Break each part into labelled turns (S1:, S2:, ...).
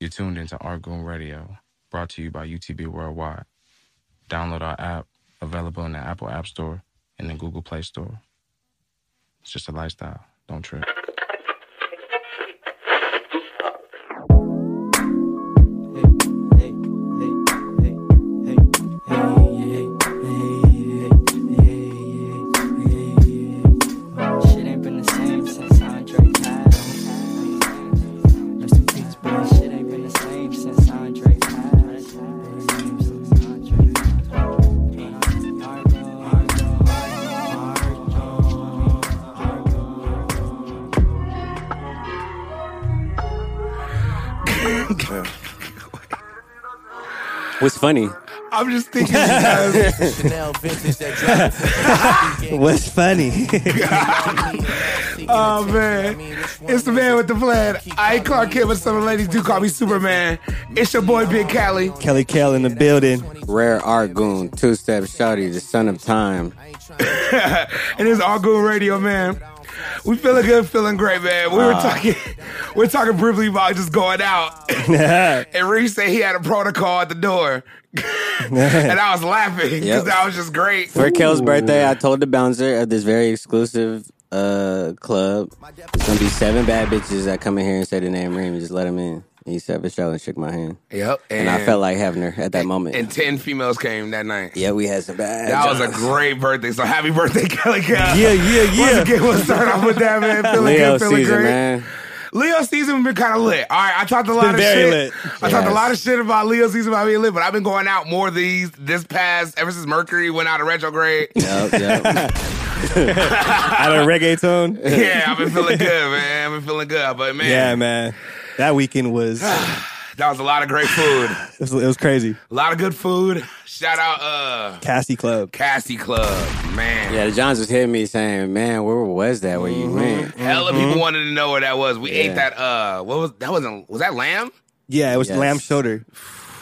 S1: You're tuned into Art Goon Radio, brought to you by UTB Worldwide. Download our app, available in the Apple App Store and the Google Play Store. It's just a lifestyle. Don't trip. Shit ain't been the same since Andre died. Rest in peace, bro. Shit ain't been the same since Andre died. Rest in peace, since Andre died. Argo, Argo, Argo, Argo.
S2: Yeah.
S3: What's funny?
S2: I'm just thinking because
S4: Chanel vintage that drop.
S3: What's funny?
S2: Oh man, it's the man with the plan. I ain't Clark Kent, but some ladies do call me Superman. It's your boy Big Cali.
S3: Kelly Kell in the building.
S5: Rare Art Goon, Two Step Shorty, the son of time.
S2: and it's all good radio, man. We feeling good, feeling great, man. We were talking, we're talking briefly about just going out, and Reese said he had a protocol at the door, and I was laughing because
S5: Yep.
S2: that was just great.
S5: For Kel's birthday, I told the bouncer of this very exclusive uh, club, it's gonna be seven bad bitches that come in here and say the name Reem. Just let them in. And he said for sure and shook my hand.
S2: Yep,
S5: And I felt like having her at that moment.
S2: and ten females came that night.
S5: yeah, we had some bad.
S2: That was a
S5: jobs.
S2: great birthday. So happy birthday, Kelly Cal.
S3: Yeah, yeah, yeah.
S2: Once again, we'll start off with that, man. Feeling
S5: Leo
S2: good, feeling
S5: season,
S2: great.
S5: man.
S2: Leo season been kind of lit. All right, I talked a
S3: Been
S2: lot of
S3: very lit.
S2: shit. I talked a
S5: Yes.
S2: lot of shit about Leo season about being lit, but I've been going out more these this past ever since Mercury went out of retrograde.
S5: Yep, yep.
S3: Out of reggaeton.
S2: yeah, I've been feeling good, man. I've been feeling good, but man,
S3: Yeah, man. That weekend was it
S2: that was a lot of great food,
S3: was, it was crazy.
S2: a lot of good food. Shout out, uh,
S3: Cassie Club.
S2: Cassie Club, man.
S5: yeah, the Johns was hitting me saying, man, where was that where you went?
S2: Hella people wanted to know where that was. We ate
S5: Yeah.
S2: that. Uh, what was that? Wasn't was that lamb
S3: Yeah, it was
S5: Yes.
S3: lamb shoulder.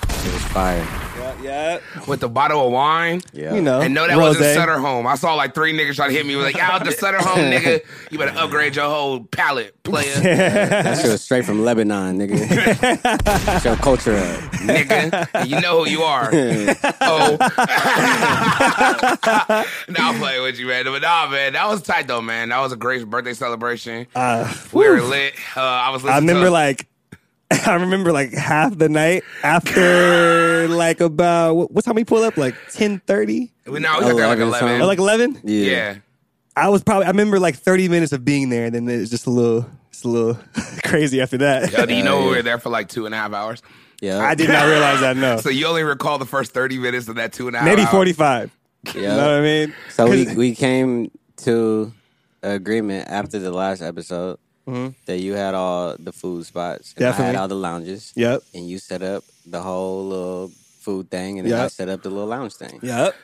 S5: It was fire.
S3: Yeah, yeah.
S2: with the bottle of wine?
S5: Yeah.
S3: You know,
S2: And no, that
S3: rose.
S2: wasn't Sutter Home. I saw like three niggas try to hit me. Was like, y'all the Sutter Home, nigga. You better upgrade your whole palate, player,
S5: That shit was straight from Lebanon, nigga. Get your culture up.
S2: nigga. And you know who you are. oh, now I'm playing with you, man. But nah, man, that was tight though, man. That was a great birthday celebration.
S3: Uh,
S2: we were lit. Uh, I was. Listening
S3: I remember
S2: to,
S3: like I remember like half the night after like about what, what time we pull up? Like ten thirty?
S2: we now we got there like
S5: 11
S2: eleven.
S5: something.
S3: Or like eleven?
S5: Yeah.
S2: yeah.
S3: I was probably I remember like thirty minutes of being there and then it was just a little it's a little crazy after that.
S2: Uh, do you know
S5: Yeah,
S2: we
S5: yeah.
S2: were there for like two and a half hours?
S5: Yeah.
S3: I did not realize that no.
S2: So you only recall the first thirty minutes of that two and a half.
S3: Maybe
S2: hour-
S3: forty five.
S5: Yeah.
S3: You know what I mean?
S5: So we,
S3: 'Cause-
S5: we came to agreement after the last episode that you had all the food spots and I
S3: Mm-hmm. Definitely.
S5: had all the lounges.
S3: Yep.
S5: And you set up the whole little food thing and then I
S3: Yep.
S5: set up the little lounge thing.
S3: Yep.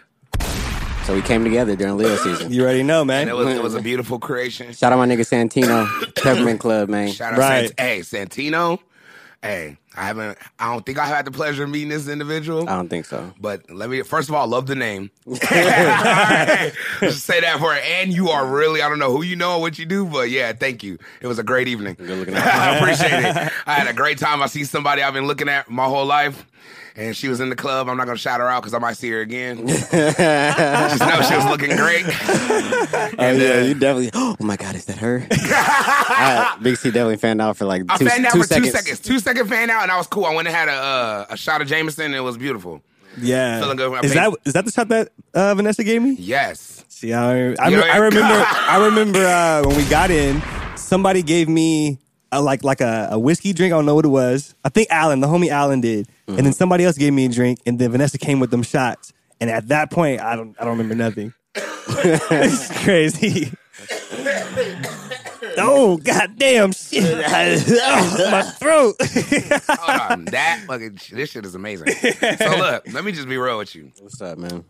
S5: So we came together during Leo season.
S3: You already know, man.
S2: And it was it was a beautiful creation.
S5: Shout out my nigga Santino, Peppermint Club, man.
S2: Shout out,
S3: Right.
S2: Sant- hey Santino. Hey, I haven't. I don't think I had the pleasure of meeting this individual.
S5: I don't think so.
S2: but let me first of all love the name. All right. Just say that for it. And you are really I don't know who you know or what you do, but yeah, thank you. It was a great evening.
S5: Good looking out.
S2: I appreciate it. I had a great time. I see somebody I've been looking at my whole life. And she was in the club. I'm not gonna shout her out because I might see her again. Just know she was looking great.
S5: Oh
S2: And,
S5: yeah,
S2: uh,
S5: you definitely. Oh my God, is that her? I, Big C definitely fanned out for like
S2: I
S5: two,
S2: fanned out
S5: two
S2: for
S5: seconds.
S2: two seconds. Two second fan out, and I was cool. I went and had a uh, a shot of Jameson, and it was beautiful.
S3: yeah.
S2: feeling good when I
S3: Is that
S2: paid-
S3: is that the shot that uh, Vanessa gave me?
S2: Yes,
S3: See, I, don't- I,
S2: You
S3: rem-
S2: know-
S3: I remember I remember uh, when we got in, somebody gave me a, like like a, a whiskey drink. I don't know what it was. I think Alan, the homie Alan, did, and then somebody else gave me a drink, and then Vanessa came with them shots. And at that point, I don't I don't remember nothing. it's crazy. oh goddamn shit! my throat.
S2: hold on. That fucking sh- this shit is amazing. So look, let me just be real with you.
S5: What's up, man?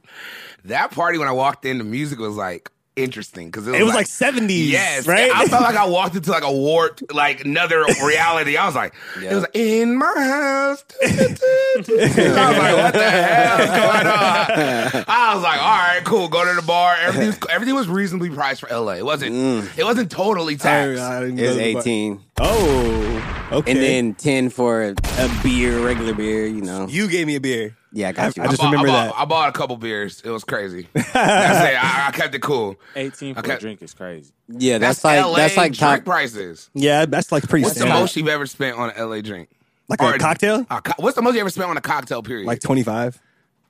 S2: That party when I walked in, the music was like interesting because it was,
S3: it was like seventies,
S2: Yes,
S3: right?
S2: I felt like I walked into like a warped, like another reality. I was like, it
S5: Yeah.
S2: was like, in my house. I was like, what the hell is going on? I was like, all right, cool. Go to the bar. Everything was, everything was reasonably priced for LA. It wasn't. It wasn't totally
S3: Mm. I- I
S2: taxed.
S5: It's
S3: didn't go to the bar.
S5: eighteen.
S3: Oh, okay.
S5: and then ten for a, a beer, regular beer. You know,
S3: you gave me a beer.
S5: yeah, I got you.
S3: I just
S2: Bought-
S3: remember
S2: I bought,
S3: that.
S2: I bought a couple beers. It was crazy. Like I said, I, I kept it cool.
S6: 18 for
S2: Okay.
S6: a drink is crazy.
S5: yeah, that's,
S2: That's,
S5: like
S2: LA
S5: that's like
S2: drink
S5: top.
S2: prices.
S3: Yeah, that's like pretty
S2: What's the
S3: standard.
S2: most you've ever spent on an LA drink?
S3: Like a
S2: Or-
S3: cocktail?
S2: a co- what's the most you ever spent on a cocktail? Period.
S3: Like twenty five.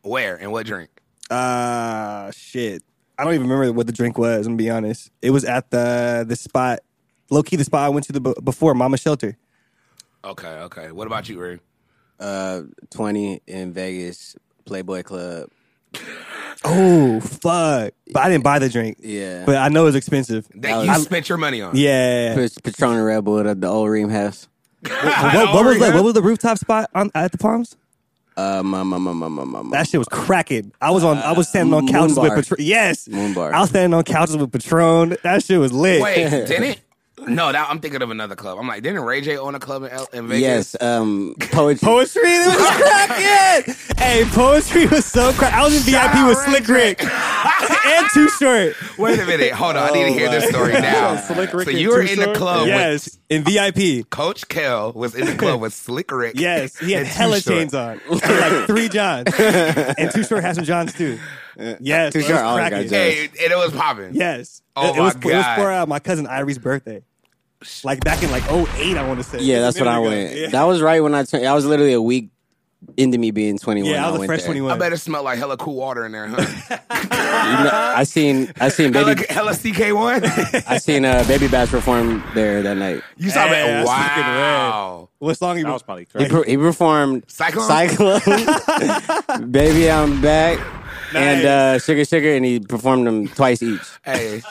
S2: where and what drink?
S3: Uh shit. I don't even remember what the drink was. I'm gonna be honest. It was at the the spot, low key the spot I went to the b- before Mama Shelter.
S2: Okay, okay. What about you, Ray?
S5: Uh, twenty in Vegas, Playboy Club.
S3: Oh fuck! But I didn't buy the drink.
S5: Yeah.
S3: But I know it's expensive.
S2: That you spent your money on?
S3: Yeah.
S5: Pet- Patron Red Bull at the old Ream house.
S3: What, what was the, what was the rooftop spot on, at the Palms?
S5: Uh, my, my, my, my, my, my, my.
S3: That shit was cracking. I was on. I was standing on
S5: Moon
S3: couches with
S5: bar.
S3: Patron. Yes,
S5: Moon bar.
S3: I was standing on couches with Patron. That shit was lit.
S2: Wait, didn't? No, that, I'm thinking of another club. I'm like, didn't Ray J own a club in, L- in Vegas?
S5: Yes, um, poetry.
S3: Poetry that was cracking. hey, poetry was so crack. I was in
S2: Shout
S3: VIP
S2: out
S3: with
S2: Ray
S3: Slick
S2: J.
S3: Rick and Too Short.
S2: Wait a minute. Hold on. I need to hear this story now.
S6: Slick Rick
S2: so
S6: and
S2: you were
S6: Too
S2: in the
S6: Short?
S2: club with
S3: Yes, in VIP.
S2: Coach Kel was in the club with Slick Rick.
S3: Yes, he had
S2: and Too
S3: hella
S2: Short.
S3: chains on, like three Johns, and Too Short had some Johns too. Yes,
S5: Too
S3: it was
S5: Short always got
S3: cracking.
S5: Johns.
S2: Hey, and it was popping.
S3: Yes,
S2: Oh
S3: it, it
S2: my
S3: was, It was
S2: God.
S3: for uh, my cousin Irie's birthday, like back in like 08, I want to say.
S5: Yeah, that's what I
S3: There we go.
S5: went.
S3: Yeah.
S5: That was right when I turned. I was literally a week into me being 21.
S3: Yeah, I was a
S5: went
S3: fresh
S5: there.
S3: 21.
S2: I bet it smelled like hella cool water in there, huh?
S5: You know, I seen I seen
S2: hella,
S5: baby
S2: hella CK1?
S5: I seen uh, Baby Bass perform there that night.
S2: You saw
S3: Hey,
S2: that?
S3: that's fucking
S2: Wow.
S3: What song you
S6: That was probably
S5: He,
S6: crazy.
S5: per- he performed
S2: Cyclone?
S5: Cyclone, Baby I'm Back, and uh, Sugar Sugar, and he performed them twice each.
S2: Hey.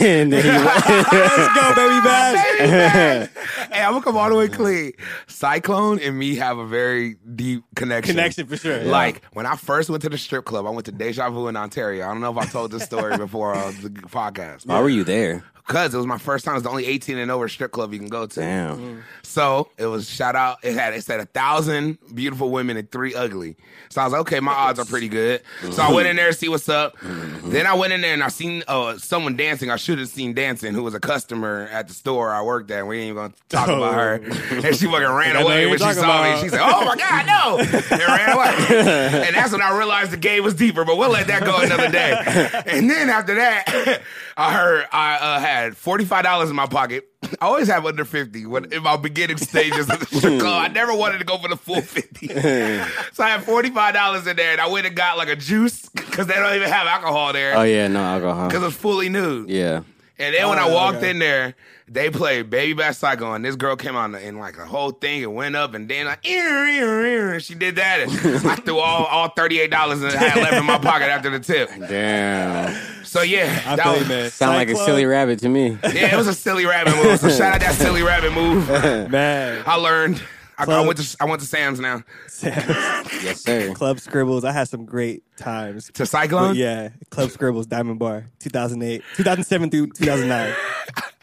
S5: and then he,
S3: Let's go, baby Bash.
S2: hey, I'm gonna come all the way clean. Cyclone and me have a very deep connection.
S3: Connection for sure. yeah.
S2: Like when I first went to the strip club, I went to Deja Vu in Ontario. I don't know if I told this story before on the podcast.
S5: why were you there?
S2: Because it was my first time. It's the only 18 and over strip club you can go to.
S5: Damn.
S2: So it was shout out. It had it said a thousand beautiful women and three ugly. So I was like, okay, my odds are pretty good. So I went in there to see what's up. Then I went in there and I seen uh, someone dancing. I should have seen dancing, who was a customer at the store I worked at. We ain't even gonna talk about her. And she fucking ran
S3: know
S2: away
S3: who
S2: when she
S3: you're
S2: saw
S3: talking
S2: me.
S3: about.
S2: She said, "Oh my god, no!" And ran away. and that's when I realized the game was deeper. But we'll let that go another day. And then after that, I heard I uh, had forty five dollars in my pocket. I always have under fifty when in my beginning stages of the strip club. I never wanted to go for the full fifty, so I had forty five dollars in there, and I went and got like a juice because they don't even have alcohol there.
S5: Oh yeah, no alcohol.
S2: Cause it's fully nude.
S5: Yeah.
S2: And then
S3: Oh,
S2: when I walked in there, they played Baby Bass Psycho, and this girl came out and like the whole thing and went up, and then like ear ear ear, and she did that, and I threw all all thirty eight dollars and I had left in my pocket after the tip.
S5: Damn.
S2: So yeah,
S3: I
S2: that
S3: feel
S2: was,
S3: you, man.
S5: Sound like a silly rabbit to me.
S2: yeah, it was a silly rabbit move. So shout out that silly rabbit move. I
S3: man.
S2: learned. I, I
S3: Club-
S2: went to I went to Sam's now
S5: yes, sir.
S3: Club Scribbles. I had some great times.
S2: to
S3: But
S2: Cyclone.
S3: yeah, Club Scribbles, Diamond Bar, 2008, 2007 through 2009.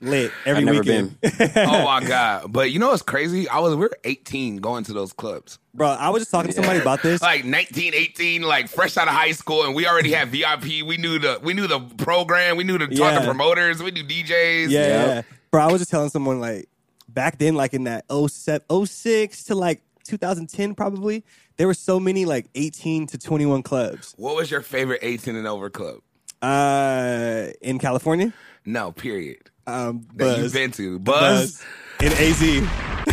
S3: Lit every
S5: I've never
S3: weekend.
S2: Oh my god! But you know what's crazy? I was we were eighteen going to those clubs.
S3: Bro, I was just talking to somebody about this.
S2: like 1918, like fresh out of high school, and we already had VIP. We knew the we knew the program. We knew the talk to
S3: Yeah.
S2: promoters. We knew DJs.
S3: yeah, yeah. Bro, I was just telling someone like back then, like in that 07, 06 to like 2010 probably, there were so many like 18 to 21 clubs
S2: What was your favorite 18 and over club?
S3: uh, in California.
S2: No, period.
S3: Um,
S2: That
S3: Buzz.
S2: you've been to Buzz,
S3: in AZ.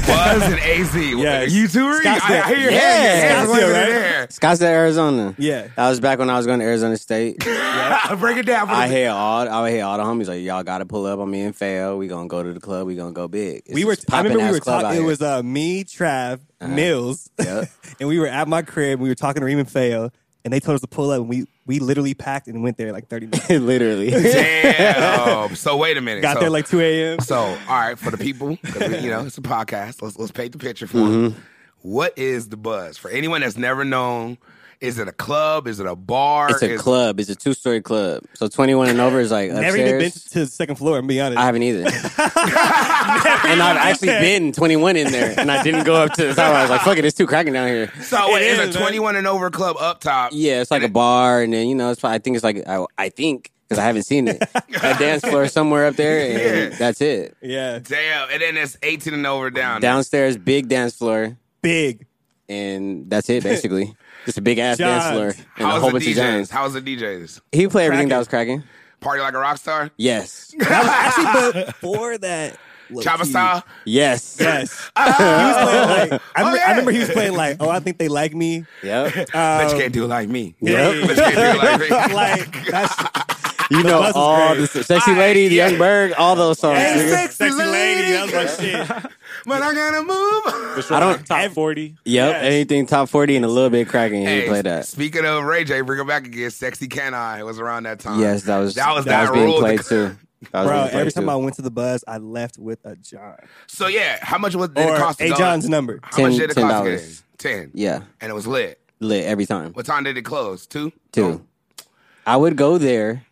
S2: Buzz, and AZ. Yeah, you two are. I, I hear your
S5: Scottsdale.
S2: hands.
S3: Yeah,
S2: Your hands
S3: Scottsdale,
S2: right?
S3: right?
S2: there.
S5: Scottsdale, Arizona.
S3: Yeah.
S5: That was back when I was going to Arizona State.
S2: Break it down. For
S5: I
S2: I
S5: hit all. I would hit all the homies like, y'all gotta pull up on me and fail. We gonna go to the club. We gonna go big. It's
S3: we were.
S5: this
S3: I remember we
S5: poppin'
S3: were
S5: ass club out
S3: talking. It
S5: here. Uh-huh.
S3: was uh, me, Trav, Mills,
S5: Yep.
S3: and we were at my crib. We were talking to Reem Fayo, and they told us to pull up. And we we literally packed and went there like thirty minutes.
S5: literally.
S2: Damn. so wait a minute.
S3: Got
S2: so,
S3: there like two a.m.
S2: So all right for the people, 'cause we- you know it's a podcast. Let's let's paint the picture for
S5: Mm-hmm.
S2: 'em. What is the buzz for anyone that's never known? Is it a club? Is it a bar?
S5: It's a
S2: Is-
S5: club. It's a two story club. So twenty one and over is like
S3: Never even been
S5: upstairs.
S3: to the second floor. I'm be honest.
S5: I haven't either. and I've actually been twenty one in there, and I didn't go up to the top. I was like, fuck it, it's too cracking down here.
S2: So wait,
S3: It
S2: it's
S3: is,
S2: a
S3: man.
S2: 21 and over club up top.
S5: Yeah, it's like a bar, and then you know, it's probably, I think it's like I, I think. 'cause because I haven't seen it. a dance floor somewhere up there, and
S2: Yeah.
S5: that's it.
S3: Yeah.
S2: Damn. And then it's 18 and over down. there.
S5: Downstairs, big dance floor,
S3: Big.
S5: and that's it basically. Just a big ass
S3: Giants.
S5: dance floor and a
S2: How's
S5: whole
S2: the
S5: bunch of
S2: DJs?
S5: giants.
S2: How's the DJs?
S5: He played everything that was cracking.
S2: Party like a rock star?
S5: Yes,
S3: Actually, but
S5: for that.
S2: Chopper style?
S5: Yes.
S3: yes. he was playing like, I, remember,
S2: Oh,
S3: I
S2: yeah.
S3: remember he was playing like, oh, I think they like me.
S5: Yep.
S2: Bet you can't do it like me.
S3: Yeah.
S2: Bet you can't do it like me.
S3: like, that's
S5: You know
S3: bus is
S5: all
S3: great.
S5: the sexy lady, the young bird, all those songs.
S2: Hey,
S5: nigga.
S2: sexy
S6: Sexy lady,
S2: lady.
S6: that was my shit.
S2: But I gotta move.
S6: For sure,
S5: I don't-
S6: like, top forty.
S5: Yep,
S3: Yes.
S5: anything top forty and a little bit cracking. he played that.
S2: Speaking of Ray J, bring it back again. Sexy Can I? It was around that time.
S5: Yes, that was
S2: That was that
S5: being
S2: rule.
S5: played too. That was
S3: Bro,
S5: being played,
S3: every time
S5: too.
S3: I went to the buzz, I left with a John
S2: So yeah, how much was did it
S3: or
S2: cost? to
S3: a
S2: go?
S3: John's number.
S2: How much
S5: Ten-
S2: did it
S5: ten
S2: cost? to
S5: dollars.
S2: get in? Ten.
S5: yeah,
S2: And it was lit.
S5: lit every time
S2: What time did it close? Two.
S5: too.
S2: Oh.
S5: I would go there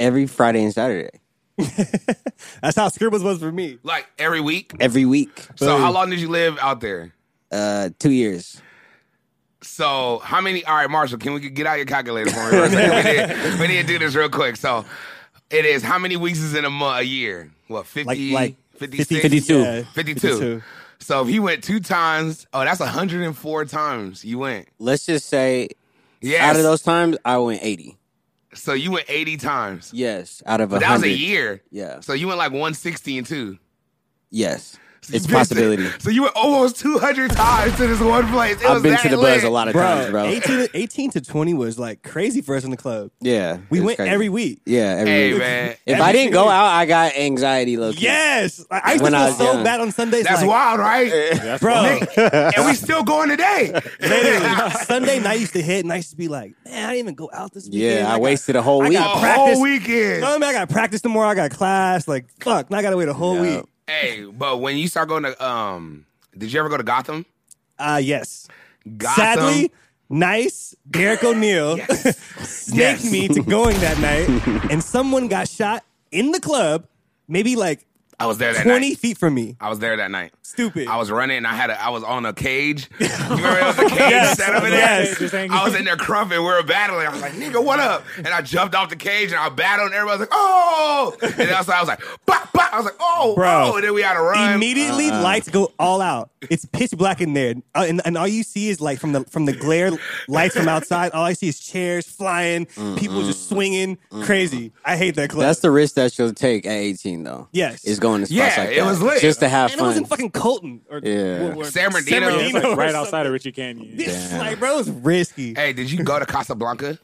S5: every Friday and Saturday
S3: That's how Scribbles was for me.
S2: Like every week.
S5: every week.
S2: So
S3: Boom.
S2: how long did you live out there?
S5: Uh, two years.
S2: So how many? All right, Marshall, can we get out your calculator for me? for a second? we, need, we need to do this real quick. So it is how many weeks is in a month, a year? What
S3: Like,
S2: fifty?
S3: like
S2: 56?
S5: 52.
S3: yeah,
S2: 52. So if you went two times, oh, that's 104 times you went.
S5: Let's just say
S2: Yes.
S5: out of those times, I went eighty.
S2: so you went 80 times.
S5: Yes, out of
S2: But that was a
S5: 100.
S2: year.
S5: Yeah.
S2: So you went like 160 and two.
S5: Yes,
S2: So
S5: it's a
S2: you missed
S5: possibility.
S2: it. So you went almost 200 times to this one place. It was
S5: I've been
S2: that
S5: to the buzz
S2: lit.
S5: a lot of times, bro.
S3: Bro, 18, to- 18 to 20 was like crazy for us in the club.
S5: Yeah,
S3: We
S5: it was
S3: went
S5: crazy.
S3: every week.
S5: Yeah, every
S2: Hey,
S5: week.
S2: man.
S5: If
S3: Every
S5: I didn't go
S3: week.
S5: out, I got anxiety. Low key.
S3: Yes. I, I used
S5: When
S3: to
S5: I
S3: feel
S5: was
S3: so
S5: young.
S3: bad on Sundays.
S2: That's
S3: like,
S2: wild, right?
S3: Bro,
S2: and we still going today.
S3: literally, Sunday night used to hit and I used to be like, man, I didn't even go out this weekend.
S5: Yeah, I
S3: got-
S5: wasted a whole
S3: I
S5: week.
S2: A
S3: got practice.
S2: whole weekend.
S3: You know what I mean? I got practice tomorrow. I got class. Like, fuck, now I got to wait a whole
S5: Yeah.
S3: week.
S2: hey, but when you start going to, um, did you ever go to Gotham?
S3: Uh, yes.
S2: Gotham.
S3: Sadly, nice Derek O'Neill
S2: Yes.
S3: snaked
S2: Yes.
S3: me to going that night, and someone got shot in the club, maybe like
S2: I was there that
S3: 20
S2: night.
S3: feet from me.
S2: I was there that night.
S3: Stupid.
S2: I was running. and I had. A, I was on a cage. You remember it was a cage
S3: Yes,
S2: set up in there?
S3: yes.
S6: Just hanging.
S2: I was in there crumping. We were battling. I was like, "Nigga, what up?" And I jumped off the cage and I battled. And everybody was like, "Oh!" And that's why I was like, "Bop, bop." I was like, "Oh,
S3: Bro.
S2: oh!" And then we had a run.
S3: Immediately,
S5: Uh-huh.
S3: lights go all out. It's pitch black in there, uh, and, and all you see is like from the from the glare lights from outside. All I see is chairs flying, people just swinging, crazy. I hate that club.
S5: That's the risk that you'll take at 18, though.
S3: Yes.
S5: Is going to spots
S2: Yeah,
S5: like
S2: it
S5: that.
S2: was lit.
S5: Just to have
S3: and it
S5: fun.
S3: was in fucking Colton or
S5: Yeah.
S3: or- or
S2: San Bernardino.
S6: Yeah, it's like
S3: or
S6: right
S3: something.
S6: outside of Richie Canyon.
S3: It's like, bro, it's risky.
S2: Hey, did you go to Casablanca?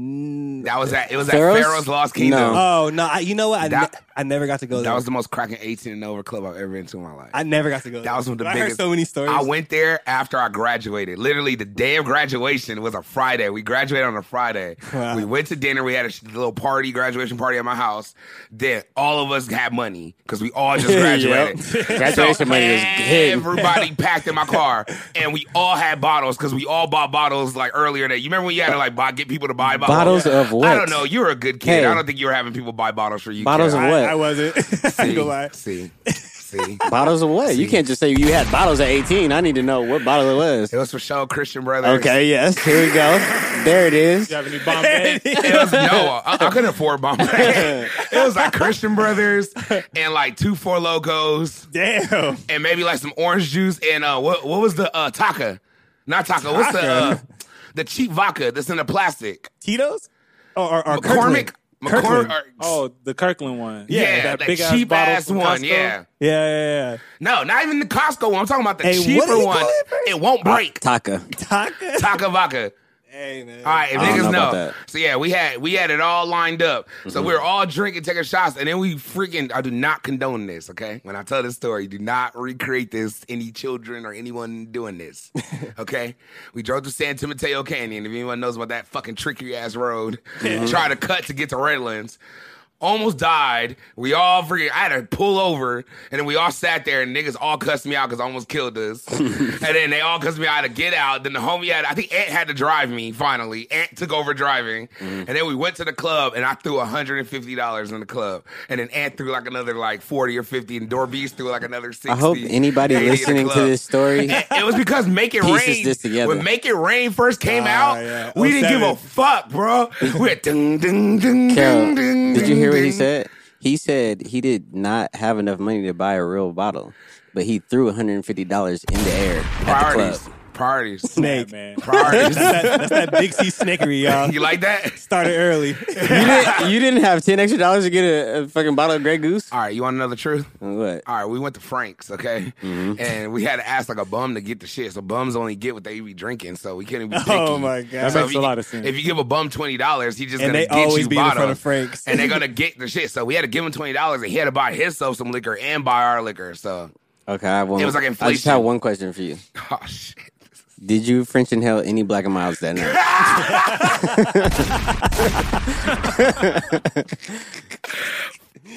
S2: that was that. It was
S5: Pharaoh's?
S2: at Pharaoh's Lost Kingdom.
S5: No.
S3: Oh no! I, you know what? I, ne-
S2: That-
S3: I never got to go.
S2: That
S3: there.
S2: was the most cracking eighteen and over club I've ever been to in my life.
S3: I never got to go.
S2: That was one of the
S3: I
S2: biggest.
S3: Heard so many stories.
S2: I went there after I graduated. Literally, the day of graduation was a Friday. We graduated on a Friday.
S3: Wow.
S2: We went to dinner. We had a sh- little party, graduation party at my house. Then all of us had money because we all just graduated.
S5: Graduation money is hidden.
S2: Everybody packed in my car, and we all had bottles because we all bought bottles like earlier. That you remember when you had to like buy, get people to buy bottles.
S5: Bottles of what?
S2: I don't know. You were a good kid.
S5: Hey.
S2: I don't think you were having people buy bottles for you.
S5: Bottles
S2: kid.
S5: of
S3: I,
S5: what?
S3: I wasn't. I ain't gonna lie.
S2: See, see, see.
S5: bottles of what? You can't just say you had bottles at 18. I need to know what bottle it was.
S2: It was for show, Christian brothers.
S5: Okay, yes. Here we go. There it is.
S6: You have any Bombay?
S2: It was
S3: uh,
S2: no, I, I couldn't afford Bombay. it was like Christian Brothers and like two four logos
S3: Damn.
S2: and maybe like some orange juice and uh what what was the uh taka? Not taka, what's the uh, the cheap vodka that's in the plastic?
S3: Tito's or, or, or
S2: McCormick
S3: Kirkland? Kirkland.
S2: McCormick or-
S6: Oh, the Kirkland one.
S2: yeah, that, cheap
S6: bottle
S2: ass
S6: from
S2: one,
S6: Costco.
S2: yeah.
S3: Yeah, yeah, yeah.
S2: No, not even the Costco one. I'm talking about the
S3: Hey, what
S2: cheaper
S3: do you
S2: one.
S3: call it, bro?
S2: It won't break.
S5: Taka.
S3: Taka.
S2: Taka vodka.
S3: Hey man.
S2: All right, if
S5: I don't
S2: niggas
S5: know
S2: know.
S5: about that. Mm-hmm.
S2: So yeah, we had we had it all lined up. So we were all drinking, taking shots, and then we freaking. I do not condone this. Okay, when I tell this story, do not recreate this. Any children or anyone doing this. Okay, we drove through San Timoteo Canyon. If anyone knows about that fucking tricky ass road, try to cut to get to Redlands. Almost died. We all freaking. I had to pull over, and then we all sat there, and niggas all cussed me out because I almost killed us. and then they all cussed me out to get out. Then the homie had, I think Ant had to drive me finally. Ant took over driving,
S5: Mm-hmm.
S2: and then we went to the club, and I threw hundred and fifty dollars in the club, and then Ant threw like another like forty or fifty, and Dorbees threw like another sixty.
S5: I hope anybody
S2: They hated the
S5: listening to
S2: club.
S5: this story.
S2: And it was because Make It
S5: Pieces
S2: Rain.
S5: this together.
S2: When Make It Rain first came
S3: Ah,
S2: out,
S3: yeah.
S2: we didn't give a
S3: 07.
S2: fuck, bro. We went ding, ding, ding,
S5: Carol,
S2: ding, ding,
S5: did you hear what he
S2: ding.
S5: said? He said he did not have enough money to buy a real bottle, but he threw $150 in the air at the
S2: Priorities.
S5: club.
S2: Priorities.
S3: Snake.
S6: man.
S2: Priorities.
S3: That's that big C snackery, y'all.
S2: you like that?
S3: Started early.
S5: You didn't, you didn't have 10 extra dollars to get a, a fucking bottle of Grey Goose?
S2: All right, you want to know the truth?
S5: What?
S2: All right, we went to Frank's, okay,
S5: Mm-hmm.
S2: and we had to ask like a bum to get the shit. So bums only get what they be drinking, so we couldn't be picky.
S3: Oh my
S6: That
S3: god.
S2: So
S6: makes
S2: if you,
S6: a lot of sense.
S2: If you give a bum twenty dollars, he just
S3: And
S2: gonna
S3: they
S2: get
S3: always
S2: you
S3: be in
S2: bottle,
S3: front of Frank's.
S2: and they're gonna get the shit. So we had to give him twenty dollars, and he had to buy himself some liquor and buy our liquor. So,
S5: Okay, I have one.
S2: It was like
S5: I just have
S2: inflation.
S5: one question for you.
S2: oh shit.
S5: Did you French inhale any black and miles that night?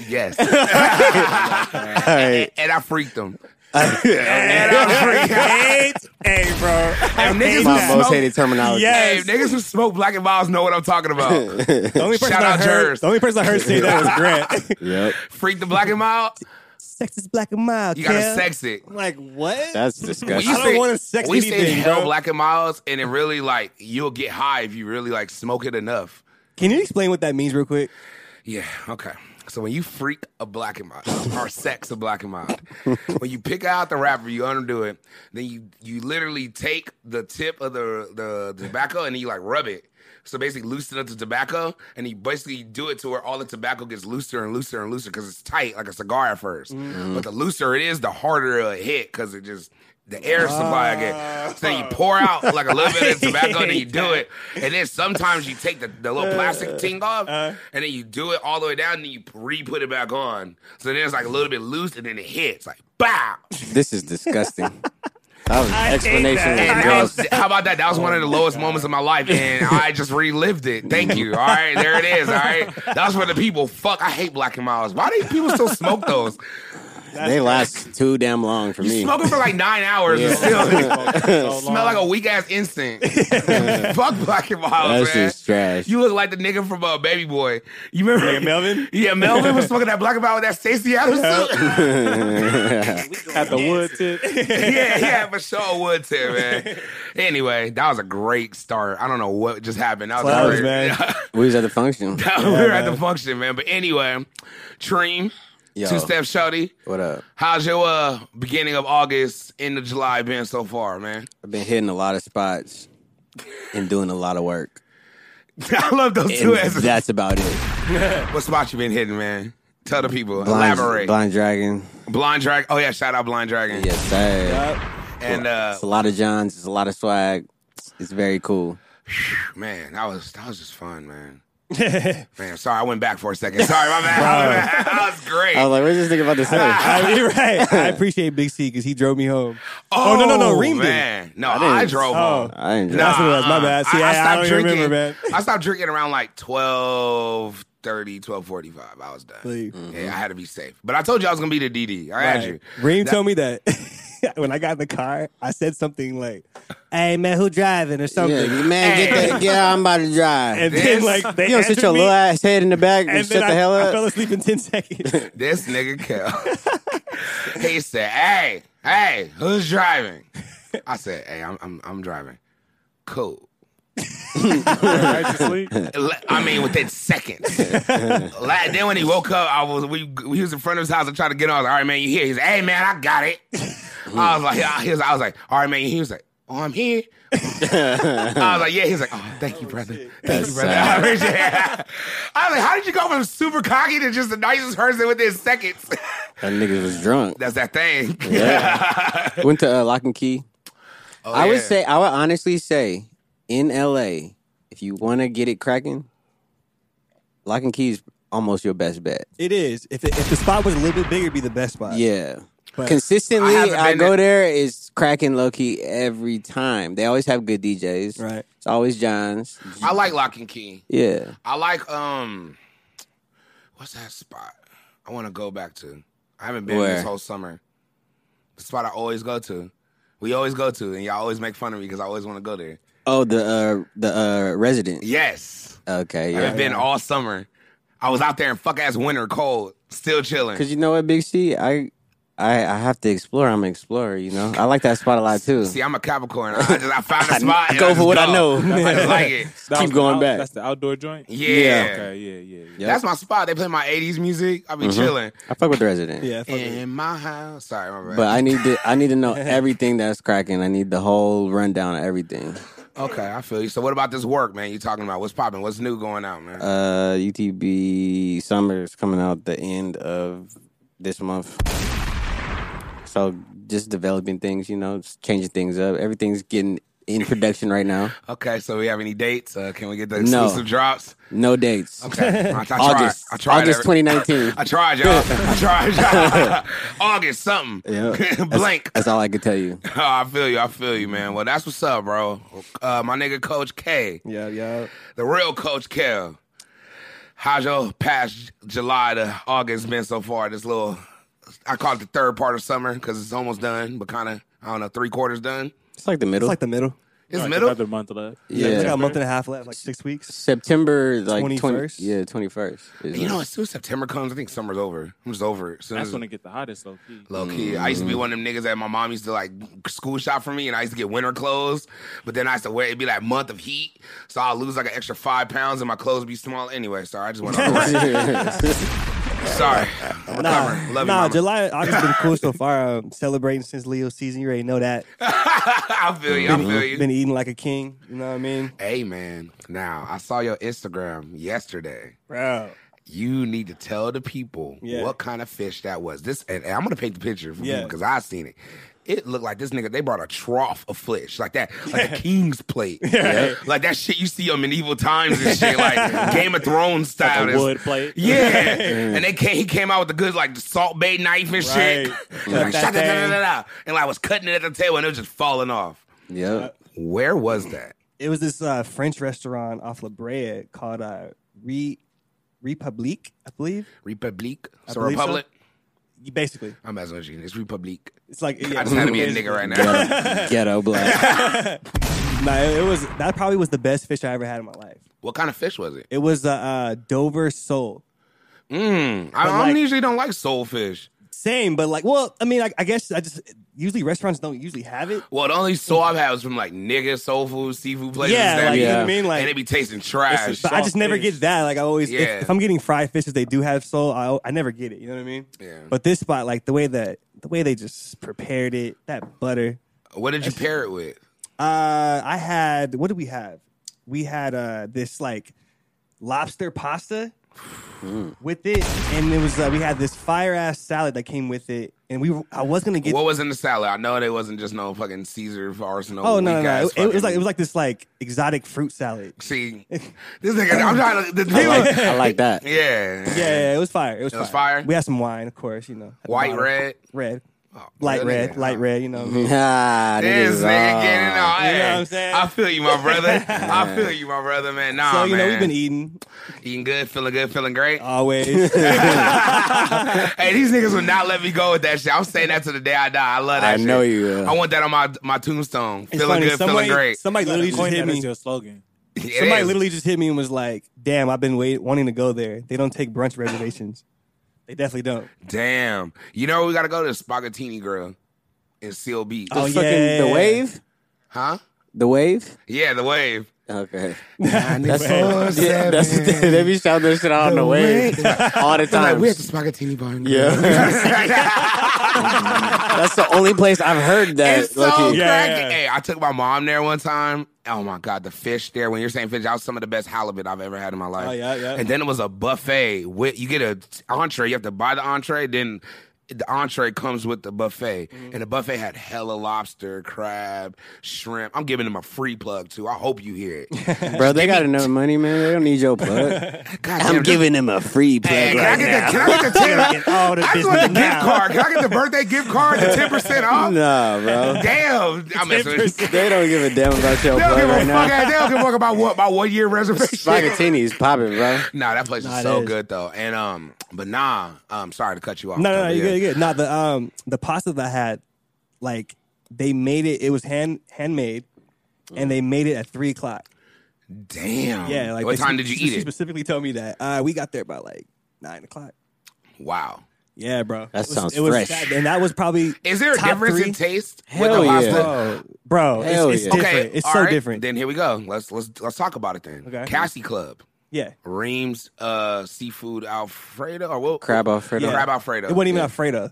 S2: Yes,
S5: All right.
S2: and I freaked him. and I freaked
S3: Hey, hey, bro.
S2: And niggas
S5: My
S2: who
S5: most
S2: smoke,
S5: hated terminology.
S3: Yeah.
S2: hey, niggas who smoke black and miles know what I'm talking about.
S3: The only person
S2: Shout
S3: I
S2: out
S3: heard,
S2: Jers.
S3: the only person I heard say that was Grant.
S5: Yep.
S2: Freak the black and mild,
S3: sex is black and mild.
S2: you gotta
S3: Kel.
S2: sex it.
S3: I'm like what?
S5: That's
S3: I
S5: disgusting.
S3: don't wanna sex
S2: we say
S3: anything,
S2: hell
S3: bro.
S2: black and miles, and it really like you'll get high if you really like smoke it enough.
S3: Can you explain what that means real quick?
S2: Yeah, okay. So when you freak a black and mild or sex a black and mild, when you pick out the wrapper, you undo it, then you you literally take the tip of the the tobacco and then you like rub it. So basically loosen up the tobacco and you basically do it to where all the tobacco gets looser and looser and looser because it's tight like a cigar at 1st But the looser it is, the harder it'll hit because it just the air supply again. So you pour out like a little bit of tobacco and then you do it. And then sometimes you take the, the little plastic ting off and then you do it all the way down and then you re put it back on. So then it's like a little bit loose and then it hits like bow.
S5: This is disgusting. That was explanation
S2: And
S5: was
S2: that
S5: gross.
S2: was- how about that? That was one of the lowest moments of my life and I just relived it. Thank you. All right, there it is. All right. That's for the people. Fuck, I hate black and miles. Why do people still smoke those?
S5: They last too damn long for me.
S2: Smoke them for like nine hours and still smell like a weak ass instant. Fuck black and mild,
S5: That's
S2: man.
S5: just trash.
S2: You look like the nigga from uh, Baby Boy. You remember
S3: Nigga Melvin?
S2: Yeah, Melvin was smoking that black and mild with that Stacey Adams suit.
S6: At the wood tip.
S2: yeah, yeah, for sure would too, man. Anyway, that was a great start. I don't know what just happened. That was
S3: Flowers,
S2: great.
S3: man.
S5: We was at the function.
S2: we were at the function, man. But anyway, Treem,
S5: Yo,
S2: two step shorty.
S5: What up?
S2: How's your uh, beginning of August, end of July been so far, man?
S5: I've been hitting a lot of spots and doing a lot of work.
S2: I love those
S5: And
S2: two answers.
S5: that's about it.
S2: What spot you been hitting, man? Tell the people.
S5: Blind,
S2: Elaborate. Blind,
S5: Blind Dragon.
S2: Dragon. Oh yeah, shout out Blind Dragon.
S5: Yes, sir.
S2: And uh,
S5: It's a lot of Johns. It's a lot of swag. It's very cool.
S2: man, that was that was just fun, man. man, sorry, I went back for a second. Sorry, my bad. that was great.
S5: I was like, what's this nigga about to say?
S3: I, you're right. I appreciate Big C because he drove me home. Oh, no, no, no, Reem did.
S2: man. No,
S5: didn't-
S2: I, drove
S3: Oh.
S2: home.
S5: I ain't
S3: That's what it was. My
S2: Uh-uh.
S3: bad. See, I- I
S2: stopped
S3: don't even remember, man.
S2: I stopped drinking around like 12, 1245. I was done.
S3: Sleep. Mm-hmm.
S2: Yeah, I had to be safe. But I told you I was going to be the DD. I had you.
S3: Right. Reem
S2: That-
S3: told me that when I got in the car, I said something like, "Hey man, who driving or
S5: Yeah,
S3: something?"
S5: man, get that. Yeah, I'm about to drive.
S3: And
S2: This-
S3: then like they
S5: you don't sit
S3: answered
S5: your
S3: me,
S5: little ass head in the back and,
S3: and
S5: shut
S3: then
S5: the
S3: I,
S5: hell
S3: I
S5: up.
S3: fell asleep in ten seconds.
S2: This nigga Kel. he said, "Hey, hey, who's driving?" I said, "Hey, I'm I'm, I'm driving." Cool.
S6: Righteously.
S2: Le- I mean, within seconds. La- then when he woke up, I was we, he was in front of his house. I tried to get on. I was like, all right, man, you here? He's like, hey, man, I got it. I was like, I, he was, I was like, all right, man. He was like, oh, I'm here. I was like, yeah. He was like, oh, thank you, brother. Thank you, brother. I appreciate it. I was like, how did you go from super cocky to just the nicest person within seconds?
S5: That nigga was drunk.
S2: That's that thing.
S5: Went to uh, Lock and Key.
S2: Oh,
S5: I would
S2: yeah.
S5: say, I would honestly say, in LA, if you want to get it cracking, Lock and Key is almost your best bet.
S3: it is. If it, if the spot was a little bit bigger, it'd be the best spot.
S5: Yeah.
S3: But-
S5: Consistently,
S2: I haven't
S5: I,
S2: been
S5: go
S2: in-
S5: there. It's cracking low key every time. They always have good DJs.
S3: Right.
S5: It's always John's.
S2: I like Lock and Key.
S5: Yeah.
S2: I like um What's that spot? I want to go back to. I haven't been
S5: Where?
S2: this whole summer. The spot I always go to. We always go to, and y'all always make fun of me because I always want to go there.
S5: Oh, the uh, the uh, resident.
S2: Yes,
S5: Okay,
S2: I haven't
S5: yeah.
S2: been all summer. I was out there in fuck ass winter, cold, still chilling.
S5: Because you know what, Big C, I, I, I have to explore. I'm an explorer. You know, I like that spot a lot too.
S2: See, I'm a Capricorn. I, just, I found a spot. and
S5: go
S2: just
S5: for what I
S2: go.
S5: know.
S2: I just like it.
S5: Keep
S6: was the
S5: going
S6: out-
S5: back.
S6: That's the outdoor joint.
S2: Yeah.
S6: Okay. Yeah. Yeah. yeah.
S5: Yep.
S2: That's my spot. They play my 80s music. I be
S5: Mm-hmm.
S2: chilling.
S5: I fuck with the resident.
S3: Yeah, fuck it.
S2: In my house. Sorry, my bad.
S5: But I need to I need to know everything that's cracking. I need the whole rundown of everything.
S2: okay, I feel you. So, what about this work, man? You talking about what's popping? What's new going out, man?
S5: Uh UTB summer is coming out the end of this month. So just developing things, you know, just changing things up. Everything's getting in production right now.
S2: okay, so we have any dates? Uh, can we get the
S5: No.
S2: exclusive drops?
S5: No dates.
S2: Okay, I, I tried.
S5: August.
S2: I tried.
S5: August
S2: every-
S5: 2019.
S2: I tried, y'all. I tried, y'all. August something.
S5: Yeah.
S2: Blank.
S5: That's all I can tell you.
S2: Oh, I feel you. I feel you, man. Well, that's what's up, bro. Uh, my nigga, Coach K,
S3: Yeah, yeah.
S2: the real Coach Kel. How's your past July to August been so far? This little, I call it the third part of summer because it's almost done, but kind of, I don't know, three quarters done.
S5: It's like the
S3: It's
S5: middle.
S3: like the middle.
S2: It's
S6: Like
S2: middle.
S6: Another month left.
S3: Yeah, it's like
S5: yeah.
S3: a month and a half left, like six weeks.
S5: September like 20,
S3: 21st?
S5: yeah, 21st. is
S2: You know,
S5: when-
S2: as soon as September comes, I think summer's over. I'm just over it. Soon
S6: That's
S2: as
S6: when it get the hottest, low key.
S2: Low key, I used to be one of them niggas that my mom used to like school shop for me, and I used to get winter clothes. But then I used to wear it'd be like month of heat, so I'll lose like an extra five pounds, and my clothes be small anyway. Sorry, I just went on. the rant. Sorry, I'm
S3: Nah,
S2: recovering. Love
S3: nah
S2: you, mama.
S3: July, August been cool so far. Um, celebrating since Leo season. You already know that.
S2: I feel you. I feel you.
S3: Been eating like a king. You know what I mean?
S2: Hey man, now I saw your Instagram yesterday.
S3: Bro.
S2: You need to tell the people
S3: Yeah.
S2: what kind of fish that was. This, and, and I'm gonna paint the picture for
S3: Yeah.
S2: you because I seen it. It looked like this nigga. They brought a trough of fish, like that, like a king's plate, Yeah. like that shit you see on medieval times and shit, like Game of Thrones style.
S6: A
S2: It's-
S6: wood plate.
S2: yeah, and they came, he came out with the good like the salt bay knife and shit,
S3: Right.
S2: and, like,
S3: Cut that
S2: "Sha-da-da-da-da-da," and like was cutting it at the table and it was just falling off.
S5: Yep.
S2: Where was that?
S3: It was this uh, French restaurant off La Brea called uh, Re Republique, I believe.
S2: Republique,
S3: I
S2: so
S3: believe so.
S2: republic.
S3: Basically,
S2: I'm as much it's Republique.
S3: it's like yeah,
S2: I just had to be a nigga right now.
S5: Ghetto black.
S3: Nah, it it was that probably was the best fish I ever had in my life.
S2: What kind of fish was it?
S3: It was the uh, Dover sole.
S2: Mm, I,
S3: But,
S2: I
S3: like-
S2: usually don't like soul fish.
S3: Same, but like, well, I mean, I, I guess I just usually restaurants don't usually have it.
S2: Well, the only soul I've had was from like nigga soul food, seafood places.
S3: Yeah,
S2: that
S3: like,
S2: be-
S3: you know what
S5: Yeah.
S3: I mean?
S2: and they
S3: Like,
S2: be tasting trash.
S6: It's
S3: but I just
S6: soft
S3: never
S6: fish.
S3: get that. Like, I always, if-
S2: Yeah.
S3: if, I'm getting fried fishes, they do have sole. I, I never get it. You know what I mean?
S2: Yeah.
S3: But this spot, like the way that the way they just prepared it, that butter.
S2: What did you pair it with?
S3: Uh, I had what did we have? We had uh this like lobster pasta with it, and it was uh, we had this fire ass salad that came with it, and we were- I was gonna get
S2: what was in the salad? I know they wasn't just no fucking Caesar for Arsenal.
S3: oh no no no
S2: weak-ass
S3: it, it was
S2: fucking-
S3: like it was like this like exotic fruit salad.
S2: See, this nigga, I'm trying to. This
S5: I like,
S2: nigga-
S5: I like that.
S2: yeah.
S3: Yeah, yeah, it was fire. It was,
S2: It was fire?
S3: We had some wine, of course, you know. at the
S2: White,
S3: bottom.
S2: red?
S3: red,
S2: Oh,
S3: light
S2: that
S3: red,
S2: nigga.
S3: light red. You know, what I mean?
S5: Ah,
S2: This
S5: niggas,
S2: nigga
S5: ah.
S2: getting all.
S3: You know
S2: hey,
S3: what I'm saying?
S2: I feel you, my brother. I feel you, my brother, man. Nah,
S3: so you know
S2: Mm-hmm. man.
S3: we've been eating
S2: eating good, feeling good, feeling great.
S3: always.
S2: Hey, these niggas will not let me go with that shit. I'm saying that to the day I die. I love that
S5: I
S2: shit.
S5: know you will.
S2: I want that on my my tombstone.
S3: It's
S2: feeling
S3: funny,
S2: good,
S3: somebody,
S2: feeling great.
S3: Somebody literally just
S6: Point
S3: hit
S6: that
S3: me.
S6: as your slogan.
S2: It
S3: Somebody
S2: is.
S3: literally just hit me and was like, "Damn, I've been wait- wanting to go there. They don't take brunch reservations. They definitely don't."
S2: Damn. You know we gotta go to Spagatini Grill in Seal Beach.
S3: Oh,
S5: fucking
S3: yeah.
S5: the wave,
S2: Huh?
S5: the wave.
S2: Yeah, the wave.
S5: Okay,
S2: That's
S5: yeah, that's what they, they be shouting that shit out on the wave all the time.
S2: Spagatini Bar.
S5: yeah, that's the only place I've heard that.
S2: It's so
S5: Lucky.
S2: cracking.
S3: Yeah.
S2: Hey, I took my mom there one time. Oh my god, the fish there. When you're saying fish, that was some of the best halibut I've ever had in my life.
S3: Oh, yeah, yeah.
S2: And then it was a buffet. With, you get a entree. You have to buy the entree. Then the entree comes with the buffet,
S5: Mm-hmm.
S2: and the buffet had hella lobster, crab, shrimp. I'm giving them a free plug too. I hope you hear it.
S5: Bro, they got enough money, man. They don't need your plug.
S2: God damn,
S5: I'm
S2: this-
S5: giving them a free plug
S2: Hey, can, I
S5: right
S2: get the,
S5: now.
S2: can I get the ten?
S3: all the
S2: I just want
S3: business
S2: the gift
S3: now.
S2: card. Can I get the birthday gift card? The ten percent off.
S5: Nah, bro.
S2: Damn, I'm messing. with you.
S5: They don't give a damn about your
S2: They don't
S5: plug
S2: give a
S5: right
S2: fuck.
S5: now.
S2: They don't give a fuck about what my one year reservation.
S5: Spagatini's popping, bro.
S2: Nah, that place
S3: Nah,
S2: is
S3: it
S2: so
S3: is.
S2: good though. And um, but nah, um, sorry to cut you off.
S3: No,
S2: though,
S3: no, no,
S2: but
S3: you're
S2: yeah.
S3: good, you're good. No, the um the pasta that I had, like they made it. It was hand handmade, and they made it at three o'clock.
S2: Damn.
S3: Yeah, like
S2: what
S3: they-
S2: time did you
S3: she-
S2: eat
S3: She
S2: it?
S3: specifically told me that. Uh, we got there by like nine o'clock.
S2: Wow.
S3: Yeah, bro. That
S5: sounds
S3: it was
S5: fresh.
S3: sad, and that was probably
S2: Is there a
S3: top
S2: difference
S3: three.
S2: in taste
S5: Hell
S2: with the
S5: yeah.
S2: pasta?
S3: Bro, bro, it's,
S5: Hell
S3: it's
S5: yeah.
S3: different. it's
S2: all
S3: so
S2: right,
S3: different.
S2: Then here we go. Let's let's let's talk about it then.
S3: Okay.
S2: Cassie Club,
S3: yeah,
S2: Reams, uh, seafood Alfredo or what?
S5: Crab Alfredo.
S2: Crab Alfredo.
S3: it wasn't even
S2: Yeah.
S3: Alfredo.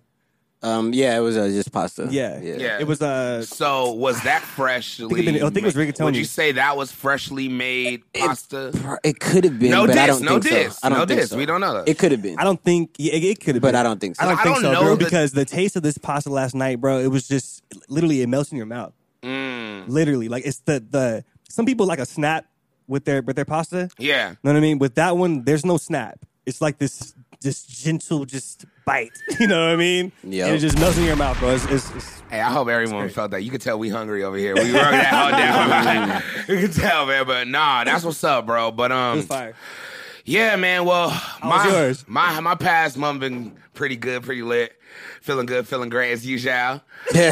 S5: Um, yeah, it was uh, just pasta.
S3: Yeah.
S5: yeah.
S2: Yeah.
S3: It was uh,
S2: So was that freshly?
S3: think it been- I think it was
S2: made- Would you
S3: rigatoni.
S2: say that was freshly made pasta?
S5: Pro- It could have been.
S2: No
S5: but I
S2: diss,
S5: don't
S2: no
S5: think so.
S2: diss,
S5: I don't
S2: no
S5: think
S2: diss.
S5: so.
S2: We don't know that.
S5: It could have been.
S3: I don't think yeah, it, it could have
S5: But
S3: been.
S5: I don't think so.
S3: I don't
S2: I
S3: think
S2: don't
S3: so,
S2: know
S3: bro,
S2: that-
S3: because the taste of this pasta last night, bro, it was just literally it melts in your mouth. Mm,
S2: Mm.
S3: Literally, like it's the the some people like a snap with their with their pasta.
S2: Yeah.
S3: know what I mean? With that one, there's no snap. It's like this just gentle just bite. You know what I mean?
S5: Yeah.
S3: And it just melts in your mouth, bro. It's, it's, it's
S2: Hey, I hope everyone felt that. You could tell we hungry over here. We wrote that all down. you can tell, man. But nah, that's what's up, bro. But um,
S3: fire.
S2: Yeah, man. Well,
S3: was
S2: my
S3: yours?
S2: my my past month been pretty good, pretty lit, feeling good, feeling great as usual.
S3: Yeezy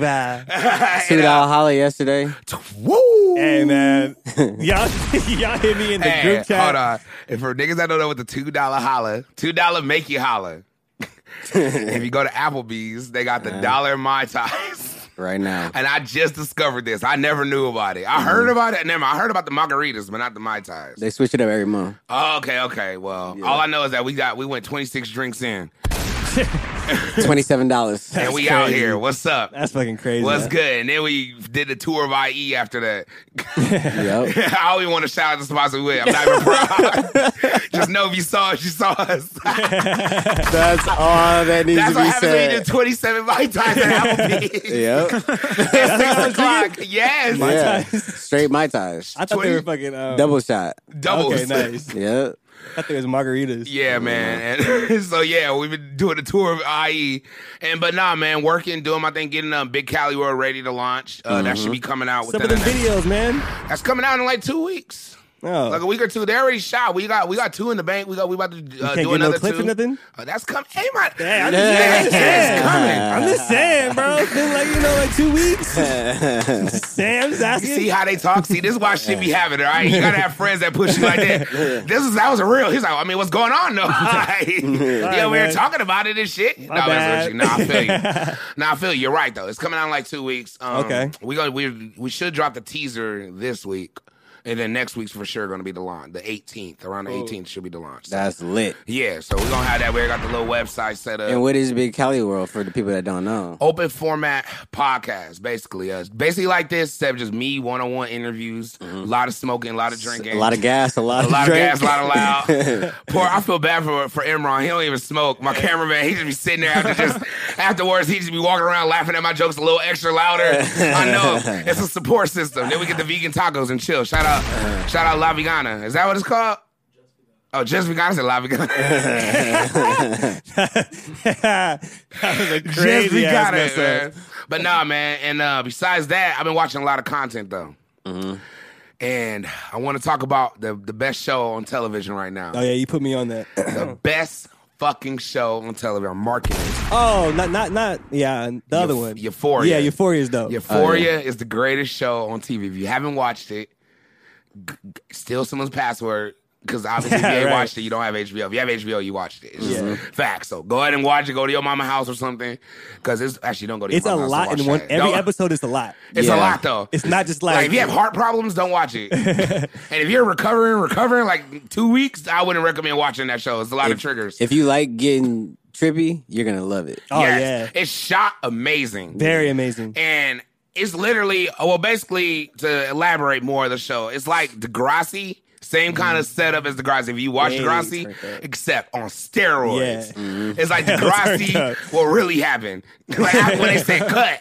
S3: vibe.
S5: See what Al Holly yesterday.
S2: Woo!
S3: Hey man, y'all y'all hit me in the
S2: Hey,
S3: group chat.
S2: hold on. And for niggas that don't know what the two dollar holla, two dollar make you holla. if you go to Applebee's, they got the
S5: Uh-huh.
S2: dollar my ties.
S5: Right now.
S2: And I just discovered this. I never knew about it. I
S3: Mm-hmm.
S2: heard about it. Never. mind. I heard about the margaritas, but not the mai tais.
S5: They switch it up every month.
S2: Oh, okay, okay. Well, all I know is that we got we went twenty six drinks in,
S5: Twenty seven dollars.
S2: and we
S3: That's
S2: out
S3: crazy.
S2: here. What's up?
S3: That's fucking crazy.
S2: What's
S3: man.
S2: good? And then we did the tour of IE after that.
S5: Yep.
S2: I always want to shout out the spots we went. I'm not even proud. Just know if you saw us, you saw us.
S5: That's all that needs
S2: That's what happens when you do 27 Mai Tais at Applebee's.
S5: Yep.
S2: Six o'clock. Yes.
S5: yeah.
S3: ties.
S5: Straight my ties.
S3: I thought they were
S2: 20
S3: fucking um,
S5: Double shot.
S2: Doubles.
S3: Okay, nice.
S5: Yep.
S3: I thought they was margaritas.
S2: Yeah, man. And so yeah, we've been doing a tour of IE, and but nah, man, working, doing my thing, getting um, Big Cali World ready to launch. Uh, That should be coming out
S3: Some
S2: within
S3: of them
S2: the next-
S3: videos, man.
S2: That's coming out in like two weeks.
S3: Oh,
S2: Like uh, a week or two, they already shot. We got we got two in the bank. We got we about to uh,
S3: can't
S2: do
S3: get no
S2: another
S3: clips
S2: two.
S3: or nothing?
S2: Oh, that's coming. Hey, my
S3: Yeah, I'm just
S2: yeah,
S3: saying.
S2: it's coming.
S3: I'm just saying, bro. It's been like you know, like two weeks. Sam's
S2: You
S3: asking.
S2: see how they talk. See, this is why shit be happening. All right, you gotta have friends that push you like that. This is that was a real. He's like, I mean, what's going on though? Like, yeah, we were
S3: man.
S2: talking about it and shit. No, that's
S3: bad.
S2: what you- no, I feel you. No, I feel you. You're right though. It's coming out in like two weeks. Um,
S3: Okay.
S2: we gonna we we should drop the teaser this week. And then next week's for sure gonna be the launch. The 18th, around the 18th should be the launch. So-
S5: That's lit.
S2: Yeah, so we're gonna have that. We got the little website set up.
S5: And what is Big Cali World for the people that don't know?
S2: Open format podcast, basically. Uh, basically like this, except just me, one on one interviews, a lot of smoking, a lot of drinking.
S5: A Mm-hmm. lot of gas, a lot
S2: a
S5: of
S2: lot of
S5: drink.
S2: gas, a lot of loud. Poor, I feel bad for for Imran. He don't even smoke. My cameraman, he just be sitting there after just afterwards. He just be walking around laughing at my jokes a little extra louder. I know him. it's a support system. Then we get the vegan tacos and chill. Shout out,
S5: Uh-huh.
S2: shout out La Vegana. Is that what it's called? Oh, just Vegana said La Vegana.
S3: that was a crazy
S2: Just we
S3: ass
S2: got
S3: mess
S2: it,
S3: up.
S2: man. But nah, man. And uh, besides that, I've been watching a lot of content though.
S3: Mm-hmm.
S2: And I want to talk about the the best show on television right now.
S3: Oh yeah, you put me on that.
S2: The best fucking show on television. Marketing.
S3: Oh, not not not. Yeah, the other one.
S2: Euphoria.
S3: Yeah, Euphoria is dope.
S2: Euphoria is the greatest show on TV. If you haven't watched it, g- g- steal someone's password. Because obviously, if you ain't
S3: Right.
S2: watched it, you don't have HBO. If you have HBO, you watched it. It's just
S3: Yeah.
S2: facts. So go ahead and watch it. Go to your mama house or something. Because it's actually don't go to your
S3: it's a
S2: mama house.
S3: lot
S2: and
S3: in
S2: watch
S3: one.
S2: that.
S3: Every
S2: Don't-
S3: episode is a lot.
S2: It's
S5: Yeah.
S2: a lot though.
S3: It's not just like,
S2: Like if you have heart problems, don't watch it. and if you're recovering, recovering like two weeks, I wouldn't recommend watching that show. It's a lot of triggers.
S5: If you like getting trippy, you're gonna love it.
S3: oh
S2: Yes.
S3: yeah,
S2: it's shot amazing.
S3: very amazing.
S2: and it's literally well, basically to elaborate more of the show, it's like Degrassi Same kind of setup as Degrassi. If you watch
S5: Way
S2: Degrassi,
S5: turned up.
S2: except on steroids.
S3: Yeah.
S2: It's like
S3: Turned
S2: Degrassi,
S3: up.
S2: what really happened. Like after when they said cut.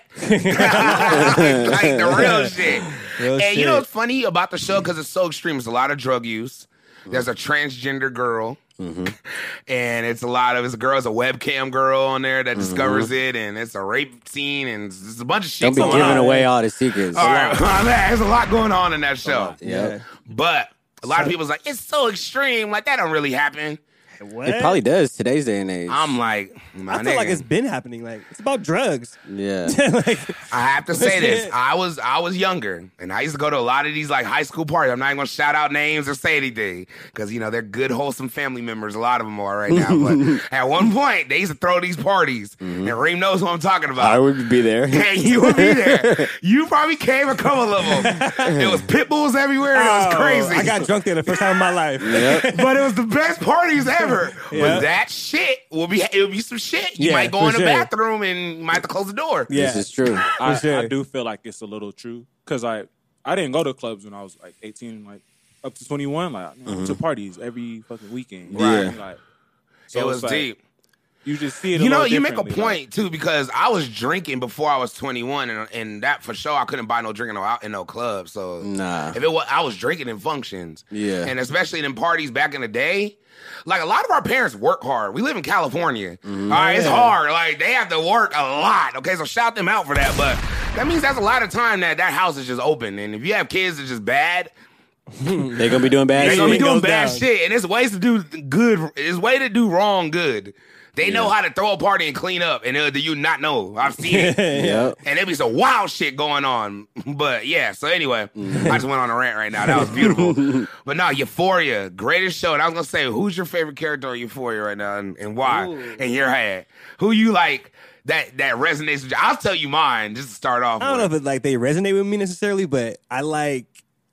S2: like the real shit.
S3: Real
S2: and you
S3: shit.
S2: know what's funny about the show? Because it's so extreme. It's a lot of drug use. There's a transgender girl. And it's a lot of it's a girl, it's a webcam girl on there that discovers it, and it's a rape scene, and it's, it's a bunch of shit.
S5: Don't be
S2: going
S5: giving
S2: on.
S5: away all the secrets.
S2: All right, my bad. there's a lot going on in that show.
S5: Yeah.
S2: But a lot of people's like, it's so extreme. Like that don't really happen.
S3: What?
S5: It probably does today's day and age.
S2: I'm like, my
S3: I feel
S2: nigga,
S3: like it's been happening. Like it's about drugs.
S5: yeah.
S3: like
S2: I have to say this.
S3: it.
S2: I was I was younger, and I used to go to a lot of these like high school parties. I'm not even gonna shout out names or say anything because you know they're good, wholesome family members. A lot of them are right now. But at one point, they used to throw these parties,
S3: Mm-hmm.
S2: and Reem knows what I'm talking about.
S5: would be there.
S2: and you would be there. You probably came a couple of them. It was pit bulls everywhere, and it was
S3: oh,
S2: crazy.
S3: I got drunk there the first time in my life.
S5: yep.
S2: but it was the best parties ever.
S3: Yeah.
S2: But that shit will be it will be some shit. You
S3: Yeah,
S2: might go
S3: for
S2: in the
S3: sure.
S2: bathroom and you might have to close the door.
S3: Yeah.
S5: This is true.
S6: I,
S3: sure.
S6: I do feel like it's a little true because I I didn't go to clubs when I was like 18, like up to 21, like you know, to parties every fucking weekend. you know what I
S5: Mm-hmm. Yeah.
S6: mean? Like,
S2: it
S6: it's
S2: was
S6: like,
S2: deep.
S6: You just see it. a
S2: You know,
S6: little
S2: you make a
S6: differently, like,
S2: point too because I was drinking before I was 21, and, and that for sure I couldn't buy no drinking no out in no club. So
S3: Mm.
S5: Nah.
S2: if it was, I was drinking in functions.
S5: Yeah.
S2: and especially in parties back in the day. Like a lot of our parents work hard. We live in California.
S3: Mm-hmm.
S2: All right, it's hard. Like they have to work a lot. Okay, so shout them out for that. But that means that's a lot of time that that house is just open. And if you have kids, it's just bad.
S5: They're gonna be doing bad
S2: They gonna be
S5: shit.
S3: Shit
S2: doing
S3: goes
S2: bad
S3: down.
S2: shit, and it's ways to do good. It's way to do wrong good. They know how to throw a party and clean up, and uh, do you not know? I've seen it,
S5: Yep.
S2: and there be some wild shit going on. But yeah, so anyway,
S5: Mm.
S2: I just went on a rant right now. That was beautiful. but no, Euphoria, greatest show. And I was gonna say, who's your favorite character on Euphoria right now, and, and why? In your head, who you like that that resonates? with you? I'll tell you mine just to start off.
S3: I don't know
S2: with.
S3: if it, like they resonate with me necessarily, but I like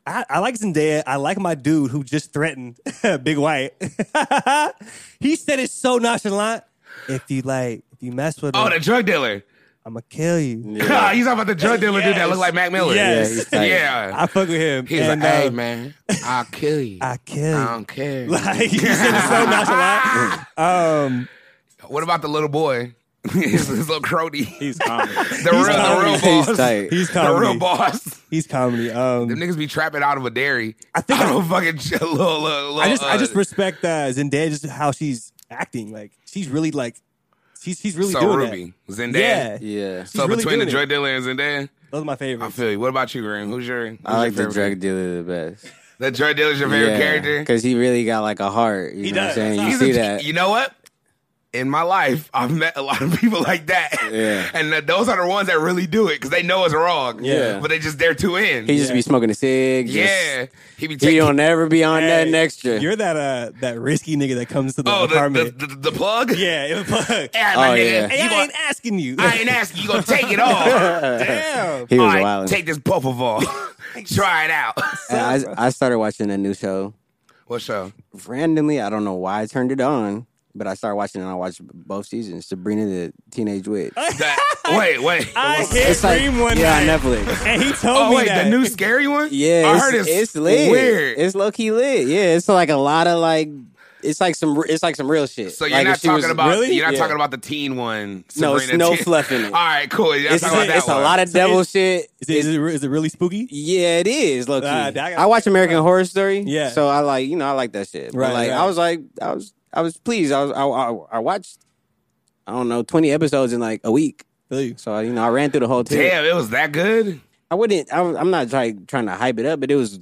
S3: I, I like Zendaya. I like my dude who just threatened Big White. he said it so nonchalant. If you like, if you mess with
S2: Oh,
S3: him,
S2: the drug dealer.
S3: I'm gonna kill you.
S5: Yeah.
S2: He's talking about the drug dealer dude that
S3: Yes.
S2: looked like Mac Miller.
S3: Yes.
S5: Yeah, he's tight.
S2: Yeah.
S3: I fuck with him.
S2: He's
S3: and,
S2: like, hey
S3: uh,
S2: man, I'll kill you. I,
S3: I kill you.
S2: don't care.
S3: Like he said it so nonchalant. Um,
S2: what about the little boy? his, his little crony.
S6: He's comedy.
S2: The real, the
S3: comedy.
S2: real
S5: He's
S2: boss.
S5: tight.
S3: he's
S2: The
S3: comedy.
S2: real boss.
S3: He's comedy.
S2: Them
S3: Um,
S2: niggas be trapping out of a dairy. I
S3: I
S2: think
S3: think
S2: out of a fucking ch- little, little, little,
S3: I just I
S2: uh,
S3: just respect uh, Zendaya just how she's acting. Like she's really like she's she's really
S2: so
S3: doing
S2: Ruby Zendaya.
S3: that. Yeah.
S5: Yeah.
S3: She's
S2: So
S3: really
S2: between the
S3: doing it.
S2: drug dealer and Zendaya,
S3: Those are my
S2: I
S3: favorites.
S2: feel you. What about you, Green? Who's your? Who's
S5: I like
S2: your
S5: the
S2: favorite?
S5: drug dealer the best.
S2: The drug dealer's your favorite character.
S5: Because he really got like a heart. You
S3: He
S5: know
S3: does.
S5: what I'm saying? You
S2: He's
S5: see
S2: a-
S5: that.
S2: You know what? In my life, I've met a lot of people like that.
S5: Yeah.
S2: And th- those are the ones that really do it because they know it's wrong.
S5: Yeah.
S2: But they just there to in.
S5: he just be smoking a cig. just-
S2: yeah. He be
S5: He
S2: taking.
S5: don't ever be on
S3: Hey,
S5: that extra.
S3: You're that uh that risky nigga that comes to the
S2: oh, the,
S3: apartment.
S2: the, the, the plug?
S3: yeah, it was like, hey,
S2: Yeah, my
S5: Oh,
S2: nigga.
S5: yeah.
S2: You
S3: I
S2: gonna-
S3: ain't asking you.
S2: I ain't asking. You going to take it all.
S3: Damn.
S5: he was
S2: All right,
S5: wild.
S2: Take this puff of all. Try it out.
S5: I, I started watching that new show
S2: what show?
S5: randomly. I don't know why I turned it on, but I started watching it and I watched both seasons. Sabrina the Teenage Witch.
S2: That, wait, wait.
S3: I hit Reem one
S5: yeah,
S3: night,
S5: on Netflix.
S3: and he told
S2: Oh
S3: me
S2: wait,
S3: that.
S2: the new scary one?
S5: Yeah,
S2: I
S5: it's,
S2: heard it's,
S5: it's lit.
S2: weird.
S5: It's low key lit. Yeah, it's like a lot of like, it's like some, it's like some real shit.
S2: So you're
S5: Like, if
S2: not
S5: she was-
S2: talking about
S3: Really?
S2: you're not
S5: Yeah.
S2: talking about the teen one.
S5: No, it's
S2: Sabrina
S5: no
S2: teen.
S5: fluff in it.
S2: All right, cool. You're not
S5: It's,
S2: talking about that
S5: it's a
S2: one.
S5: lot of
S3: So
S5: devil
S3: it's-
S5: shit.
S3: is, it, is, it, re- is it really spooky?
S5: Yeah, it is. Look,
S3: Ah, I
S5: I,
S3: gotta-
S5: watch American Horror Story.
S3: Yeah.
S5: so I like you know I like that shit. But
S3: Right,
S5: like
S3: right.
S5: I was like I was I was pleased. I was I, I, I watched I don't know twenty episodes in like a week.
S3: Really?
S5: So you know I ran through the whole thing.
S2: Damn, it was that good.
S5: I wouldn't. I, was- I'm not like trying to hype it up, but it was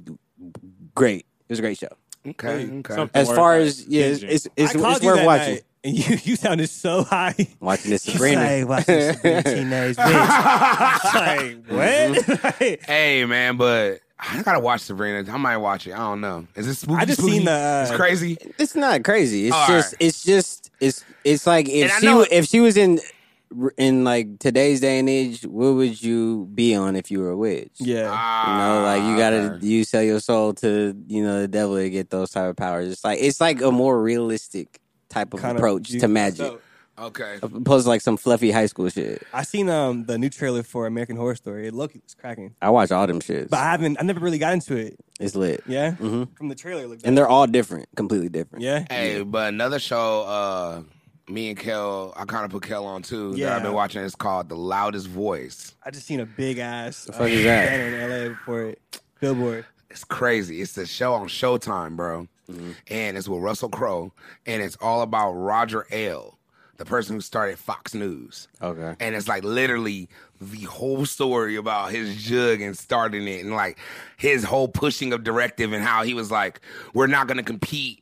S5: great. It was a great show.
S2: Okay, okay.
S6: Something
S5: As
S6: worth,
S5: far
S6: like,
S5: as yeah, it's
S6: binging.
S5: it's, it's,
S3: I called
S5: it's
S3: you
S5: worth
S3: that
S5: watching.
S3: night, and you you sounded so high.
S5: Watching this
S3: He's
S5: Sabrina.
S3: like, watch this Sabrina teenage bitch. like what? Like,
S2: Hey man, but I gotta watch Sabrina. I might watch it. I don't know. Is it spooky?
S3: I just
S2: spooky?
S3: seen the, uh,
S2: It's crazy.
S5: It's not crazy. It's
S2: All
S5: just
S2: right.
S5: it's just it's it's like
S2: And
S5: if
S2: I
S5: she
S2: know-
S5: wa- if she was in in like today's day and age, what would you be on if you were a witch?
S3: yeah,
S5: You know, like
S2: Ah,
S5: you gotta you sell your soul to you know the devil to get those type of powers. It's like it's like a more realistic type of
S3: Kinda-
S5: approach
S3: you-
S5: to magic.
S3: so-
S2: Okay.
S5: Plus, like some fluffy high school shit.
S3: I seen um the new trailer for American Horror Story. It looked was cracking,
S5: I watch all them shits.
S3: but I haven't. I never really got into it.
S5: It's lit.
S3: Yeah,
S5: Mhm.
S3: from the trailer, it looked
S5: And they're all different, completely different.
S3: yeah.
S2: Hey, but another show, uh, me and Kel, I kind of put Kel on too. That I've been
S3: Yeah.
S2: watching. It's called The Loudest Voice.
S3: I just seen a big ass uh,
S5: fuck is that?
S3: banner in LA for it. Billboard.
S2: It's crazy. It's the show on Showtime, bro.
S3: Mm-hmm.
S2: And it's with Russell Crowe. And it's all about Roger Ailes, the person who started Fox News.
S5: Okay.
S2: And it's like literally the whole story about his jug and starting it and like his whole pushing of directive and how he was like, we're not going to compete.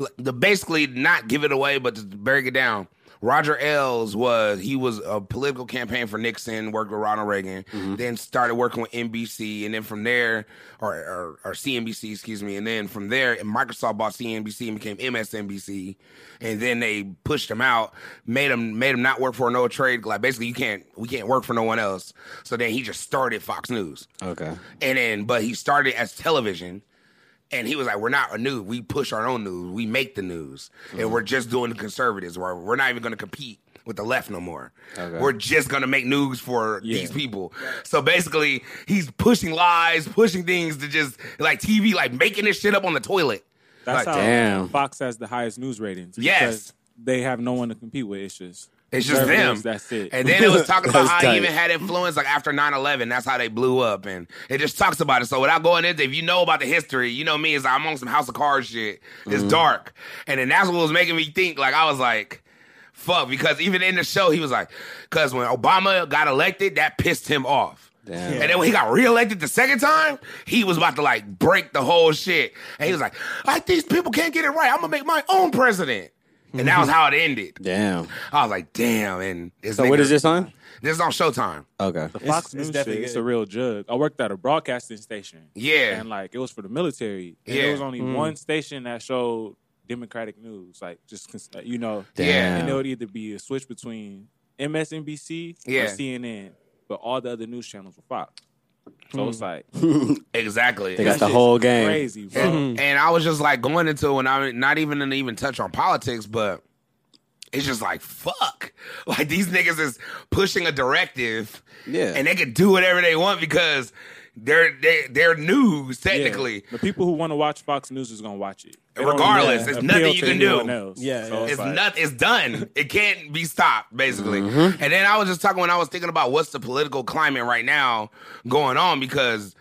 S2: L- The basically not give it away, but to break it down. Roger Ailes was he was a political campaign for Nixon, worked with Ronald Reagan, then started working with NBC, and then from there, or, or or CNBC, excuse me, and then from there, Microsoft bought CNBC and became MSNBC, and then they pushed him out, made him made him not work for no trade. Like basically, you can't we can't work for no one else. So then he just started Fox News,
S5: Okay.
S2: and then but he started as television. And he was like, "We're not a news. We push our own news. We make the news,
S6: Mm-hmm.
S2: and we're just doing the conservatives. We're, we're not even going to compete with the left no more. We're just going to make news for
S6: Yeah.
S2: these people." So basically, he's pushing lies, pushing things to just like TV, like making this shit up on the toilet.
S6: That's
S2: Like,
S6: how
S5: damn.
S6: Fox has the highest news ratings.
S2: Yes.
S6: because They have no one to compete with. It's just
S2: It's just them.
S6: conservatives, That's it.
S2: And then it was talking about
S5: That's
S2: how
S5: tight.
S2: he even had influence like after 9-11. That's how they blew up. And it just talks about it. So without going into if you know about the history, you know me, it's like I'm on some House of Cards shit. It's
S5: Mm-hmm.
S2: dark. And then that's what was making me think. Like I was like, fuck, because even in the show, he was like, because when Obama got elected, that pissed him off.
S5: Damn.
S2: And then when he got reelected the second time, he was about to like break the whole shit. And he was like, I these people can't get it right. I'm gonna make my own president. And that was how it ended.
S5: Damn.
S2: I was like, damn. And this
S5: Mm-hmm. So what
S2: nigga-
S5: is this on?
S2: This is on Showtime.
S5: Okay.
S6: Fox
S3: it's
S6: News
S3: definitely
S6: shit, it's
S3: good.
S6: a real jug. I worked at a broadcasting station.
S2: Yeah.
S6: And like it was for the military. And
S2: Yeah.
S6: There was only
S5: Hmm.
S6: one station that showed Democratic news, like just cons- uh, you know.
S2: Damn.
S6: And it would either be a switch between MSNBC
S2: Yeah.
S6: or CNN, but all the other news channels were Fox. So it's like
S2: Exactly.
S5: They Hmm. got the
S6: shit's
S5: whole game.
S6: crazy, bro.
S2: and, and I was just like going into it when I'm not even gonna even touch on politics, but it's just like fuck. Like these niggas is pushing a directive,
S5: Yeah.
S2: and they can do whatever they want because they're they, they're news
S6: Yeah.
S2: technically.
S6: the people who want to watch Fox News is gonna watch it, They don't
S2: Regardless,
S6: even
S2: it's nothing
S6: appeal
S2: you
S6: to
S2: can do.
S6: anyone else.
S3: Yeah,
S6: So
S3: yeah.
S2: It's
S6: like-
S2: not. It's done. It can't be stopped, basically. And then I was just talking when I was thinking about what's the political climate right now going on because,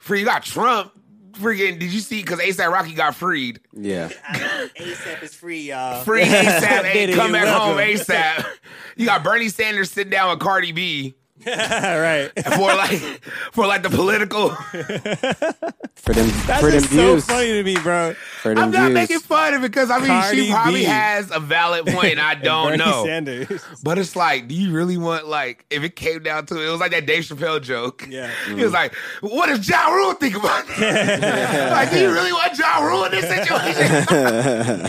S2: free you got Trump. Freaking, did you see? Because ASAP Rocky got freed.
S5: Yeah.
S3: ASAP is free, y'all.
S2: Free ASAP, hey,
S3: Diddy,
S2: come back
S3: welcome.
S2: home ASAP. You got Bernie Sanders sitting down with Cardi B
S3: All right.
S2: for like for like the political.
S5: For them,
S3: That's
S5: for them
S3: just so
S5: views.
S3: funny to me, bro.
S5: For them
S2: I'm not
S5: views.
S2: making fun of it because I mean
S3: Cardi
S2: she probably
S3: B.
S2: has a valid point. I don't
S3: Bernie
S2: know.
S3: Sanders.
S2: But it's like, do you really want like if it came down to it, it was like that Dave Chappelle joke.
S3: Yeah.
S2: He was like, what does John Rule think about this? like, do you really want John Rule in this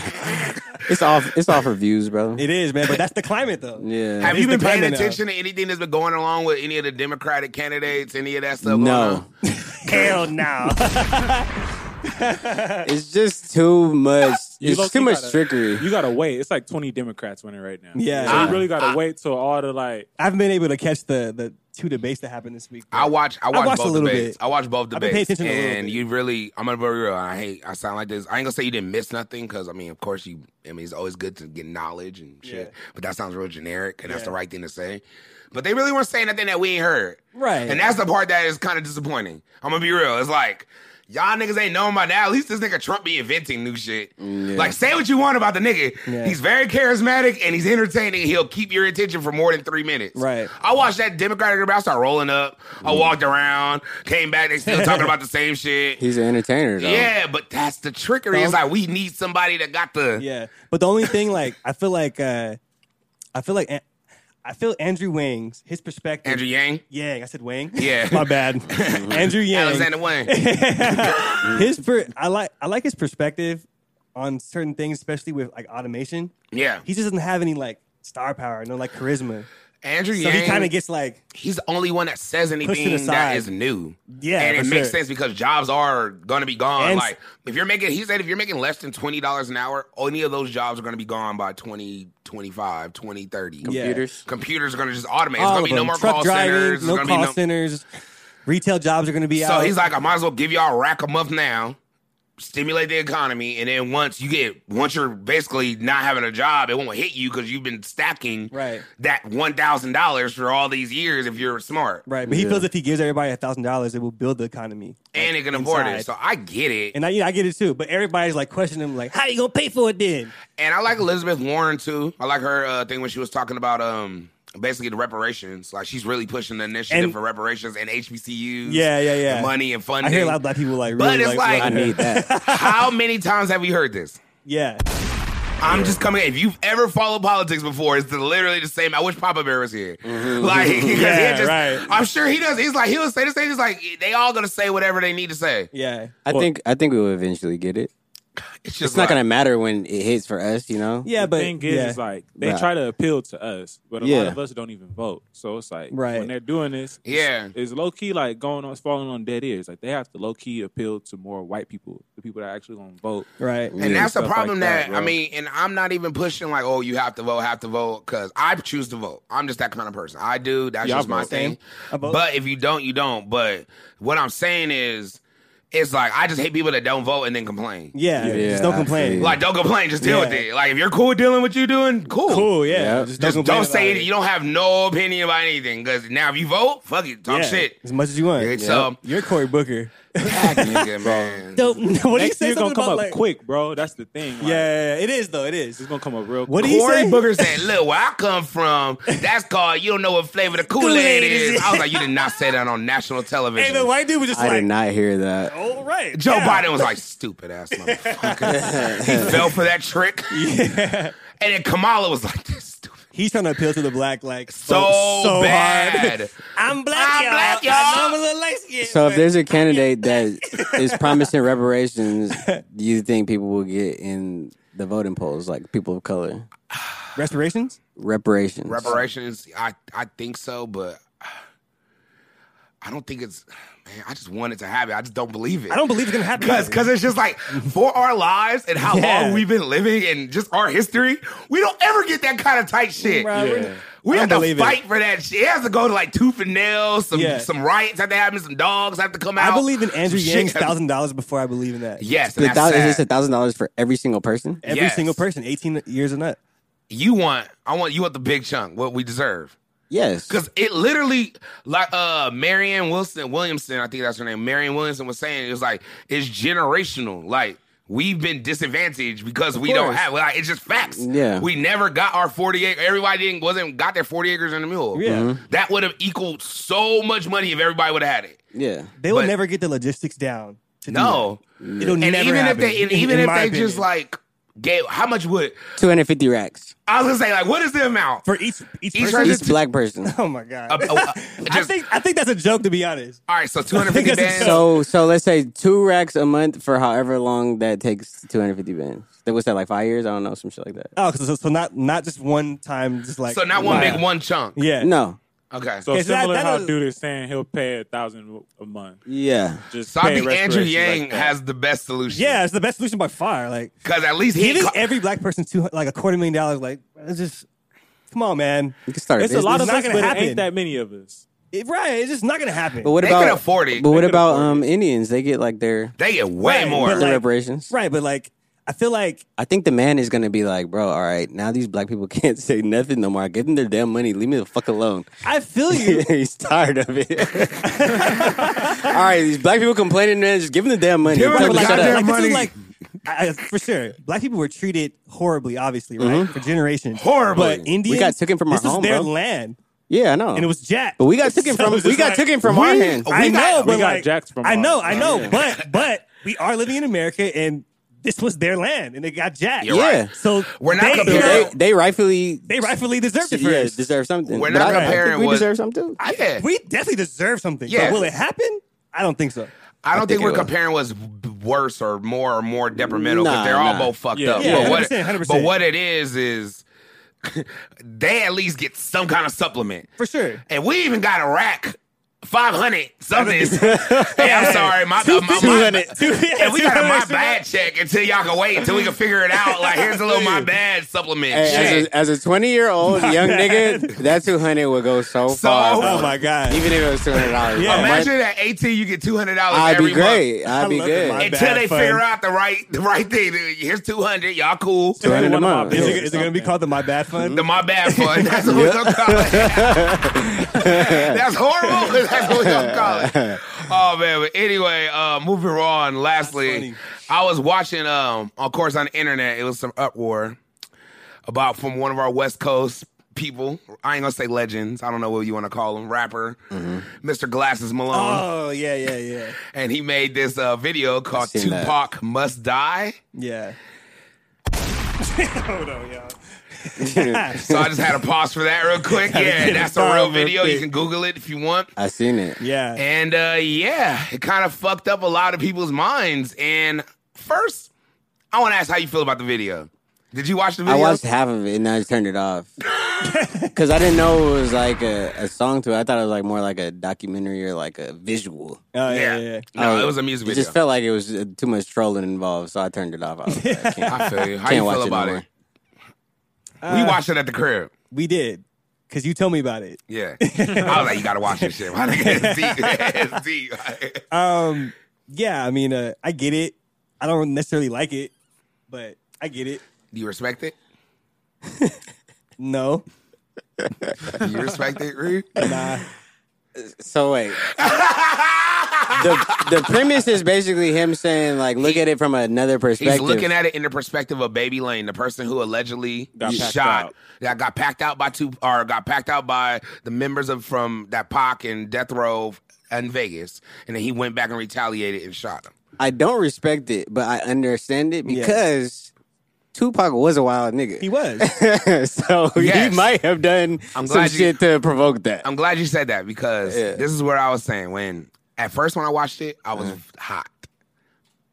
S2: situation?
S5: It's off. It's off for views, bro.
S3: It is, man. But that's the climate, though.
S5: yeah.
S2: Have you
S3: the
S2: been paying
S3: climate now.
S2: attention to anything that's been going along with any of the Democratic candidates, any of that stuff? going
S5: no.
S2: on?
S3: Hell no.
S5: It's just too much.
S6: You
S5: It's
S6: low-key
S5: too much
S6: gotta-
S5: trickery.
S6: You gotta wait. It's like twenty Democrats winning right now.
S3: Yeah.
S6: so
S2: Ah.
S3: I-
S6: you really gotta wait till all the like.
S3: I haven't been able to catch the the two debates that happened this week.
S2: I watch. I watch
S3: watched
S2: both
S3: a little
S2: debates.
S3: bit.
S2: I watch both
S3: I've been
S2: debates,
S3: paying attention a little
S2: and
S3: bit.
S2: you really. I'm gonna be real. I hate. I sound like this. I ain't gonna say you didn't miss nothing because I mean, of course you. I mean, it's always good to get knowledge and shit.
S3: Yeah.
S2: But that sounds real generic, and that's the
S3: Yeah.
S2: right thing to say. But they really weren't saying nothing that we ain't heard.
S3: Right.
S2: And that's the part that is kind of disappointing. I'm gonna be real. It's like. Y'all niggas ain't knowing by now. At least this nigga Trump be inventing new shit. Like, say what you want about the nigga.
S3: Yeah.
S2: He's very charismatic and he's entertaining. He'll keep your attention for more than three minutes.
S3: Right.
S2: I watched that Democratic debate. I started rolling up. I walked around, came back. They still talking about the same shit.
S5: He's an entertainer, though.
S2: Yeah, but that's the trickery. It's like we need somebody that got the.
S3: Yeah, but the only thing, like, I feel like, uh I feel like, An- I feel Andrew Wang's his perspective.
S2: Andrew Yang,
S3: Yang, I said Wang.
S2: Yeah.
S3: my bad. Andrew Yang.
S2: Alexander Wang.
S3: his per- I like I like his perspective on certain things, especially with like automation.
S2: Yeah.
S3: He just doesn't have any like star power, no like charisma.
S2: Andrew
S3: So he
S2: Yang,
S3: kind of gets like,
S2: he's the only one that says anything that
S3: aside.
S2: is new.
S3: Yeah,
S2: and it
S3: for
S2: makes
S3: sure.
S2: sense because jobs are gonna be gone.
S3: And s-
S2: like if you're making, he said, if you're making less than twenty dollars an hour, any of those jobs are gonna be gone by 20, 25, 20, 30.
S3: Yeah.
S5: Computers.
S2: Computers are gonna just automate. It's
S3: all
S2: gonna
S3: of
S2: be no
S3: them.
S2: more
S3: truck
S2: call
S3: driving,
S2: centers.
S3: no
S2: There's
S3: call
S2: gonna be
S3: centers. Retail jobs are going to be
S2: So
S3: out.
S2: he's like, I might as well give y'all a rack a month now, stimulate the economy, and then once you get once you're basically not having a job, it won't hit you because you've been stacking
S3: Right.
S2: that one thousand dollars for all these years if you're smart.
S3: right, but he
S5: Yeah.
S3: feels if he gives everybody a thousand dollars, it will build the economy.
S2: And
S3: like,
S2: it can afford it.
S3: inside.
S2: So I get it.
S3: and I, yeah, I get it too. But everybody's like questioning him, like, how you gonna pay for it then?
S2: And I like Elizabeth Warren too. I like her uh, thing when she was talking about um basically the reparations. Like she's really pushing the initiative
S3: And-
S2: for reparations and HBCUs.
S3: Yeah, yeah, yeah.
S2: and Money and funding.
S3: I hear a lot of black people like,
S2: But
S3: really,
S2: it's like-
S5: I
S3: loving her.
S5: need that.
S2: How many times have you heard this?
S3: yeah,
S2: I'm just coming. If you've ever followed politics before, it's literally the same. I wish Papa Bear was here. Like, 'cause he
S3: Yeah,
S2: just,
S3: right.
S2: I'm sure he does. He's like, he'll say the same. He's like, they all gonna say whatever they need to say.
S3: yeah.
S5: I think I think we will eventually get it.
S2: It's just
S5: It's not
S2: like,
S5: gonna matter when it hits for us, you know.
S3: Yeah,
S6: the
S3: but
S6: thing is,
S3: yeah.
S6: it's like they
S5: Right.
S6: try to appeal to us, but a lot
S5: Yeah.
S6: of us don't even vote. So it's like
S3: Right.
S6: when they're doing this, it's-
S2: Yeah.
S6: it's, low key like going on, it's falling on dead ears. Like they have to low key appeal to more white people, the people that are actually gonna vote.
S3: right.
S2: and that's the
S6: stuff like
S2: problem
S6: that,
S2: that, I
S6: bro.
S2: mean, and I'm not even pushing like, oh, you have to vote, have to vote, because I choose to vote. I'm just that kind of person. I do. That's
S6: Yeah, I
S2: just my
S6: vote.
S2: thing.
S3: I vote.
S2: But if you don't, you don't. But what I'm saying is, it's like I just hate people that don't vote and then complain.
S3: Yeah,
S5: Yeah,
S3: just don't
S5: I
S3: complain.
S5: feel
S2: Like, don't complain. Just deal
S3: Yeah.
S2: with it. Like, if you're cool with dealing with you doing,
S3: cool, yeah.
S5: Yeah.
S3: Just don't,
S2: Just
S3: complain
S2: don't
S3: about
S2: say
S3: it.
S2: it. You don't have no opinion about anything because now if you vote, fuck it, talk
S3: Yeah,
S2: shit.
S3: as much as you want.
S2: It's um,
S3: You're Cory Booker.
S2: nigga, man.
S3: Dope. what do you
S6: Next
S3: say?
S6: year gonna
S3: Something
S6: come
S3: about
S6: up
S3: like,
S6: quick, bro. That's the thing. Like,
S3: Yeah, yeah, yeah, it is though. It
S6: it's
S3: is.
S6: gonna come up real.
S3: What do
S6: quick.
S3: you
S2: Cory
S3: say?
S2: Booker said, "Look, where I come from, that's called you don't know what flavor the Kool Aid
S3: Kool-Aid
S2: is."
S3: is.
S2: I was like, "You did not say that on national
S3: Hey, the
S2: television."
S3: white dude was just
S5: I
S3: like,
S5: did not hear that.
S3: all right.
S2: Joe
S3: yeah.
S2: Biden was like, "Stupid ass motherfucker." he fell for that trick, and then Kamala was like, "This stupid."
S3: He's trying to appeal to the black like
S2: So,
S3: folks so
S2: bad.
S3: hard. I'm black,
S2: I'm
S3: y'all.
S2: black, y'all.
S3: I know I'm a little light skinned.
S5: So if there's a candidate that is promising reparations, do you think people will get in the voting polls, like people of color?
S3: respirations,
S5: Reparations.
S2: reparations i i think so but i don't think it's man i just want it to happen i just don't believe it
S3: I don't believe it's gonna happen.
S2: because because it's just like for our lives and how
S3: Yeah.
S2: long we've been living and just our history we don't ever get that kind of tight shit
S3: Right, we're-
S6: Yeah.
S2: we
S3: I
S2: have
S3: don't
S2: to
S3: believe it.
S2: fight for that shit. It has to go to like tooth and nail. Some
S3: Yeah.
S2: some riots have to happen. Some dogs have to come out.
S3: I believe in Andrew
S2: Some shit
S3: Yang's
S2: has-
S3: thousand dollars before I believe in that.
S2: Yes, and
S5: The
S2: that's
S5: thou- is
S2: sad.
S5: this a thousand dollars for every single person?
S3: Every
S2: Yes.
S3: single person, eighteen years and up.
S2: you want? I want you want the big chunk. What we deserve.
S5: Yes.
S2: Because it literally, like uh Marianne Wilson Williamson, I think that's her name. Marianne Williamson was saying it was like it's generational. Like we've been disadvantaged because we don't
S3: course.
S2: have. Like it's just facts.
S5: Yeah.
S2: we never got our forty acre. Everybody didn't wasn't got their forty acres in the mule.
S3: Yeah. Mhm.
S2: that would have equaled so much money if everybody would have had it.
S5: Yeah.
S3: They will
S2: But-
S3: never get the logistics down. To do
S2: No,
S3: that. it'll
S2: and
S3: never
S2: even
S3: happen,
S2: if they, and
S3: in-
S2: even
S3: in
S2: if
S3: my
S2: they
S3: opinion.
S2: just like gave, how much would
S5: Two hundred fifty racks.
S2: I was gonna say like what is the amount?
S3: for each each,
S2: Each
S3: person.
S2: person-
S5: Each black person.
S3: oh my god!
S2: Uh, uh,
S3: I
S2: just-
S3: think I think that's a joke to be honest.
S2: all right, so two hundred fifty
S3: I think
S2: bands.
S3: that's a
S5: So so let's say two racks a month for however long that takes two hundred fifty bands. That was that like five years? I don't know, some shit like that.
S3: Oh, so, so- so not not just one time, just like
S2: so not one
S3: wow.
S2: big one chunk.
S3: Yeah,
S5: No.
S2: Okay.
S6: So
S3: Okay, so that-
S6: similar how
S3: that'll-
S6: dude is saying he'll pay a thousand a month.
S5: Yeah.
S6: Just
S2: So I
S6: pay
S2: think Andrew
S6: reparations
S2: Yang
S6: like that.
S2: has the best solution.
S3: yeah, it's the best solution by far. Like
S2: because at least he
S3: giving
S2: ca-
S3: every black person two like a quarter million dollars, like it's just come on, man.
S5: You can start a
S6: It's a lot
S5: business.
S6: of
S3: not
S6: us,
S3: gonna
S6: but it
S3: happen.
S6: ain't that many of us.
S3: It- right, it's just not gonna happen.
S5: But what
S2: They
S5: about
S2: can afford it.
S5: But
S2: They
S5: what
S2: can
S5: about
S2: afford it.
S5: um Indians? They get like their
S2: they get way
S3: Right,
S2: more.
S3: but
S5: their
S3: like-
S5: reparations.
S3: right, but like I feel like
S5: I think the man is gonna be like, bro, all right, now these black people can't say nothing no more. Give them their damn money. Leave me the fuck alone.
S3: I feel you.
S5: He's tired of it. all right, these black people complaining, man. Just give them the damn money.
S2: Give them
S5: Tell
S2: the
S5: them to shut
S2: goddamn
S5: up.
S3: like, this
S2: money.
S3: is like I, I- for sure, black people were treated horribly, obviously, right, for generations.
S2: Horribly.
S3: but Indians
S5: Mm-hmm. got taken from our
S3: this was
S5: home,
S3: their
S5: bro.
S3: land,
S5: Yeah, I know.
S3: and it was Jack.
S5: but we got taken
S3: So
S5: from
S3: it's
S5: we
S3: just
S5: got
S3: like-
S5: taken from our hands.
S2: we
S3: I
S2: got-
S3: know,
S2: we
S3: but
S6: got
S3: like,
S6: jacked from
S3: I
S6: ours.
S3: know, I know, but but we are living in America, and this was their land, and they got jacked.
S2: You're
S5: Yeah. right.
S3: so
S2: We're not
S3: they,
S5: So
S2: comparing-
S5: they,
S2: Yeah.
S5: they rightfully
S3: they rightfully deserved it
S5: yeah,
S3: first.
S5: deserve something.
S2: We're
S5: But
S2: not
S5: I- I think
S2: comparing
S5: we
S2: what-
S5: deserve something.
S2: I, yeah.
S3: we definitely deserve something.
S2: Yeah.
S3: But will it happen? I don't think so.
S2: I don't
S5: I
S2: think
S5: think it
S2: we're
S5: was.
S2: comparing what's b- worse or more or more detrimental because
S5: Nah,
S2: they're all
S5: nah.
S2: both fucked
S6: Yeah.
S2: up.
S6: Yeah,
S2: but, what
S3: 100%,
S2: but
S3: 100%.
S2: what it is is they at least get some kind of supplement.
S3: For sure.
S2: And we even got a rack. 500 something. hey, I'm sorry. My, my, my, and we got a my bad check until y'all can wait until we can figure it out. Like, here's a little my bad supplement.
S5: Hey,
S2: Shit.
S5: as a as a twenty year old young nigga, that two hundred would go so,
S2: So
S5: far.
S2: far.
S3: Oh my god.
S5: Even if it was two hundred dollars.
S3: Yeah.
S2: Imagine at 18 you get $200
S5: I'd
S2: every
S5: be great.
S3: I
S5: I'd be
S3: love it, my
S5: good.
S3: bad.
S2: Until they
S3: fun.
S2: figure out the right the right thing. Here's 200 Y'all cool.
S5: Two hundred a
S6: One of my
S5: month.
S3: is
S6: bills.
S3: it, is it gonna be called the My Bad Fund?
S2: The my bad fund. That's what we're gonna call it. That's horrible. but That's what we're gonna call it. Oh man. But anyway, uh, moving on. Lastly,
S3: funny.
S2: I was watching. Um, of course, on the internet, it was some uproar about from one of our West Coast people. I ain't gonna say legends. I don't know what you want to call them. Rapper, Mr. Glasses Malone,
S3: Mm-hmm. Oh yeah, yeah, yeah,
S2: and he made this uh, video called
S5: seen that.
S2: "Tupac Must Die."
S3: yeah. Hold on, y'all.
S2: So I just had to pause for that real quick. Yeah,
S3: get
S2: that's
S3: it
S2: a real
S3: done real
S2: video. You
S3: quick.
S2: can Google it if you want.
S5: I seen it.
S3: Yeah,
S2: And uh, yeah, it kind of fucked up a lot of people's minds. And first, I want to ask how you feel about the video. Did you watch the
S5: I
S2: video?
S5: watched half of it and I just turned it off because I didn't know it was like a, a song to it. I thought it was like more like a documentary or like a visual.
S3: oh, yeah,
S2: Yeah.
S3: yeah.
S2: No,
S5: Uh,
S2: it was a music
S5: It
S2: video.
S5: just felt like it was uh, too much trolling involved, so I turned it off. I, was like, I can't,
S2: I feel you. How
S5: can't
S2: you
S5: watch
S2: feel
S5: it no
S2: about
S5: more.
S2: it?
S3: Uh.
S2: we watched it at the crib.
S3: We did, cause you told me about it.
S2: Yeah. I was like, you got to watch this shit. it's deep. It's deep.
S3: Um, yeah, I mean, uh, I get it. I don't necessarily like it, but I get it.
S2: Do you respect it?
S3: No,
S2: Do you respect it, Ree?
S3: nah,
S5: So wait, the the premise is basically him saying like, look at it from another perspective.
S2: He's looking at it in the perspective of Baby Lane, the person who allegedly
S6: Got packed
S2: shot
S6: out.
S2: that got packed out by two or got packed out by the members of from that Pac and Death Row in Vegas, and then he went back and retaliated and shot him.
S5: I don't respect it, but I understand it
S3: Yeah.
S5: because Tupac was a wild nigga.
S3: he was.
S5: so
S2: Yes.
S5: he might have done
S2: I'm
S5: some
S2: glad you-
S5: shit to provoke that.
S2: I'm glad you said that because
S5: Yeah.
S2: this is what I was saying when at first when I watched it, I was
S5: Uh-huh.
S2: hot.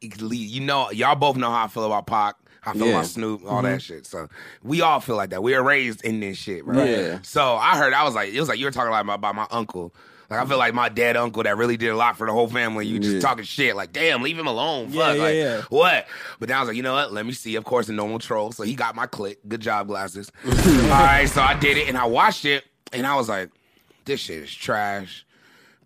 S2: It le- You know, y'all both know how I feel about Pac. How I feel
S5: Yeah. Mm-hmm.
S2: about Snoop, all that shit. So we all feel like that. We are raised in this shit, right?
S5: Yeah.
S2: So I heard I was like, it was like you were talking like about my uncle. Like I feel like my dead uncle that really did a lot for the whole family. You just
S5: Yeah.
S2: talking shit. Like, damn, leave him alone.
S3: Yeah,
S2: Fuck.
S3: yeah,
S2: like,
S3: yeah.
S2: what? But then I was like, you know what? Let me see. Of course, a normal troll. So he got my click. Good job, glasses. All right, so I did it and I watched it and I was like, this shit is trash.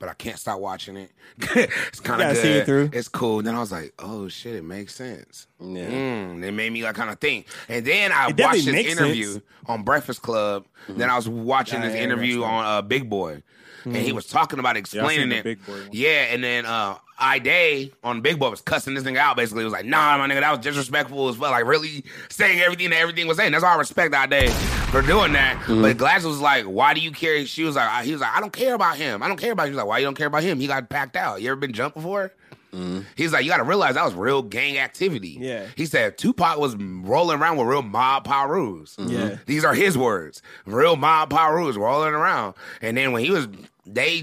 S2: But I can't stop watching it. it's kind of
S3: gotta
S2: good.
S3: see it through.
S2: It's cool. Then I was like, oh shit, it makes sense.
S5: Yeah.
S2: Mm, it made me like kind of think. And then
S3: It
S2: I watched
S3: definitely
S2: this
S3: makes
S2: interview
S3: sense.
S2: on Breakfast Club.
S6: Mm-hmm.
S2: Then I was watching
S3: Yeah,
S2: this
S3: yeah,
S2: interview
S3: that's
S2: on uh, Big Boy. And he was talking about
S6: Mm-hmm. Yeah, I seen
S2: explaining
S6: the
S2: it.
S6: Big Boy one.
S2: Yeah, and then uh I Day on Big Boy was cussing this nigga out basically. He was like, nah, my nigga, that was disrespectful as fuck. Like really saying everything that everything was saying. That's why I respect I Day for doing that.
S6: Mm-hmm.
S2: But Glass was like, Why do you care? She was like, I, he was like, I don't care about him. I don't care about you. He was like, Why you don't care about him? He got packed out. You ever been jumped before?
S6: Mm-hmm.
S2: He's like, you got to realize that was real gang activity.
S3: Yeah.
S2: He said Tupac was rolling around with real mob parus.
S3: Yeah.
S2: These are his words. Real mob parus rolling around. And then when he was, they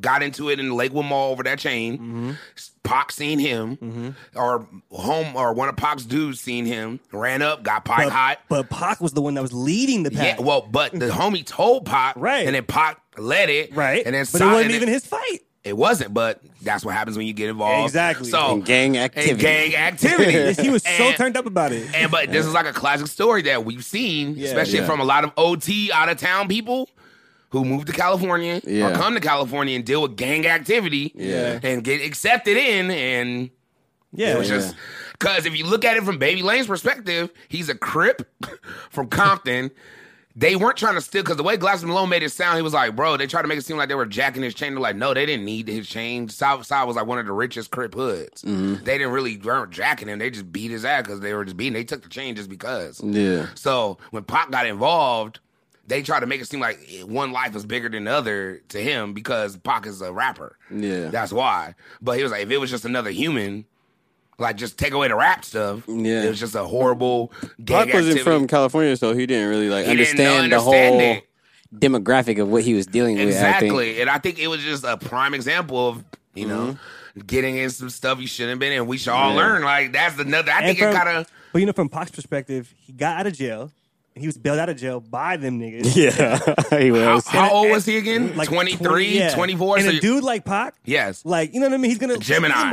S2: got into it in Lakewood Mall over that chain.
S3: Mm-hmm.
S2: Pac seen him, or home, or one of Pac's dudes seen him, ran up, got Pac hot.
S3: But, but Pac was the one that was leading the pack.
S2: Yeah, well, but the homie told Pac,
S3: Right.
S2: And then Pac led it,
S3: right.
S2: And then
S3: but it
S2: Si-
S3: wasn't
S2: and
S3: even his fight.
S2: It wasn't, but that's what happens when you get involved.
S3: Exactly.
S2: So
S5: And gang
S2: and
S5: activity.
S2: gang activity.
S3: He was so
S2: And-
S3: turned up about it.
S2: And but this is like a classic story that we've seen,
S3: Yeah.
S2: especially
S5: Yeah.
S2: from a lot of OT out of town people who move to California or
S5: Yeah.
S2: come to California and deal with gang activity
S5: Yeah.
S2: and get accepted in and
S3: Yeah,
S2: it was just because if you look at it from Baby Lane's perspective, he's a crip from Compton. They weren't trying to steal because the way Glass Malone made it sound, he was like, "Bro, they tried to make it seem like they were jacking his chain." They're like, "No, they didn't need his chain." Southside was like one of the richest crip hoods. They didn't really weren't jacking him. They just beat his ass because they were just beating. They took the chain just because.
S5: Yeah.
S2: So when Pac got involved, they tried to make it seem like one life is bigger than the other to him because Pac is a rapper.
S5: Yeah.
S2: That's why. But he was like, if it was just another human, like just take away the rap stuff.
S5: Yeah.
S2: It was just a horrible gang
S5: Pac wasn't
S2: activity.
S5: from California, so he didn't really like
S2: He didn't know-
S5: understand, the whole
S2: understand it.
S5: demographic of what he was dealing with. I think.
S2: Exactly. and I think it was just a prime example of, you know,
S5: Mm-hmm.
S2: getting in some stuff you shouldn't have been in. We should all learn. Like that's another I
S3: And
S2: think it
S3: from-
S2: kinda
S3: But you know, from Pac's perspective, he got out of jail. and he was bailed out of jail by them niggas.
S5: Yeah, he
S2: How,
S5: was.
S2: how old was he again?
S3: Like
S2: 23,
S3: 20, yeah.
S2: 24?
S3: And
S2: So
S3: a
S2: you-
S3: dude like Pac,
S2: yes.
S3: like you know what I mean? He's gonna
S2: Gemini.
S3: "These are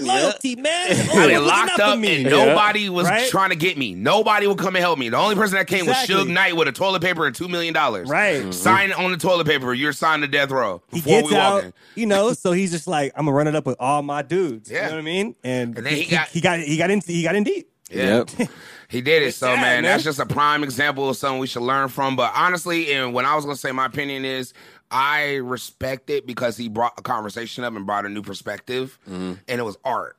S3: my niggas loyalty, man. Oh,
S2: I
S3: they
S2: was locked up
S3: me.
S2: and nobody was
S3: Right?
S2: trying to get me. Nobody would come and help me. The only person that came was Suge
S3: Exactly.
S2: Knight with a toilet paper and $2 million.
S3: Right. Mhm.
S2: Sign on the toilet paper. You're signed to death row.
S3: he
S2: Mm. Before
S3: gets
S2: we walk
S3: out,
S2: in.
S3: you know. So he's just like, I'm gonna run it up with all my dudes.
S2: Yeah.
S3: You know what I mean? And,
S2: And then he
S3: he,
S2: got-
S3: got he got he got in he got in deep.
S2: Yeah.
S5: Yep.
S2: He did it. So,
S3: sad,
S2: man,
S3: man.
S2: that's just a prime example of something we should learn from. But honestly, and when I was going to say my opinion is, I respect it because he brought a conversation up and brought a new perspective, and it was art.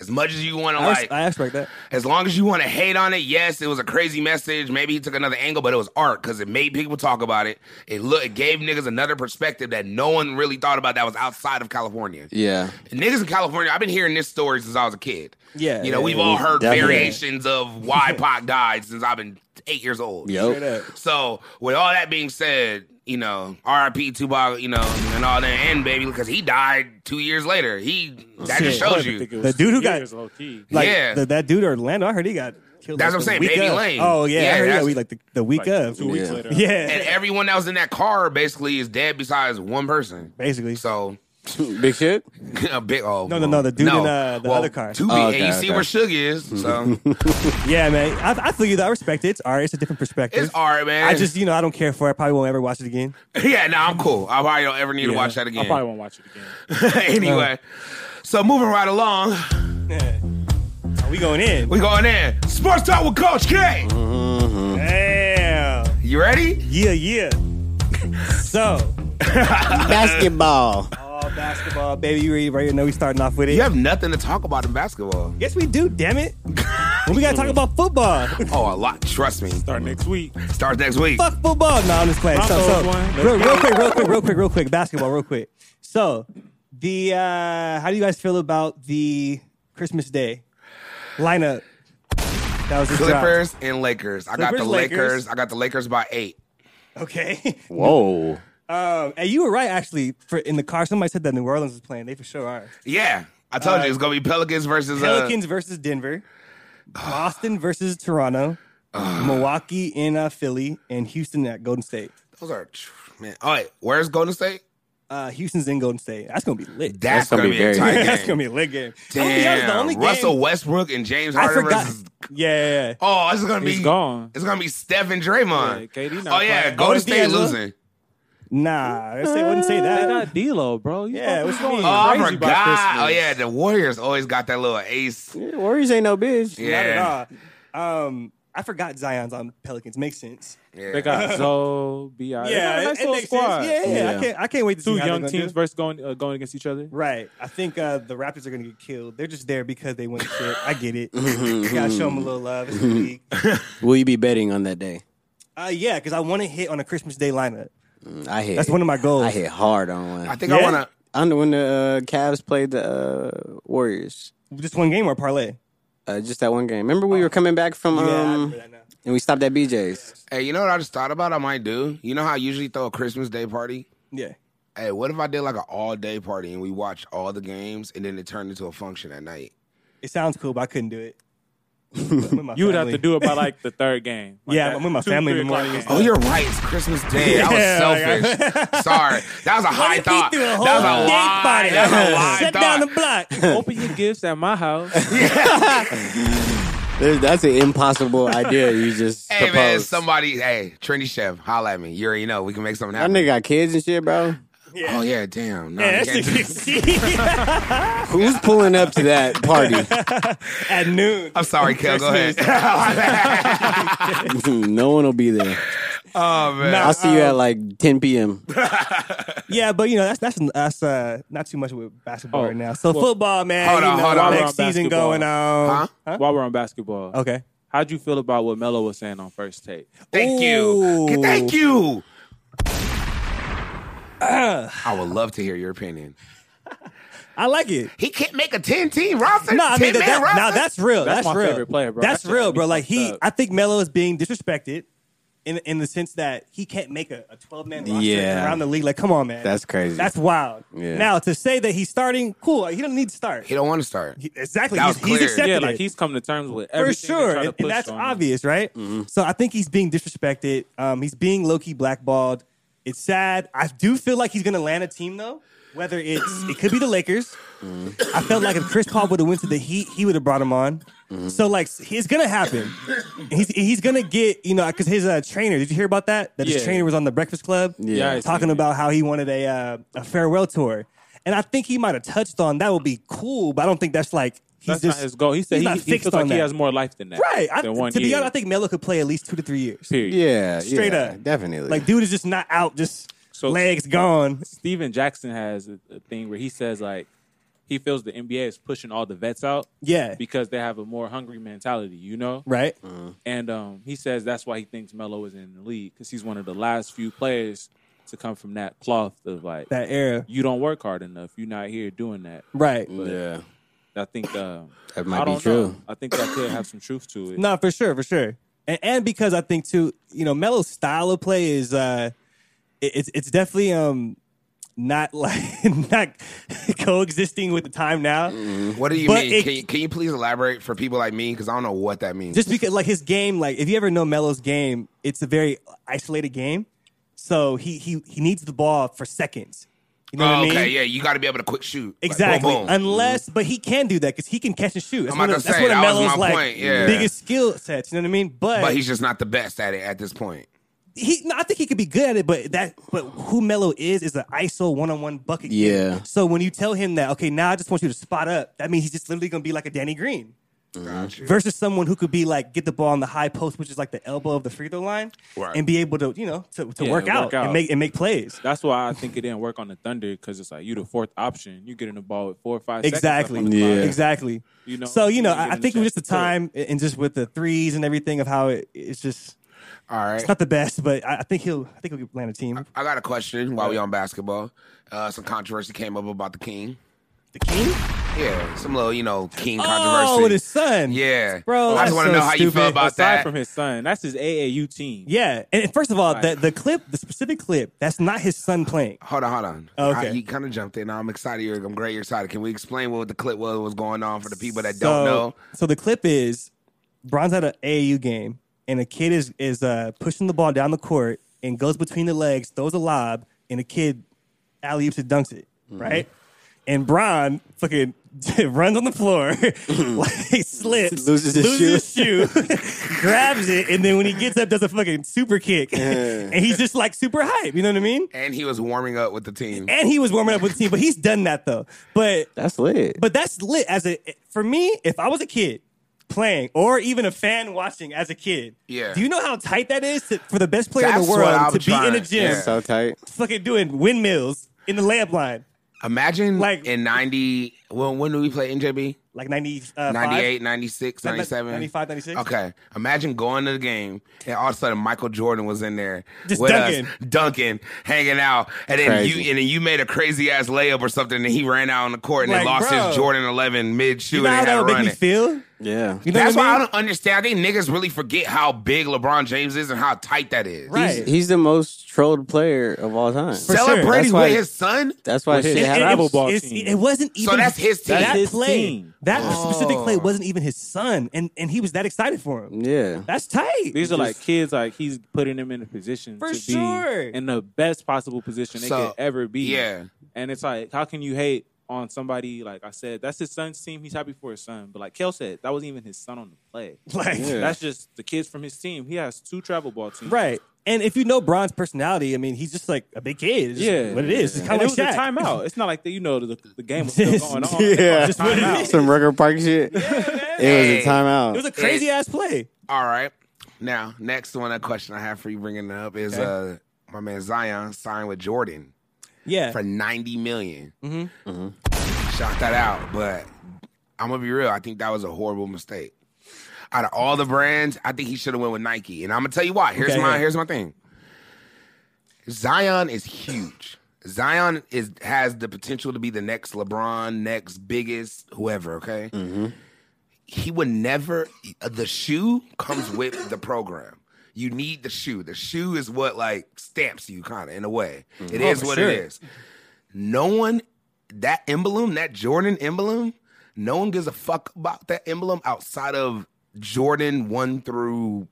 S2: As much as you want to
S3: I, res-
S2: like,
S3: I expect that.
S2: as long as you want to hate on it, yes, it was a crazy message. Maybe he took another angle, but it was art because it made people talk about it. It look, it gave niggas another perspective that no one really thought about that was outside of California.
S5: Yeah.
S2: Niggas in California, I've been hearing this story since I was a kid.
S3: Yeah,
S2: You know,
S3: yeah,
S2: we've all
S5: yeah,
S2: heard
S5: definitely.
S2: variations of why Pac died since I've been eight years old.
S5: Yep.
S2: So, with all that being said, you know, RIP Tupac, you know, and all that, and baby, because he died two years later. He, that just
S3: Shit.
S2: shows
S6: I think it
S2: you.
S6: was
S3: The dude who got-
S6: years low key.
S3: Like
S2: Yeah.
S3: the, that dude Orlando, I heard he got killed.
S2: That's
S3: like,
S2: what I'm saying,
S3: the week
S2: Baby
S3: of.
S2: Lane.
S3: Oh yeah,
S2: Yeah,
S3: I heard
S2: that's-
S3: that we like the, the week
S6: Like,
S3: of.
S6: two weeks
S5: Yeah.
S6: later.
S3: Yeah,
S2: And everyone that was in that car basically is dead besides one person.
S3: basically.
S2: So,
S5: Big shit.
S2: a big old.
S3: No, no, no, the dude in, uh, the other car.
S2: Two
S5: Oh,
S2: and
S5: okay,
S2: you see
S5: okay.
S2: where Suge is. So,
S3: yeah, man, I, I feel you. Though. I respect it. It's all right. It's a different perspective.
S2: it's art, man.
S3: I just you know I don't care for. it. I probably won't ever watch it again.
S2: Yeah, no, I'm cool. I probably don't ever need to
S3: Yeah,
S2: watch that again.
S6: I probably won't watch it again.
S2: anyway, so moving right along,
S3: Are we going in?
S2: we going in. Sports talk with Coach K.
S3: Mm-hmm. Damn.
S2: You ready?
S3: Yeah, yeah. so
S5: Basketball.
S3: all basketball, baby. You ready? Right? know we starting off with it.
S2: You have nothing to talk about in basketball.
S3: Yes, we do. Damn it. when we gotta talk about football.
S2: Oh, a lot. Trust me.
S6: Start next week.
S2: Starts next week.
S3: Fuck football. No, I'm just playing. So,
S6: Broncos
S3: so
S6: won.
S3: real, real quick, real quick, real quick, real quick. Basketball, real quick. So, the uh how do you guys feel about the Christmas Day lineup? That was just dropped.
S2: Clippers and Lakers. I got the
S3: Clippers,
S2: Lakers.
S3: Lakers.
S2: I got the Lakers by eight.
S3: Okay.
S5: Whoa.
S3: Um, and you were right, actually. For in the car, somebody said that New Orleans was playing. They for sure are.
S2: Yeah, I told you it's gonna be Pelicans versus uh,
S3: Pelicans versus Denver, Boston versus Toronto, Milwaukee in uh, Philly, and Houston at Golden State.
S2: Those are tr- man. All right, where's Golden State?
S3: Uh, Houston's in Golden State. That's gonna be lit.
S2: That's, gonna,
S5: gonna
S2: be,
S5: be
S2: a
S5: very-
S2: tight game.
S3: That's gonna be a lit game. I'm gonna be honest,
S2: Damn, Russell Westbrook and James
S3: I
S2: Harden
S3: forgot.
S2: versus
S3: Yeah, yeah, yeah.
S2: Oh, it's gonna
S6: He's
S2: be
S6: gone.
S2: It's gonna be Steph and Draymond.
S6: Yeah, KD
S2: oh
S6: not
S2: yeah,
S6: playing.
S2: Golden
S3: Oh,
S2: State
S3: D'Lo?
S2: losing.
S3: Nah, I say, wouldn't say
S6: They
S3: that.
S6: got D'Lo, bro. You
S3: Yeah,
S6: fucking
S3: what you mean?
S2: Uh, Oh,
S6: crazy
S2: I
S6: about
S2: forgot.
S6: Christmas.
S2: Oh yeah, the Warriors always got that little ace.
S5: Yeah, Warriors ain't no bitch.
S2: Yeah,
S3: Not at all. Um, I forgot Zion's on Pelicans. Makes sense. Uh,
S2: Yeah.
S6: They got Zoe, Bi. Yeah, they got a nice
S3: it
S6: little
S3: makes
S6: squad.
S3: sense. Yeah, yeah,
S5: Yeah.
S3: I can't. I can't wait to
S6: Two
S3: see how they're
S6: young
S3: gonna
S6: teams
S3: do.
S6: versus going uh, going against each other.
S3: Right. I think uh, the Raptors are going to get killed. They're just there because they won the shit. I get it. you gotta show them a little love. It's the league.
S5: Will you be betting on that day?
S3: Uh, yeah, because I want to hit on a Christmas Day lineup.
S5: I hit.
S3: That's one of my goals.
S5: I hit hard on one.
S2: I
S5: I think
S2: think I
S3: Yeah.
S2: wanna
S5: on the- when the uh, Cavs played the uh, Warriors.
S3: Just one game or a parlay.
S5: Uh, just that one game. Remember we were coming back from
S3: Yeah, I
S5: um,
S3: remember that now.
S5: and we stopped at BJ's.
S2: Hey, you know what I just thought about I might do? You know how I usually throw a Christmas Day party?
S3: Yeah.
S2: Hey, what if I did like an all day party and we watched all the games and then it turned into a function at night?
S3: It sounds cool, but I couldn't do it. you
S6: You would have to do it by like the third game. Like
S3: Yeah,
S6: that
S3: I'm with my
S6: two,
S3: family
S6: three
S3: in the morning.
S6: o'clock
S2: Oh,
S6: game.
S2: you're right. It's Christmas Day. I was
S3: Yeah,
S2: selfish. Sorry. That was a high
S3: if he
S2: thought.
S3: threw a
S2: That
S3: whole
S2: was a
S3: day
S2: lie.
S3: party?
S2: That was a lie
S3: Shut
S2: thought.
S3: down the block.
S6: Open your gifts at my house.
S5: There's- That's an impossible idea. You just
S2: Hey man,
S5: proposed.
S2: somebody, hey, Trinity Chef, holla at me. You already know we can make something
S5: That
S2: happen.
S5: nigga got kids and shit, bro.
S2: Oh yeah, damn. No,
S3: Yeah,
S2: you
S3: that's a
S2: can't do
S3: good scene.
S5: Who's pulling up to that party?
S3: At noon.
S2: I'm sorry, Kel. Go ahead.
S5: no one will be there.
S2: oh man.
S3: Nah. um,
S5: I'll see you at like 10 p.m.
S3: Yeah, but you know that's that's that's uh, not too much with basketball
S6: Oh,
S3: right now. So football, man.
S2: Hold
S3: you
S2: on,
S3: know,
S2: hold on.
S3: Next
S6: We're on
S3: season
S6: basketball.
S3: going on.
S2: Huh?
S6: While we're on basketball,
S3: Okay.
S6: how'd you feel about what Melo was saying on first take?
S2: Thank you.
S3: Ooh.
S2: Thank you. I would love to hear your opinion.
S3: I like it.
S2: He can't make a 10 team roster.
S3: No, I mean
S2: 10
S3: that,
S2: man
S3: that,
S2: roster?
S3: now that's real.
S6: That's
S3: That's,
S6: my
S3: real.
S6: favorite player, bro.
S3: That's
S6: That shit
S3: real,
S6: got me
S3: bro. Like
S6: fucked
S3: he,
S6: up.
S3: I think Melo is being disrespected. in in the sense that he can't make a, a twelve man roster
S5: Yeah.
S3: around the league. Like, come on, man,
S5: That's crazy.
S3: That's wild.
S5: Yeah.
S3: Now to say that he's starting, cool. Like, he don't need to start.
S2: He don't want to start.
S3: He- exactly.
S2: That
S3: He's,
S2: was
S3: he's
S2: clear.
S3: accepted.
S6: yeah,
S3: it
S6: like he's come to terms with
S3: for
S6: everything. they
S3: sure,
S6: try to
S3: and, and
S6: push
S3: that's
S6: on Mm-hmm. him.
S3: obvious, right? So I think he's being disrespected. Um, he's being low key blackballed. It's sad. I do feel like he's going to land a team though. Whether it's it could be the Lakers.
S6: Mm-hmm.
S3: I felt like if Chris Paul would have went to the Heat, he would have brought him on.
S6: Mm-hmm.
S3: So like it's gonna happen. He's he's gonna get you know because his uh, trainer. Did you hear about that? That his
S6: Yeah.
S3: trainer was on the Breakfast Club.
S5: Yeah, I
S3: talking
S6: seen it.
S3: about how he wanted a uh, a farewell tour, and I think he might have touched on that would be cool, but I don't think that's like. He's
S6: That's
S3: just,
S6: not his goal. He said
S3: he's
S6: he,
S3: not
S6: he
S3: fixed
S6: feels
S3: on
S6: like
S3: that.
S6: he has more life than that.
S3: Right. I, to
S6: Than one
S3: be
S6: year.
S3: honest, I think Melo could play at least two to three years.
S6: Period.
S5: Yeah,
S3: Straight
S5: yeah,
S3: up.
S5: definitely.
S3: Like, dude is just not out, just
S6: So-
S3: legs gone.
S6: Steven Jackson has a, a thing where he says like he feels the NBA is pushing all the vets out.
S3: Yeah.
S6: Because they have a more hungry mentality, you know.
S3: Right?
S2: Mm.
S6: And um, he says that's why he thinks Melo is in the league because he's one of the last few players to come from that cloth of like
S3: That era.
S6: you don't work hard enough, you're not here doing that.
S3: Right.
S5: yeah,
S6: I think um,
S5: That might
S6: I
S5: be
S6: don't
S5: true.
S6: Know. I think that could have some truth to it.
S3: No, for sure, for sure. And, and because I think, too, you know, Melo's style of play is, uh, it, it's, it's definitely, um, not like not coexisting with the time now.
S2: What do you
S3: But
S2: mean?
S3: it-
S2: can, you, can you please elaborate for people like me? Because I don't know what that means.
S3: Just because, like his game, like if you ever know Melo's game, it's a very isolated game. So he he he needs the ball for seconds. You know what I
S2: oh,
S3: mean?
S2: okay, yeah, you got to be able to quick shoot. Like,
S3: Exactly.
S2: boom, boom.
S3: Unless, but he can do that because he can catch and shoot. That's
S2: I'm
S3: one
S2: about
S3: of,
S2: to
S3: that's
S2: say,
S3: one of
S2: that was
S3: Melo's
S2: my
S3: like
S2: point, yeah.
S3: biggest skill sets. You know what I mean? But,
S2: but he's just not the best at it at this point.
S3: he, no, I think he could be good at it. But that, but who Melo is is an ISO one on one bucket. getter.
S5: Yeah.
S3: So when you tell him that, okay, now I just want you to spot up. That means he's just literally gonna be like a Danny Green
S2: Mm-hmm.
S3: versus someone who could be like get the ball on the high post, which is like the elbow of the free throw line,
S2: Right.
S3: and be able to you know to, to
S6: Yeah,
S3: work,
S6: work
S3: out and
S6: out.
S3: make and make plays.
S6: That's why I think it didn't work on the Thunder because it's like you the fourth option. You getting the ball with four or five
S3: Exactly.
S6: seconds. left on the clock.
S5: Yeah.
S3: Exactly.
S6: You know,
S3: so you know,
S6: you
S3: I, I
S6: give
S3: think
S6: him a
S3: just the
S6: chance to cook.
S3: time and and just with the threes and everything of how it, it's just
S2: All right.
S3: it's not the best, but I, I think he'll I think he'll land a team.
S2: I got a question while we on basketball. Uh, some controversy came up about the king.
S3: The king?
S2: Yeah, some little you know king controversy.
S3: Oh, with his son.
S2: Yeah,
S3: Bro,
S2: I just
S3: that's
S2: wanna
S3: so
S2: know how you feel
S3: stupid.
S2: about
S6: Aside
S2: that.
S6: from his son, that's his AAU team.
S3: Yeah. And first of all, the
S6: Right.
S3: the clip, the specific clip, that's not his son playing.
S2: Hold on, hold on.
S3: Oh, okay.
S2: I, you kind of jumped in. I'm excited. You're, I'm great. You're excited. Can we explain what the clip was, what was going on for the people that don't know?
S3: So the clip is Bron's at an AAU game, and a kid is is uh, pushing the ball down the court and goes between the legs, throws a lob, and the kid alley oops and dunks it,
S2: Mm-hmm.
S3: right? And Bron fucking runs on the floor, like slips,
S5: Loses his
S3: shoe, grabs it, and then when he gets up, does a fucking super kick, and he's just like super hype. You know what I mean?
S2: And he was warming up with the team.
S3: And he was warming up with the team, but he's done that though. But
S5: that's lit.
S3: but that's lit as a for me, if I was a kid playing or even a fan watching as a kid,
S2: Yeah.
S3: Do you know how tight that is to, for the best player in
S2: That's
S3: the
S2: what I'm
S3: world to be in
S2: trying-
S3: a gym
S2: yeah.
S5: so tight.
S3: fucking doing windmills in the lamp line?
S2: Imagine
S3: Like-
S2: like in 90, when, when do we play NJB?
S3: Like 90, uh,
S2: 98, 96,
S3: Like, like,
S2: 97.
S3: 95, 96?
S2: Okay. Imagine going to the game and all of a sudden Michael Jordan was in there
S3: Just
S2: with
S3: dunking.
S2: us, dunking, hanging out. And then
S5: Crazy.
S2: you and then you made a crazy ass layup or something and he ran out on the court and
S3: Like,
S2: they lost
S3: bro.
S2: his Jordan 11 mid shoot
S3: You know
S2: and
S3: how
S2: had
S3: that
S2: to
S3: would make
S2: run
S3: me
S2: it.
S3: feel?
S5: Yeah,
S3: You know
S2: That's
S3: what
S2: why
S3: I
S2: I
S3: mean?
S2: don't understand. I think niggas really forget how big LeBron James is and how tight that is.
S3: Right.
S5: he's, he's the most trolled player of all time.
S3: sure.
S2: Celebrating
S5: That's why-
S2: with his son?
S5: That's why shit
S6: his-
S5: happens.
S6: Travel ball
S3: it's-
S6: team.
S3: it wasn't even
S2: that's his team. Oh.
S3: That
S6: That's his
S3: play,
S6: team.
S3: that specific play wasn't even his son, and and he was that excited for him.
S5: Yeah,
S3: That's tight.
S6: Mm. These are like kids. Like he's putting them in a position
S3: For
S6: to be
S3: sure.
S6: in the best possible position they
S2: So,
S6: could ever be.
S2: yeah.
S6: and it's like, how can you hate on somebody? Like I said, that's his son's team. He's happy for his son. But like Kel said, that wasn't even his son on the play.
S3: like
S5: Yeah.
S6: That's just the kids from his team. He has two travel ball teams.
S3: Right. And if you know Bron's personality, I mean, he's just like a big kid. It's just
S6: Yeah.
S3: what it is. It's
S6: And
S3: kind
S6: it
S3: of
S6: was
S3: like
S6: a
S3: Shaq.
S6: timeout. It's not like the, you know the, the game was still going on. They
S5: Yeah.
S6: called
S5: Just
S3: what it
S6: timeout.
S3: is.
S5: some Rucker Park shit. It
S2: Hey.
S5: was a timeout.
S3: It was a crazy ass play.
S2: All right. Now, next one, a question I have for you bringing up is uh, my man Zion signed with Jordan
S3: Yeah. Mm-hmm.
S2: for 90 million. Shout that out. But I'm going to be real. I think that was a horrible mistake. Out of all the brands, I think he should have went with Nike. And I'm going to tell you why. Here's
S3: Okay,
S2: my
S3: yeah.
S2: here's my thing. Zion is huge. Zion is has the potential to be the next LeBron, next biggest whoever, okay? he would never the shoe comes with the program You need the shoe. The shoe is what like stamps you kind of in a way. It is
S3: Oh, for
S2: what
S3: sure.
S2: it is. No one that emblem, that Jordan emblem, no one gives a fuck about that emblem outside of Jordan 1 through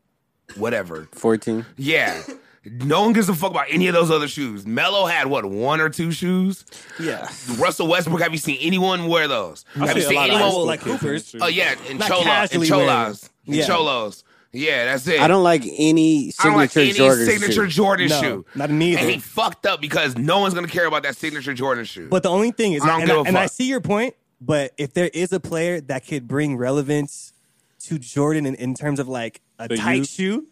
S2: whatever.
S5: 14.
S2: Yeah. No one gives a fuck about any of those other shoes. Melo had what one or two shoes.
S5: Yeah.
S2: Russell Westbrook, have you seen anyone wear those? Have you
S6: see a
S2: seen
S6: lot of
S2: anyone?
S6: high
S2: with-
S6: school
S3: like
S6: kids in
S3: hoopers.
S6: the
S2: Oh
S6: street.
S2: yeah, and
S3: Not
S2: cholas, and
S3: casually wearing them.
S2: cholas, and
S3: Yeah.
S2: cholos. Yeah, that's it.
S5: I don't like any
S2: I don't like
S5: signature
S2: any
S5: Jordan.
S2: signature
S5: shoe.
S2: Jordan
S3: No,
S2: shoe.
S3: not neither.
S2: And he fucked up because no one's gonna care about that signature Jordan shoe.
S3: But the only thing is,
S2: I don't
S3: and,
S2: give
S3: I,
S2: a
S3: and I
S2: fuck.
S3: see your point, but if there is a player that could bring relevance to Jordan in, in terms of like a
S6: The
S3: tight
S6: youth.
S3: shoe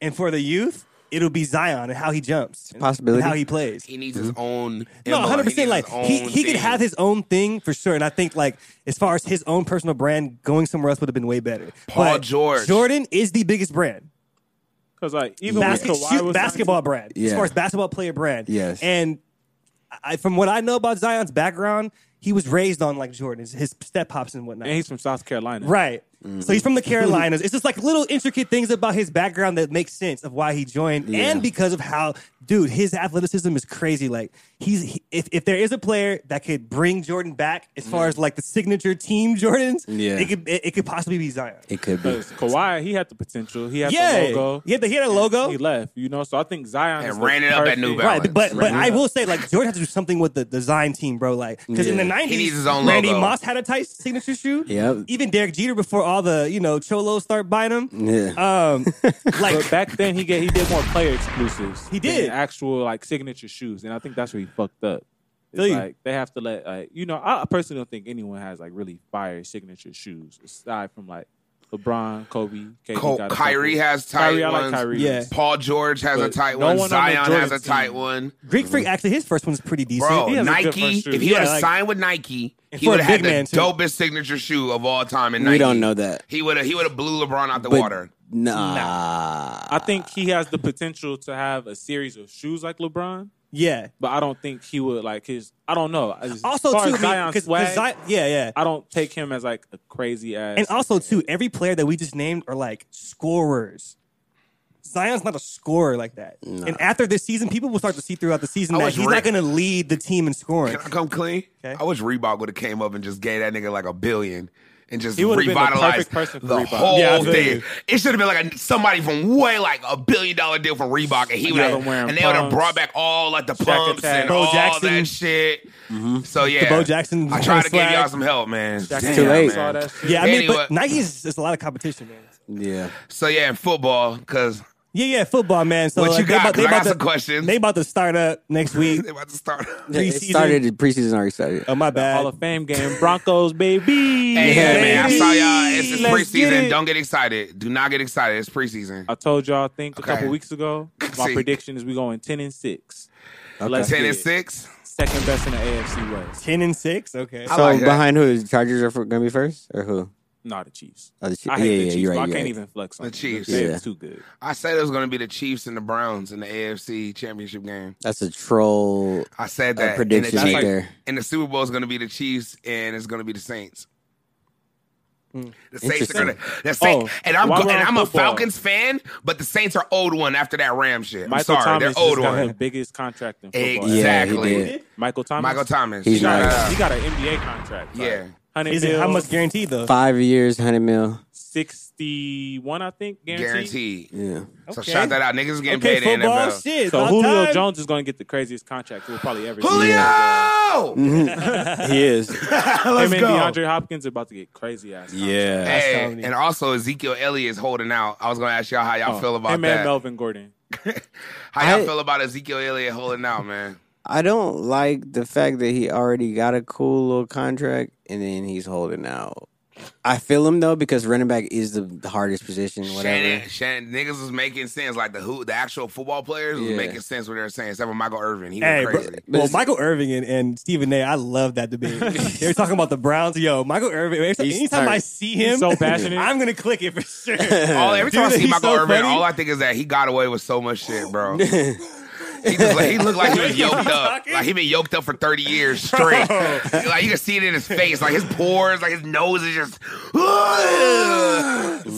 S3: and for the youth, it'll be Zion and how he jumps, and-
S5: possibility.
S3: and how he plays.
S2: he needs his own.
S3: Mm-hmm. No,
S2: emblem.
S3: hundred
S2: He
S3: percent.
S2: needs
S3: Like
S2: his
S3: he,
S2: own
S3: he could
S2: thing.
S3: have his own thing for sure, and I think like as far as his own personal brand, going somewhere else would have been way better.
S2: Paul George.
S3: Jordan is the biggest brand.
S6: Because like even when
S3: Basket,
S6: Kawhi
S3: shoot,
S6: was
S3: basketball brand. As
S5: Yeah.
S3: far as basketball player brand.
S5: Yes.
S3: And I, from what I know about Zion's background, he was raised on like Jordan's, his step hops and whatnot.
S6: and he's from South Carolina,
S3: right. So he's from the Carolinas. it's just like little intricate things about his background that make sense of why he joined, and because of how, dude, his athleticism is crazy. Like he's he, if if there is a player that could bring Jordan back as far as like the signature team Jordans,
S5: Yeah.
S3: it could it, it could possibly be Zion.
S5: It could be.
S6: Because Kawhi, he had the potential. He had the
S3: Yeah,
S6: logo.
S3: he had, the, he had a logo.
S6: He left, you know. So I think Zion
S2: And
S6: is the
S2: ran it up at New
S6: perfect-
S2: Balance.
S3: Right, but but
S5: Right.
S3: I will say like Jordan had to do something with the design team, bro. Like because in the
S5: Yeah.
S3: nineties,
S2: He needs his own
S3: Randy
S2: logo.
S3: Moss had a tight signature shoe.
S5: Yep.
S3: even Derek Jeter before all the you know cholos start buying them.
S5: Yeah.
S3: Um,
S6: But
S3: like
S6: back then he get he did more player exclusives.
S3: He
S6: than
S3: did.
S6: actual like signature shoes, and I think that's where he fucked up. It's
S3: Feel you.
S6: like they have to let like you know I I personally don't think anyone has like really fire signature shoes aside from like LeBron, Kobe, KD
S2: Col-
S6: got a
S2: Kyrie
S6: couple.
S2: has tight
S6: Kyrie. I like
S2: ones.
S6: Kyrie.
S3: Yeah.
S2: Paul George has a
S6: But
S2: tight
S6: no
S2: one.
S6: one on the
S2: Zion has
S6: Jordan
S2: a tight
S6: team.
S2: one.
S3: Greek Freak, actually his first one's pretty decent.
S2: Mm-hmm. Bro,
S6: He has a good
S2: Nike.
S6: first shoe.
S2: If he
S3: Yeah,
S2: would have
S3: like-
S2: signed with Nike,
S3: And
S2: he
S3: for a
S2: would have had
S3: big
S2: the
S3: man, too.
S2: dopest signature shoe of all time. In
S5: We
S2: Nike.
S5: don't know that.
S2: He would have. He would have blew LeBron out the
S5: But-
S2: water.
S5: Nah.
S6: I think he has the potential to have a series of shoes like LeBron,
S3: yeah.
S6: but I don't think he would like his. I don't know. As
S3: Also
S6: far
S3: too,
S6: as Zion
S3: because
S6: swag,
S3: yeah, yeah.
S6: I don't take him as like a crazy ass.
S3: And also too, every player that we just named are like scorers. Zion's not a scorer like that. And after this season, people will start to see throughout the season
S2: I
S3: that
S2: was
S3: he's
S2: re-
S3: not going to lead the team in scoring.
S2: Can I come clean?
S3: Okay.
S2: I wish Reebok would have came up and just gave that nigga like a billion and just
S6: He would've been the
S2: revitalized
S6: perfect person for
S2: the
S6: Reebok.
S2: whole
S3: Yeah, I feel
S2: thing.
S3: you.
S2: It should have been like a, somebody from way like a billion dollar deal from Reebok, and he would
S6: him
S2: have
S6: wearing
S2: and they would have
S6: pumps,
S2: brought back all like the pumps
S6: Attack,
S2: and
S3: Bo
S2: all
S3: Jackson.
S2: that shit. So yeah,
S3: Bo Jackson
S2: I tried to give
S3: swag.
S2: y'all some help, man. Damn,
S5: Too late.
S2: man.
S3: Yeah, I mean,
S2: Anyway.
S3: but Nike is is a lot of competition, man.
S5: Yeah.
S2: So yeah, in football, because
S3: Yeah, yeah, football, man. So
S2: What
S3: like,
S2: you got? 'Cause I got
S3: to,
S2: some questions.
S3: They about to start up next week.
S2: they about to start.
S5: It
S3: Preseason.
S5: started the preseason already started.
S3: oh my
S6: Hall
S3: bad.
S6: of Fame game, Broncos, baby.
S2: Hey,
S5: Yeah,
S2: yeah, man, I
S5: baby.
S2: saw y'all. It's, it's
S6: Let's get
S2: preseason.
S6: it.
S2: Don't get excited. Do not get excited. It's preseason.
S6: I told y'all, I think a
S2: Okay.
S6: couple weeks ago, my
S2: See.
S6: prediction is we going 10 and 6.
S5: Okay.
S6: Let's
S2: Ten
S6: get
S2: and
S6: it.
S2: six.
S6: Second best in the AFC West.
S3: Ten and six. Okay.
S2: I
S5: So
S2: like that.
S5: behind who? The Chargers are going to be first? Or who?
S6: Not the Chiefs.
S5: Oh, the Chiefs.
S6: I
S5: yeah,
S6: hate
S5: yeah,
S6: the Chiefs.
S5: you're right.
S6: but I
S5: you're
S6: can't
S5: right.
S6: even flex on
S2: The
S6: them.
S2: Chiefs.
S6: They're
S5: Yeah.
S6: too good.
S2: I said it was going to be the Chiefs and the Browns in the AFC Championship game.
S5: That's a troll
S2: I said
S5: uh,
S2: that.
S5: prediction
S2: and, the
S5: right
S2: Chiefs-
S5: there.
S2: and the Super Bowl is going to be the Chiefs and it's going to be the Saints. The Saints are
S5: Interesting.
S2: gonna. The Saints,
S6: Hmm. Oh,
S2: and I'm
S6: while
S2: go-
S6: we're
S2: and
S6: on
S2: I'm a
S6: football.
S2: Falcons fan, but the Saints are old one after that Ram shit. I'm
S6: Michael
S2: sorry,
S6: Thomas
S2: they're old
S6: just got
S2: one.
S6: the biggest contract in football.
S2: Exactly.
S5: Yeah, he did.
S6: Michael Thomas.
S2: Michael Thomas.
S5: He's
S2: Shout
S5: nice.
S2: out.
S6: He got an NBA contract. like,
S2: Yeah.
S6: 100
S3: Is it how
S6: mil,
S3: much guaranteed though?
S5: Five years, 100 mil.
S6: 61, I think,
S2: guaranteed.
S6: guaranteed.
S5: Yeah.
S2: So
S3: Okay.
S2: shout that out. Niggas is getting
S3: Okay,
S2: paid in the
S3: football
S2: NFL.
S3: shit.
S6: So
S3: about
S6: Julio
S3: time.
S6: Jones is going to get the craziest contract we'll probably ever
S2: Julio!
S6: see.
S5: Mm-hmm. he is.
S2: Let's
S6: Him
S2: go.
S6: and DeAndre Hopkins are about to get crazy ass. contracts.
S5: Yeah.
S2: Hey,
S3: comedy.
S2: and also Ezekiel Elliott is holding out. I was gonna ask y'all how y'all
S6: Oh,
S2: feel about
S6: him and
S2: that.
S6: Melvin Gordon.
S2: How y'all
S5: I-
S2: feel about Ezekiel Elliott holding out, man?
S5: I don't like the fact that he already got a cool little contract and then he's holding out. I feel him though because running back is the, the hardest position. Whatever.
S2: Shannon, Shannon, niggas was making sense. Like the who, the actual football players was
S5: Yeah.
S2: making sense what they were saying. Except for Michael Irvin, he was
S3: Hey, bro,
S2: crazy.
S3: well, Michael Irving and, and Stephen A. I love that debate. they were talking about the Browns. Yo, Michael Irving. Anytime,
S5: He's
S3: anytime
S5: tight.
S3: I see him,
S6: so passionate.
S3: I'm gonna click it for sure.
S2: all every time I
S3: Dude,
S2: see
S3: he's
S2: Michael
S3: so
S2: Irvin,
S3: funny.
S2: all I think is that he got away with so much shit, bro. he just like, he looked like he was yoked up. Like he been yoked up for thirty years straight. like you can see it in his face, like his pores, like his nose is just.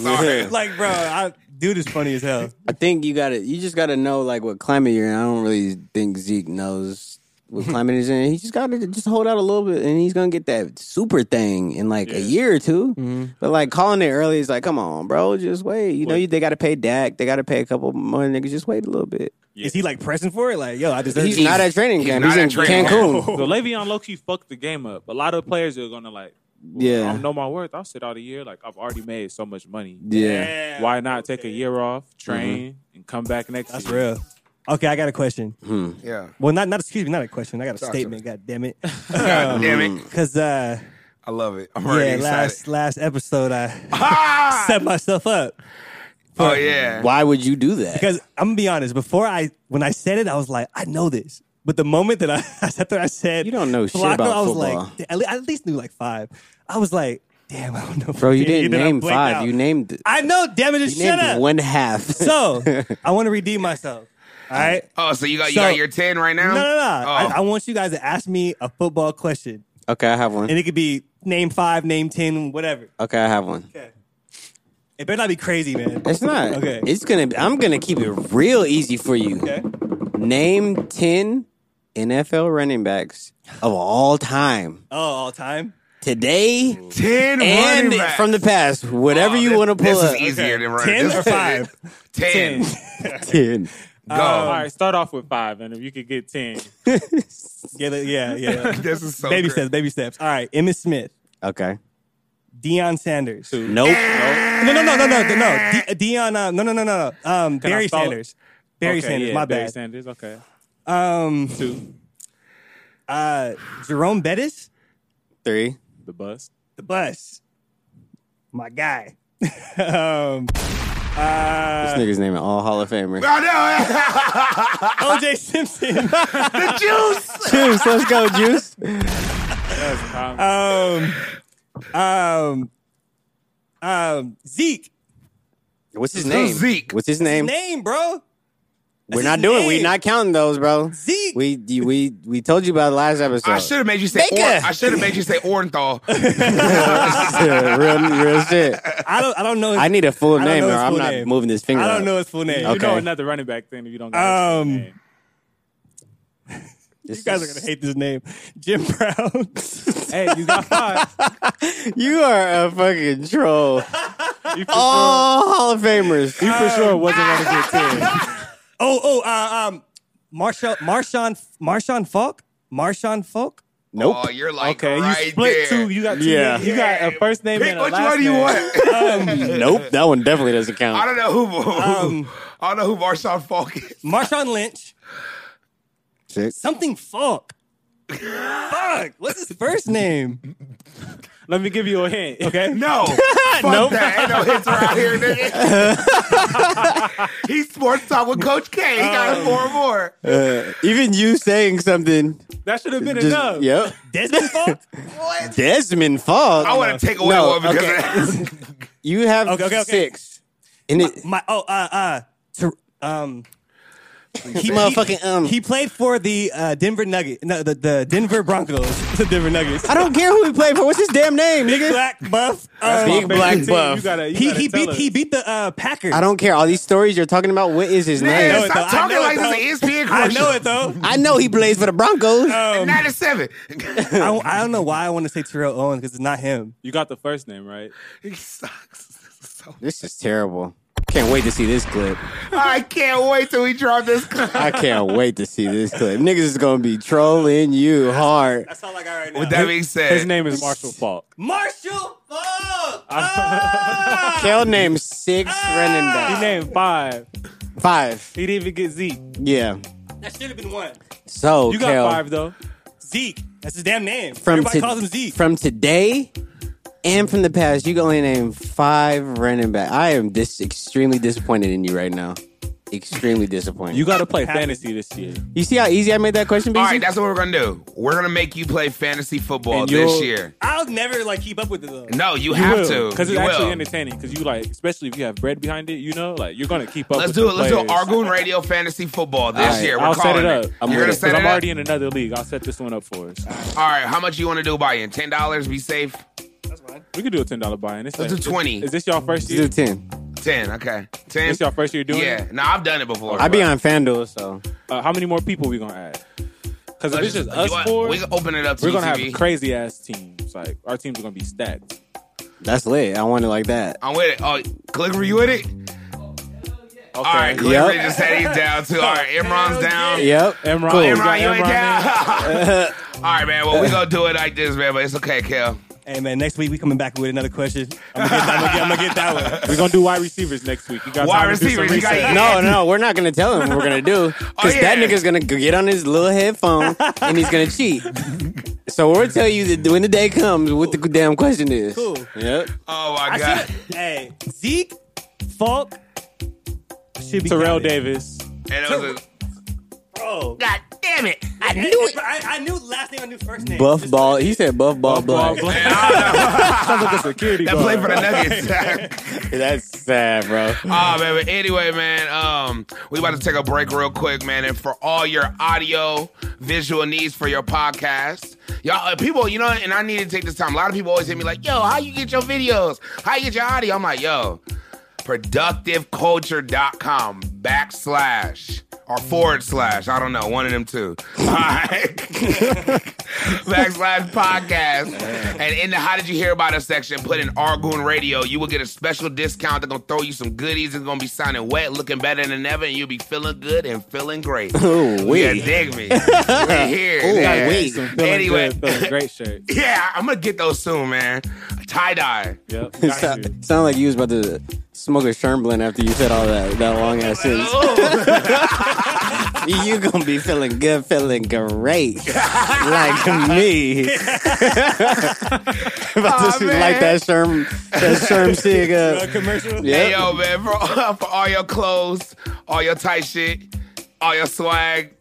S2: Sorry.
S3: like, bro, I, Dude is funny as hell.
S5: I think you gotta you just gotta know like what climate you're in. I don't really think Zeke knows what climate he's in. He just gotta just hold out a little bit and he's gonna get that super thing in like a
S6: Yeah.
S5: year or 2 But like calling it early is like, come on, bro, just wait. You know
S6: Wait.
S5: you, they gotta pay Dak, they gotta pay a couple more niggas, just wait a little bit.
S3: Is he like pressing for it? Like, yo, I deserve
S5: He's,
S3: this.
S5: not at training
S2: he's
S5: camp,
S2: not
S5: he's
S2: at
S5: in
S2: training
S5: Cancun.
S6: So Le'Veon Loki fucked the game up. A lot of players are gonna like, well,
S5: Yeah.
S6: I don't know my worth. I'll sit out a year. Like I've already made so much money.
S5: Yeah.
S6: Why not take a year off, train,
S2: Mm-hmm.
S6: and come back next
S3: That's
S6: year?
S3: real. Okay, I got a question.
S5: Um,
S2: Yeah.
S3: Well, not not excuse me, not a question. I got a
S2: Mm-hmm. Talk to
S3: statement. God damn it.
S2: God damn it.
S3: Because uh,
S2: I love it. I'm already
S3: yeah,
S2: excited.
S3: last last episode I
S2: Ah!
S3: set myself up
S2: Oh, yeah.
S5: Why would you do that?
S3: because I'm gonna be honest. Before I when I said it, I was like, I know this. But the moment that I, I sat there, I said,
S5: You don't know shit
S3: Flacco,
S5: about
S3: I was
S5: football.
S3: like, at le- I at least knew like five. I was like, damn, I don't know.
S5: Bro, you
S3: fucking
S5: didn't
S3: either. I
S5: name
S3: blanked
S5: five.
S3: out.
S5: You named
S3: I know. Damn it, just
S5: you
S3: shut
S5: named
S3: up.
S5: one half.
S3: So I want to redeem myself. All right.
S2: Oh, so you got you
S3: So-
S2: got your ten right now?
S3: No, no, no. I,
S2: Oh.
S3: I want you guys to ask me a football question,
S5: okay, I have one.
S3: and it could be name five, name ten, whatever.
S5: Okay, I have one.
S3: It better not be crazy, man.
S5: It's not.
S3: Okay.
S5: It's gonna. I'm gonna keep it real easy for you.
S3: Okay.
S5: Name ten NFL running backs of all time,
S3: Oh, all time.
S5: today
S2: Ten
S5: and
S2: running backs.
S5: from the past. Whatever
S2: Oh,
S5: you
S2: thi-
S5: want to pull
S2: This
S5: up.
S2: is easier than running.
S3: Ten
S2: This
S3: or
S2: is-
S3: five?
S2: Ten.
S5: Ten.
S2: Go.
S6: Oh, All right, start off with five, and if you could get ten,
S3: Yeah, the- yeah, yeah.
S2: this is
S6: Oh,
S2: so
S3: baby
S2: great.
S3: steps, baby steps. All right, Emmitt Smith,
S5: Okay.
S3: Deion Sanders. No,
S5: Nope. nope.
S3: no, no, no, no, no. no. De- Deion, uh, no, no, no, no. no. Um,
S6: I
S3: Barry
S6: follow-
S3: Sanders. Barry
S6: Okay,
S3: Sanders.
S6: yeah,
S3: my
S6: Barry
S3: bad.
S6: Sanders. Okay,
S3: um,
S6: two,
S3: uh, Jerome Bettis,
S5: Three.
S6: the bus.
S3: the bus. My guy. um,
S5: This
S3: uh,
S5: nigga's naming all Hall of Famers.
S2: Oh no!
S6: Ah.
S3: OJ Simpson.
S2: the juice.
S5: Juice, let's go, Juice.
S6: Um,
S3: um, um, um, Zeke.
S5: What's his
S2: So
S5: name?
S2: Zeke.
S5: What's his name?
S3: Name, bro.
S5: We're
S3: his
S5: not doing.
S3: name.
S5: We're not counting those, bro.
S3: Zeke.
S5: We you- we we told you about last episode.
S2: I should have made you say. Or,
S5: Baker.
S2: I should have made you say Orenthal.
S5: real real shit.
S3: I don't. I don't know. His,
S5: I need a full
S3: I don't
S5: name,
S3: know
S5: or
S3: his
S5: I'm
S3: full
S5: not
S3: name.
S5: moving this finger.
S3: I don't
S5: up.
S3: know his full name.
S6: You know
S5: okay.
S6: another running back thing if you don't. Know
S3: Um,
S6: his name.
S3: You guys are gonna hate this name, Jim Brown.
S6: hey, you got five.
S5: You are a fucking troll.
S6: You for
S5: All Hall of Famers.
S6: sure, you for sure wasn't running to get ten.
S3: oh, oh, uh, um, Marshawn, Marshawn, Marshawn Falk, Marshawn Falk.
S5: Nope.
S2: Oh, you're like
S6: Okay,
S2: right
S6: you split
S2: there.
S6: two. You got two.
S5: Yeah.
S6: You got a first name
S2: Pick
S6: and a
S2: which
S6: last
S2: one you
S6: name.
S2: want.
S5: Uh, Nope. That one definitely doesn't
S2: I
S5: count.
S2: don't know who.
S3: Um,
S2: I don't know who Marshawn Falk is.
S3: Marshawn Lynch,
S5: Six.
S3: something Falk. Fuck, what's his first name?
S6: Let me give you a hint.
S3: Okay,
S2: No, fuck that. Ain't no hits around here, nigga. He's sports talk with Coach K. He got four more.
S5: Uh, even you saying something.
S6: That should have been
S5: Just,
S6: enough.
S5: Yep.
S3: Desmond Falk.
S5: Desmond Falk.
S2: I want to take away
S5: No,
S2: one because
S5: okay.
S2: of that.
S5: you have
S3: Okay, okay, okay.
S5: six. And it,
S3: My oh, uh, uh, ter- um,
S5: he motherfucking um.
S3: he played for the uh, Denver Nugget, no, the, the Denver Broncos, the Denver Nuggets.
S5: I don't care who he played for. What's his damn name, nigga?
S3: Black buff. um,
S5: Big black
S6: Team,
S5: buff.
S6: You gotta, you
S3: he
S6: gotta
S3: he
S6: tell
S3: beat
S6: us.
S3: he beat the uh, Packers.
S5: I don't care. All these stories you're talking about. What is his
S2: Man,
S5: name?
S3: it,
S2: stop
S3: though. I
S2: talking
S3: know
S2: like
S3: it,
S2: this is E an ESPN
S3: I
S2: commercial.
S3: know it though.
S5: I know he plays for the Broncos.
S2: Ninety-seven.
S3: I, I don't know why I want to say Terrell Owens because it's not him.
S6: You got the first name right.
S2: he sucks. This is so-
S5: This is terrible. Can't wait to see this clip.
S2: I can't wait till we drop this.
S5: I can't wait to see this clip. Niggas is gonna be trolling you hard.
S3: That's all I got right now.
S2: With that being said,
S6: His name is Marshall Falk.
S3: Marshall Falk.
S2: Uh-huh.
S5: Kel named six running
S6: He
S5: backs.
S6: named five.
S5: Five.
S6: He didn't even get Zeke.
S5: Yeah.
S3: that should have been one.
S5: So
S6: You got
S5: Kel,
S6: five though.
S3: Zeke. That's his damn name.
S5: from
S3: Everybody
S5: to-
S3: calls him Zeke.
S5: from today and from the past, you can only name five running back. I am this extremely disappointed in you right now. Extremely disappointed.
S6: You
S5: You,
S6: got to play fantasy this year.
S5: you see how easy I made that question, BC?
S2: all right, that's what we're gonna do. We're gonna make you play fantasy football
S6: And
S2: this
S6: you'll-
S2: year.
S3: I'll never like keep up with it though.
S2: No, you, have to.
S6: because it's
S2: You
S6: actually
S2: will.
S6: entertaining. Because you like, especially if you have bread behind it, you know, like you're gonna keep up.
S2: Let's
S6: with
S2: do
S6: the
S2: it. Let's do
S6: players.
S2: Argoon Radio Fantasy Football this
S5: All right,
S2: year. We're
S6: I'll set
S2: calling
S6: it up. I'm,
S2: You're
S6: with
S2: gonna
S6: it, 'cause
S2: set
S6: I'm
S2: it up.
S6: already in another league. I'll set this one up for us.
S2: All right, how much you want to do buy in? Ten dollars. Be safe.
S6: We could do a ten dollar buy-in. It's
S2: Let's
S6: like-
S2: do 20.
S6: Is this y'all
S5: Let's
S6: first
S5: do
S6: year?
S5: ten.
S2: Ten. Okay. Ten.
S6: This your first year doing
S2: yeah.
S6: it?
S2: No, I've done it before.
S5: I be
S2: bro.
S5: on FanDuel, so
S6: Uh, how many more people we gonna add? Because if
S2: Let's
S6: it's just
S2: you
S6: us
S2: want-
S6: four,
S2: We can open it up. To E
S6: we're gonna
S2: UTV.
S6: have crazy ass teams. Like our teams are gonna be stacked.
S5: that's lit. I want it like that.
S2: I'm with it. Oh, click. Were you with it?
S6: Okay.
S2: All right, Cliff
S5: Yep.
S2: Ray just said he's down too. All right, Imran's down.
S5: Yep.
S6: Imran,
S5: Cool.
S6: Imran,
S2: Imran, you ain't
S6: Imran
S2: down. All right, man. Well, we gonna do it like this, man. But it's okay, Kel.
S3: Hey man, next week we coming back with another question. I'm gonna get, I'm gonna get, I'm gonna get that one.
S6: We're gonna do wide receivers next week. You got
S2: Wide
S6: time to do some
S2: receivers, you got-
S6: research.
S5: No, no, we're not gonna tell him what we're gonna do because
S2: Oh, yeah.
S5: that nigga's gonna g- get on his little headphone and he's gonna cheat. So we're gonna tell you that when the day comes, what the damn question is.
S3: Cool.
S5: Yep.
S2: Oh my
S3: I
S2: god.
S3: should- hey, Zeke, Falk should be
S6: Terrell
S3: counted.
S6: Davis.
S2: And it was a,
S3: Bro,
S2: God damn it.
S5: I knew it.
S3: I, I knew last name. I knew first name.
S5: Buff
S3: Just-
S5: ball. He said buff ball
S6: Ball
S5: black.
S6: Black.
S2: Man, I don't know.
S6: Sounds like a security
S2: That
S6: guard.
S2: play for the Nuggets.
S5: That's sad, bro.
S2: Oh man, but anyway, man, um, we about to take a break real quick, man. And for all your audio, visual needs for your podcast, y'all, uh, people, you know, and I need to take this time. A lot of people always hit me like, "Yo, how you get your videos? How you get your audio?" I'm like, "Yo, productiveculture.com backslash or forward slash, I don't know, one of them two. All right. backslash podcast. And in the How Did You Hear About Us section, put in Argoon Radio. You will get a special discount. They're going to throw you some goodies. It's going to be sounding wet, looking better than ever, and you'll be feeling good and feeling great.
S5: Ooh, wee.
S2: Yeah, dig me. We're here.
S5: Ooh,
S2: yeah.
S5: wee.
S6: Feeling
S2: Anyway.
S6: good, feeling great shirt.
S2: Yeah, I'm going to get those soon, man. Tie dye.
S6: Yep. Got you.
S5: Sound, sound like you was about to smoke a Shermblin after you said all that that long ass sentence.
S2: Oh.
S5: You gonna be feeling good, feeling great, like me. About
S2: Aw,
S5: to shoot
S2: oh, man.
S5: like that Sherm, that Sherm shit
S3: A
S5: up.
S3: commercial.
S5: Yeah.
S2: Hey yo, man, for, for all your clothes, all your tight shit, all your swag,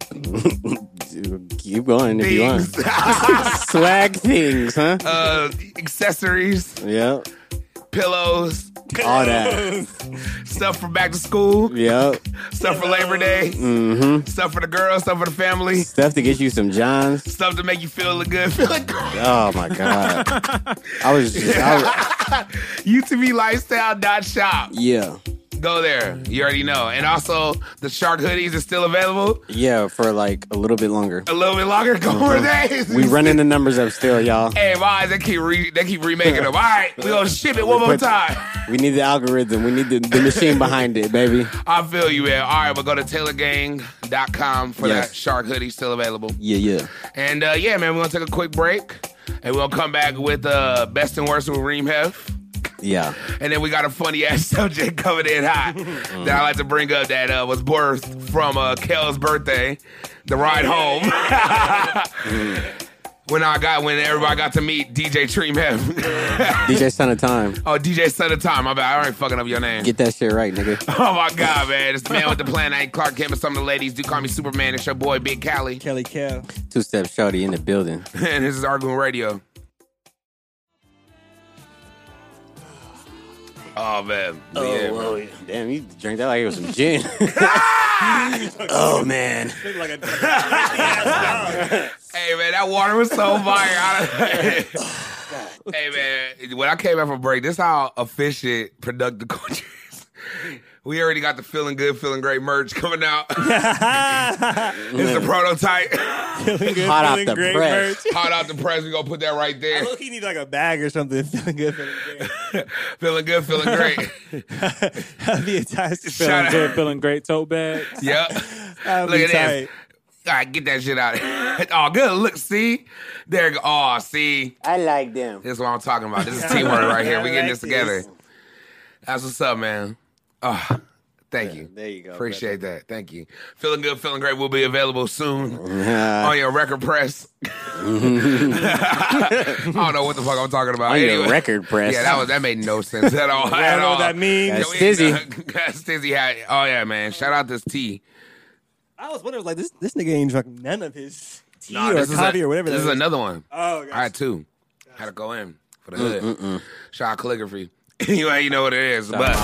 S5: Keep going if you
S2: things,
S5: want. Swag things, huh?
S2: uh, accessories,
S5: yep,
S2: pillows,
S5: all that.
S2: stuff for back to school,
S5: Yep, Mm-hmm.
S2: stuff for Labor Day, stuff for the girls, stuff for the family,
S5: stuff to get you some Johns.
S2: stuff to make you feel good, feeling good.
S5: Oh my god, I was just, I was-
S2: UTVLifestyle.shop.
S5: yeah,
S2: Go there. You already know. And also, the shark hoodies is still available.
S5: yeah, for like a little bit longer.
S2: A little bit longer. Go over there.
S5: We running the numbers up still, y'all.
S2: Hey, why they keep re- they keep remaking them? All right, we gonna ship it one more
S5: Put-
S2: time.
S5: We need the algorithm. We need the, the machine behind it, baby.
S2: I feel you, man. All right, but go to taylorgang.com for
S5: Yes.
S2: that shark hoodie still available.
S5: Yeah, yeah.
S2: And uh, yeah, man, we're gonna take a quick break and we'll come back with uh, best and worst with Reem Hef.
S5: Yeah.
S2: And then we got a funny ass subject coming in hot that I like to bring up that uh, was birthed from uh, Kel's birthday, the ride home. when I got when everybody got to meet DJ Treem Hef.
S5: DJ Son of Time.
S2: oh, DJ Son of Time. My bad. I already fucking up your name.
S5: Get that shit right, nigga.
S2: Oh my God, man. It's the man with the plan. I ain't Clark Kent, but some of the ladies do call me Superman. It's your boy, Big Cali.
S3: Kelly Kell.
S5: Two step shorty in the building.
S2: And this is Argoon Radio. Oh, man. yeah, man.
S5: Damn, you drank that like it was some gin. oh man.
S2: Hey, man, that water was so fire. I don't- hey, man, when I came back from break, this is how efficient productive culture is. We already got the feeling good, feeling great merch coming out. it's the prototype.
S5: Hot off the press.
S2: Hot out the press. we going to put that right there.
S3: Look, he need like a bag or something. Feeling good. Feeling great.
S2: Feeling good, feeling great.
S3: That'd be a tight.
S2: Shout
S6: Feeling
S2: out.
S6: good, feeling great. Tote bags.
S2: Yep.
S3: That'd
S2: Look
S3: be
S2: at
S3: tight.
S2: this. All right, get that shit out. oh, good. Look, see? There go. Oh, see?
S5: I like them.
S2: This is what I'm talking about. This is teamwork right here. We getting
S3: I
S2: this
S3: like
S2: together.
S3: this.
S2: That's what's up, man. Oh, thank you.
S5: There you go.
S2: Appreciate that. Thank you. Feeling good, feeling great. We'll be available
S3: Mm-hmm.
S2: soon
S5: brother. Uh,
S2: on your record press. I don't know what the fuck I'm talking about.
S5: on your
S2: Anyway.
S5: record press.
S2: Yeah, that was that made no sense at all.
S3: I
S2: at
S3: don't know
S2: all.
S3: what that means.
S5: That's-
S2: We-
S5: Stizzy.
S2: Stizzy had. Oh yeah, man. Shout out this T.
S3: I was wondering, like this this nigga ain't drunk none of his tea
S2: Nah,
S3: or
S2: this is a-
S3: coffee or whatever.
S2: This
S3: that
S2: is
S3: was.
S2: another one.
S3: Oh, gotcha.
S2: I had two. Had to go in for
S3: Mm,
S2: the hood. Shout out calligraphy. anyway, you know what it is. But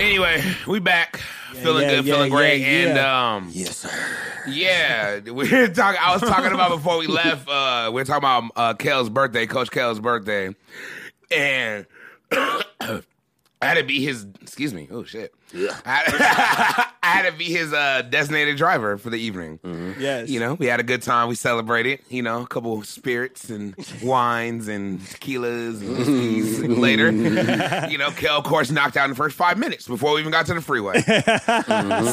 S2: anyway, we back. feeling
S3: yeah,
S2: good,
S3: yeah,
S2: feeling great.
S3: yeah,
S2: and
S3: yeah.
S2: um
S5: Yes, sir.
S2: yeah, we were talking I was talking about before we left, uh we were talking about uh Kel's birthday, Coach Kel's birthday. And I had to be his. Excuse me. Oh shit. I, I had to be his uh, designated driver for the evening.
S3: Mm. Yes.
S2: You know, we had a good time. We celebrated. You know, a couple of spirits and wines and tequilas and whiskeys and later. you know, Kel, of course, knocked out in the first five minutes before we even got to the freeway.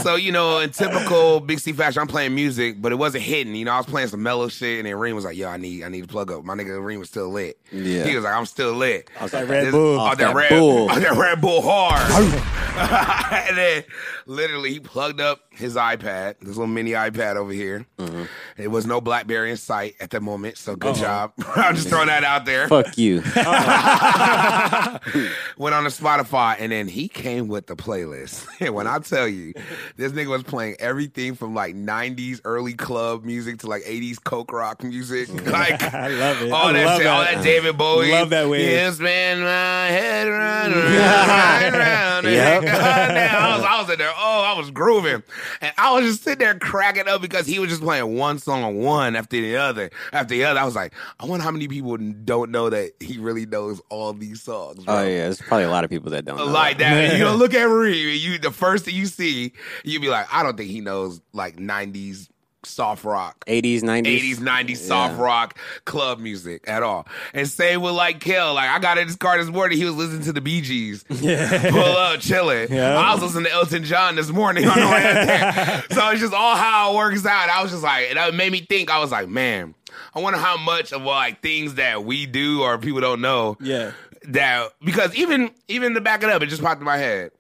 S2: So you know, in typical Big C fashion, I'm playing music, but it wasn't hitting. You know, I was playing some mellow shit, and then Reem was like, "Yo, I need, I need to plug up." My nigga Reem was still lit.
S5: Yeah.
S2: he was like, "I'm still lit." I
S3: like, Red Bull.
S2: Oh,
S5: Off
S2: that,
S5: that
S2: Red
S5: Bull.
S2: off that Red Bull hard. and then literally, he plugged up his iPad, this little mini iPad over here. It was no BlackBerry in sight at the moment, so good job. I'm just throwing that out there.
S5: Fuck you.
S2: Went on to Spotify, and then he came with the playlist. And when I tell you, this nigga was playing everything from like 90s early club music to like 80s coke rock music. Like,
S3: I love it.
S2: all
S3: I
S2: that
S3: love
S2: shit, all that David Bowie.
S3: Love that wave.
S2: Yeah, spin my head round, round, round,
S5: Yep.
S2: round. I, was, I was in there. Oh, I was grooving, and I was just sitting there cracking up because he was just playing one song one after the other after the other. I was like, I wonder how many people don't know that he really knows all these songs. Bro.
S5: Oh yeah, there's probably a lot of people that don't know
S2: Like that, And you don't look at Reem. and You the first thing you see, you be like, I don't think he knows like '90s soft rock
S5: 80s, 90s,
S2: 80s, 90s soft rock club music at all. And same with like Kel. Like I got in his car this morning, he was listening to the Bee Gees. Pull up, chilling.
S3: Yeah.
S2: I was listening to Elton John this morning on the way out there. So it's just all how it works out. I was just like, and that made me think, I was like, man, I wonder how much of like things that we do or people don't know
S3: Yeah.
S2: that because even even to back it up, it just popped in my head.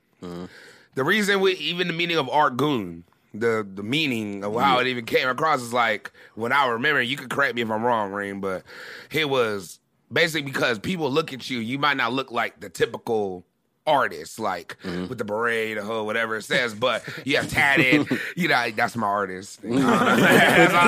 S2: The reason we even the meaning of art goon, the the meaning of how it even came across is like when I remember, you could correct me if I'm wrong, Reem, but it was basically because people look at you, you might not look like the typical artist, like with the beret, the hood, whatever it says, but you have tatted, you know, that's my artist. You know, that's all I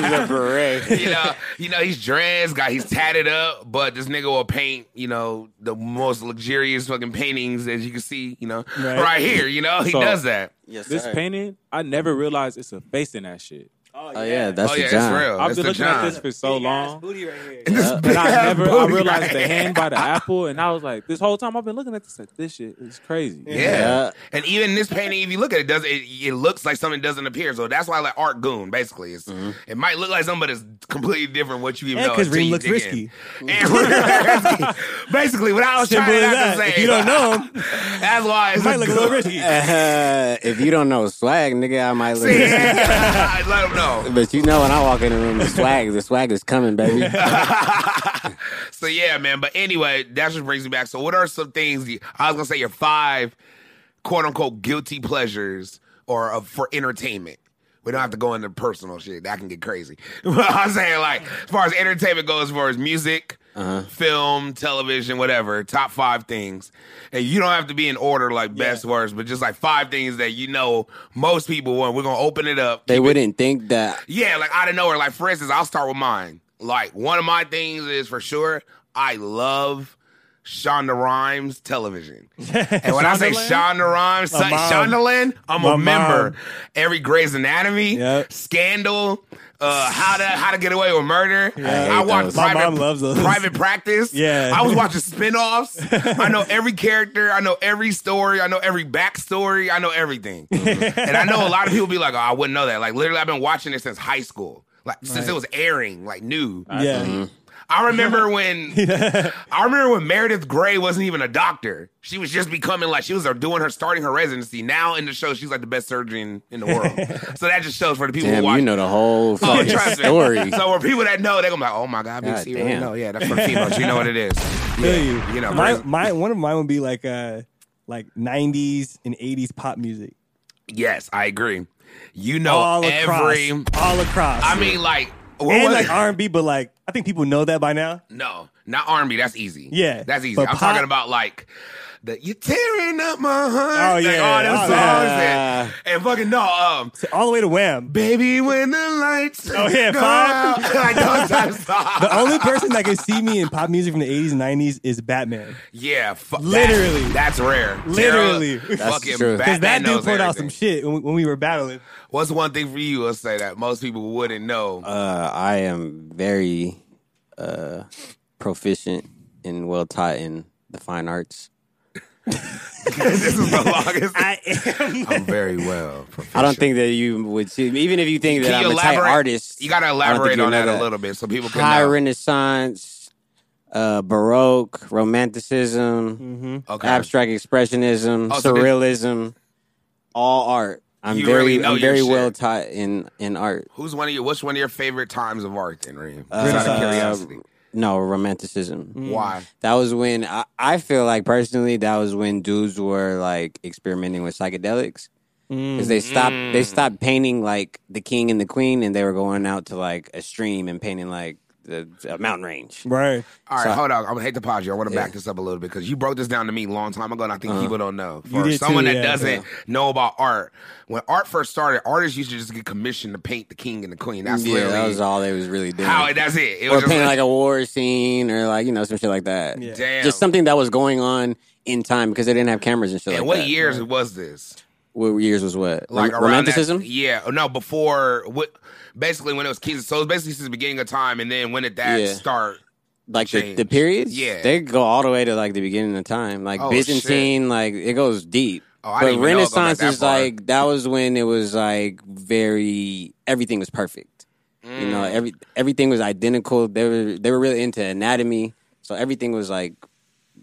S2: have
S5: The beret.
S2: you know, you know, he's dressed, got he's tatted up, but this nigga will paint, you know, the most luxurious fucking paintings as you can see, you know, right,
S3: Right.
S2: here, you know, he
S6: So-
S2: does that.
S5: Yes,
S6: This
S5: sir.
S6: painting, I never realized it's a face in that shit.
S5: Oh yeah, that's
S2: oh
S5: the
S2: yeah,
S5: John.
S2: it's real.
S6: I've
S2: It's
S6: been
S2: the
S6: looking at
S2: John.
S6: this for so long.
S2: This
S6: And I
S2: big-ass
S6: never I
S2: booty,
S6: realized the
S2: right?
S6: hand by the apple, and I was like, this whole time I've been looking at this, like, this shit is crazy.
S2: Yeah.
S5: Yeah.
S2: and even this painting, if you look at it, does it? It looks like something doesn't appear. So that's why I like art goon. Basically, it's,
S5: Mm-hmm.
S2: it might look like something, but it's completely different what you even
S3: And
S2: know.
S3: 'cause
S2: until
S3: Reem
S2: you
S3: looks
S2: dig in.
S3: risky.
S2: And Reem looks risky. Basically, what I was
S3: Simple
S2: trying
S3: as
S2: not
S3: that.
S2: to say.
S3: If you don't know him,
S2: that's why it's
S3: it might look a little risky.
S5: Uh, if you don't know swag, nigga, I might look.
S2: Yeah, let him know.
S5: But you know when I walk in the room, the swag, the swag is coming, baby.
S2: So yeah, man. But anyway, that just brings me back. So what are some things you, I was gonna say your five quote unquote guilty pleasures or of, for entertainment? We don't have to go into personal shit. That can get crazy. But I'm saying like as far as entertainment goes, as far as music, film, television, whatever, top five things. And you don't have to be in order like best worst, but just like five things that you know most people want. We're gonna open it up.
S5: They wouldn't think that.
S2: Yeah, like out of nowhere. Like for instance, I'll start with mine. Like one of my things is for sure, I love Shonda Rhimes television. And when I say Shonda Rhimes, son,
S3: mom.
S2: Shonda Lynn, I'm
S3: My
S2: a member.
S3: mom.
S2: Every Grey's Anatomy,
S3: Yep.
S2: Scandal, uh, How to How to Get Away with Murder.
S5: hate
S2: I, watch
S5: those.
S3: My
S2: private,
S3: mom loves those.
S2: private practice.
S3: Yeah.
S2: I was watching spin-offs. I know every character. I know every story. I know every backstory. I know everything. and I know a lot of people be like, oh, I wouldn't know that. Like literally, I've been watching it since high school. Like since it was airing, like new.
S3: Yeah.
S2: I remember when I remember when Meredith Grey wasn't even a doctor. She was just becoming like she was uh, doing her starting her residency. Now in the show, she's like the best surgeon in the world. so that just shows for the people who
S5: Damn,
S2: watch.
S5: you know the whole
S2: Oh,
S5: fucking
S2: trust me.
S5: story.
S2: So for people that know, they're gonna be like, "Oh my god, Big
S5: God
S2: C really
S5: damn.
S2: know." Yeah, that's for females. You know what it is.
S3: Feel
S2: Yeah,
S3: you.
S2: know,
S3: my,
S2: crazy.
S3: my one of mine would be like uh like '90s and '80s pop music.
S2: yes, I agree. You know
S3: all across,
S2: Oh, every.
S3: all across.
S2: I mean, like what
S3: and
S2: was
S3: like
S2: it?
S3: R&B, but like I think people know that by now.
S2: No, not army. That's easy.
S3: Yeah,
S2: that's easy.
S3: but
S2: I'm
S3: pop-
S2: talking about like the you tearing up my heart.
S3: Oh,
S2: like,
S3: yeah,
S2: all them
S3: oh,
S2: songs
S5: yeah.
S2: and, and fucking no. Um,
S3: So all the way to Wham.
S2: baby, when the lights
S3: Oh, yeah,
S2: go
S3: pop.
S2: out. like those types of songs.
S3: The only person that can see me in pop music from the '80s and '90s is Batman,
S2: yeah, fu-
S3: Literally.
S2: that's, that's rare.
S3: Literally.
S2: Tear up
S5: That's
S2: fucking
S5: true. 'Cause
S3: because
S2: Batman
S3: that dude
S2: knows
S3: pulled out some
S2: everything.
S3: shit when we, when we were battling.
S2: What's one thing for you? I'll say that most people wouldn't know.
S5: Uh, I am very uh, proficient and well taught in the fine arts.
S2: this is the longest.
S3: I am.
S2: I'm very well.
S5: I don't think that you would see, even if you think that I'm a tight artist.
S2: You gotta
S5: I don't think
S2: elaborate
S5: you
S2: on
S5: know
S2: that, a little bit so people can
S5: High
S2: know.
S5: Renaissance, uh, Baroque, Romanticism,
S2: Okay.
S5: abstract expressionism,
S2: Oh, so this-
S5: surrealism, all art. I'm
S2: You
S5: very,
S2: really know
S5: I'm very
S2: your
S5: well
S2: shit.
S5: taught in in art.
S2: Who's one of your? What's one of your favorite times of art, then, Reem? Just out of
S5: Uh, mm.
S2: curiosity,
S5: No, romanticism.
S2: why?
S5: That was when I, I feel like personally that was when dudes were like experimenting with psychedelics because they stopped
S2: Mm.
S5: they stopped painting like the king and the queen and they were going out to like a stream and painting like the, a mountain range.
S3: Right.
S2: All right,
S5: So-
S2: hold on. I'm gonna hate to pause you. I want to back
S5: Yeah. Uh-huh.
S2: this up a little bit because you broke this down to me a long time ago, and I think people don't know.
S3: You
S2: For
S3: did
S2: someone
S3: too,
S2: that
S3: yeah.
S2: doesn't know about art, when art first started, artists used to just get commissioned to paint the king and the queen. That's
S5: yeah,
S2: literally
S5: that was all they was really doing.
S2: how. That's it. It
S5: or
S2: was just
S5: painting like a war scene or like you know some shit like that.
S3: Yeah.
S2: damn.
S5: Just something that was going on in time because they didn't have cameras and shit
S2: and
S5: like
S2: what
S5: that.
S2: years was this?
S5: What years was what?
S2: like
S5: Rom-
S2: around
S5: romanticism?
S2: That, yeah, no, before what? Basically, when it was Keys. So it was basically since the beginning of time, and then when did that
S5: Yeah.
S2: start?
S5: like the,
S2: changed.
S5: the periods?
S2: Yeah.
S5: They go all the way to like the beginning of time. Like
S2: Oh,
S5: Byzantine, like it goes deep.
S2: Oh,
S5: but
S2: I didn't even know it go
S5: Renaissance
S2: back that
S5: is
S2: far.
S5: like that was when it was like very everything was perfect. You
S2: Mm.
S5: know, every everything was identical. They were they were really into anatomy. So everything was like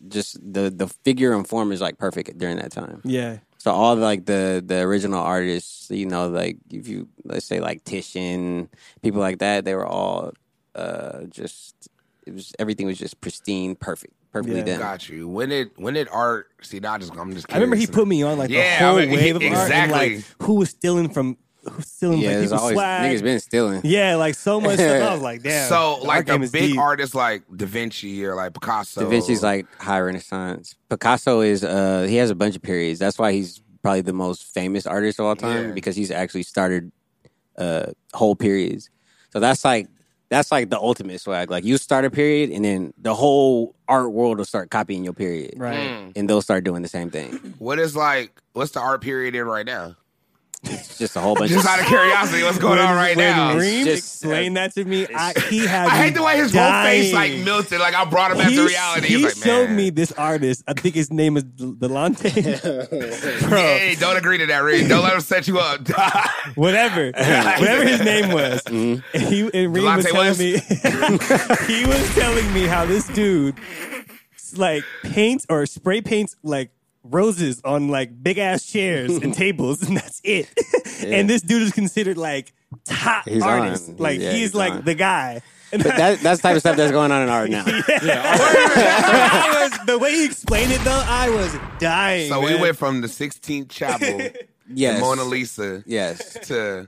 S5: just the the figure and form is like perfect during that time.
S3: Yeah.
S5: So all like the the original artists, you know, like if you let's say like Titian, people like that, they were all uh just it was everything was just pristine, perfect, perfectly
S3: Yeah.
S5: done.
S2: Got you. When did when did art? See, now I just I'm just. Curious.
S3: I remember he put me on like
S2: Yeah,
S3: the whole
S2: I mean,
S3: wave of art and, like
S2: exactly.
S3: who was stealing from who's stealing
S5: Yeah,
S3: like
S5: there's
S3: people's
S5: always
S3: swag.
S5: niggas been stealing.
S3: Yeah, like so much stuff. I was like, damn.
S2: So,
S3: the
S2: like
S3: art game
S2: a
S3: is
S2: big
S3: deep.
S2: artist like Da Vinci or like Picasso.
S5: Da Vinci's like high Renaissance. Picasso is uh he has a bunch of periods. That's why he's probably the most famous artist of all time
S2: Yeah.
S5: because he's actually started uh whole periods. So that's like that's like the ultimate swag. Like you start a period and then the whole art world will start copying your period.
S3: Right.
S2: Mm.
S5: And they'll start doing the same thing.
S2: what is like? What's the art period in right now?
S5: It's just a whole bunch
S2: Just
S5: of
S2: out of curiosity, what's going on right
S3: when
S2: now?
S3: Reem
S5: It's just- uh,
S3: explained that to me. I, he had
S2: I
S3: me
S2: hate the way his
S3: dying.
S2: whole face like melted. Like I brought him back to
S3: He-
S2: reality.
S3: He
S2: He's like,
S3: showed
S2: man.
S3: me this artist. I think his name is Del- Delonte. Bro,
S2: Hey, don't agree to that, Reed. Don't let him set you up.
S3: whatever, whatever his name was.
S5: Mm-hmm.
S3: And he and Reem was
S2: Delonte
S3: telling
S2: West?
S3: me he was telling me how this dude like paints or spray paints like roses on like big ass chairs and tables, and that's it. and this dude is considered like top
S5: He's on.
S3: artist. Like
S5: Yeah,
S3: he's,
S5: he's
S3: like
S5: on.
S3: the guy. And
S5: But that, that's the type of stuff that's going on in art now.
S3: I was, the way he explained it though, I was dying.
S2: so we
S3: man.
S2: went from the 16th Chapel,
S5: Yes.
S2: Mona Lisa,
S5: Yes.
S2: to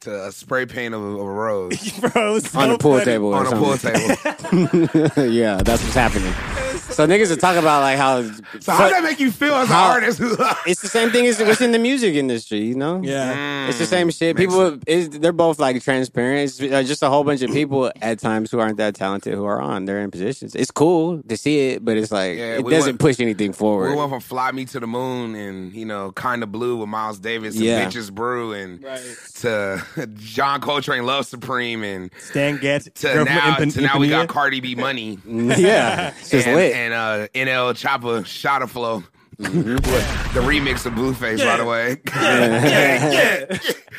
S2: to a spray paint of a, of a rose
S3: Bro, it was so
S5: on a pool
S3: funny.
S5: table or
S2: on a
S5: something.
S2: pool table.
S5: yeah, that's what's happening. So niggas are talking about like how
S2: So how does that make you feel as an
S5: How-
S2: artist?
S5: it's the same thing as what's in the music industry, you know?
S3: Yeah.
S2: Mm.
S5: It's the same shit. People, it's, they're both like transparent. It's uh, just a whole bunch of people at times who aren't that talented who are on. They're in positions. It's cool to see it, but it's like
S2: Yeah,
S5: it
S2: we
S5: doesn't
S2: went-
S5: push anything forward.
S2: we went from Fly Me to the Moon and you know Kind of Blue with Miles Davis and
S5: Yeah.
S2: Bitches Brew and
S6: Right.
S2: to John Coltrane Love Supreme and
S3: Stan Getz.
S2: to
S3: girlfriend
S2: now
S3: Impen-
S2: to now we got
S3: Impania.
S2: Cardi B Money
S5: yeah, it's just
S2: and,
S5: lit. Mm-hmm.
S2: and uh, NL Choppa Shotta Flow. the remix of Blueface, by the way.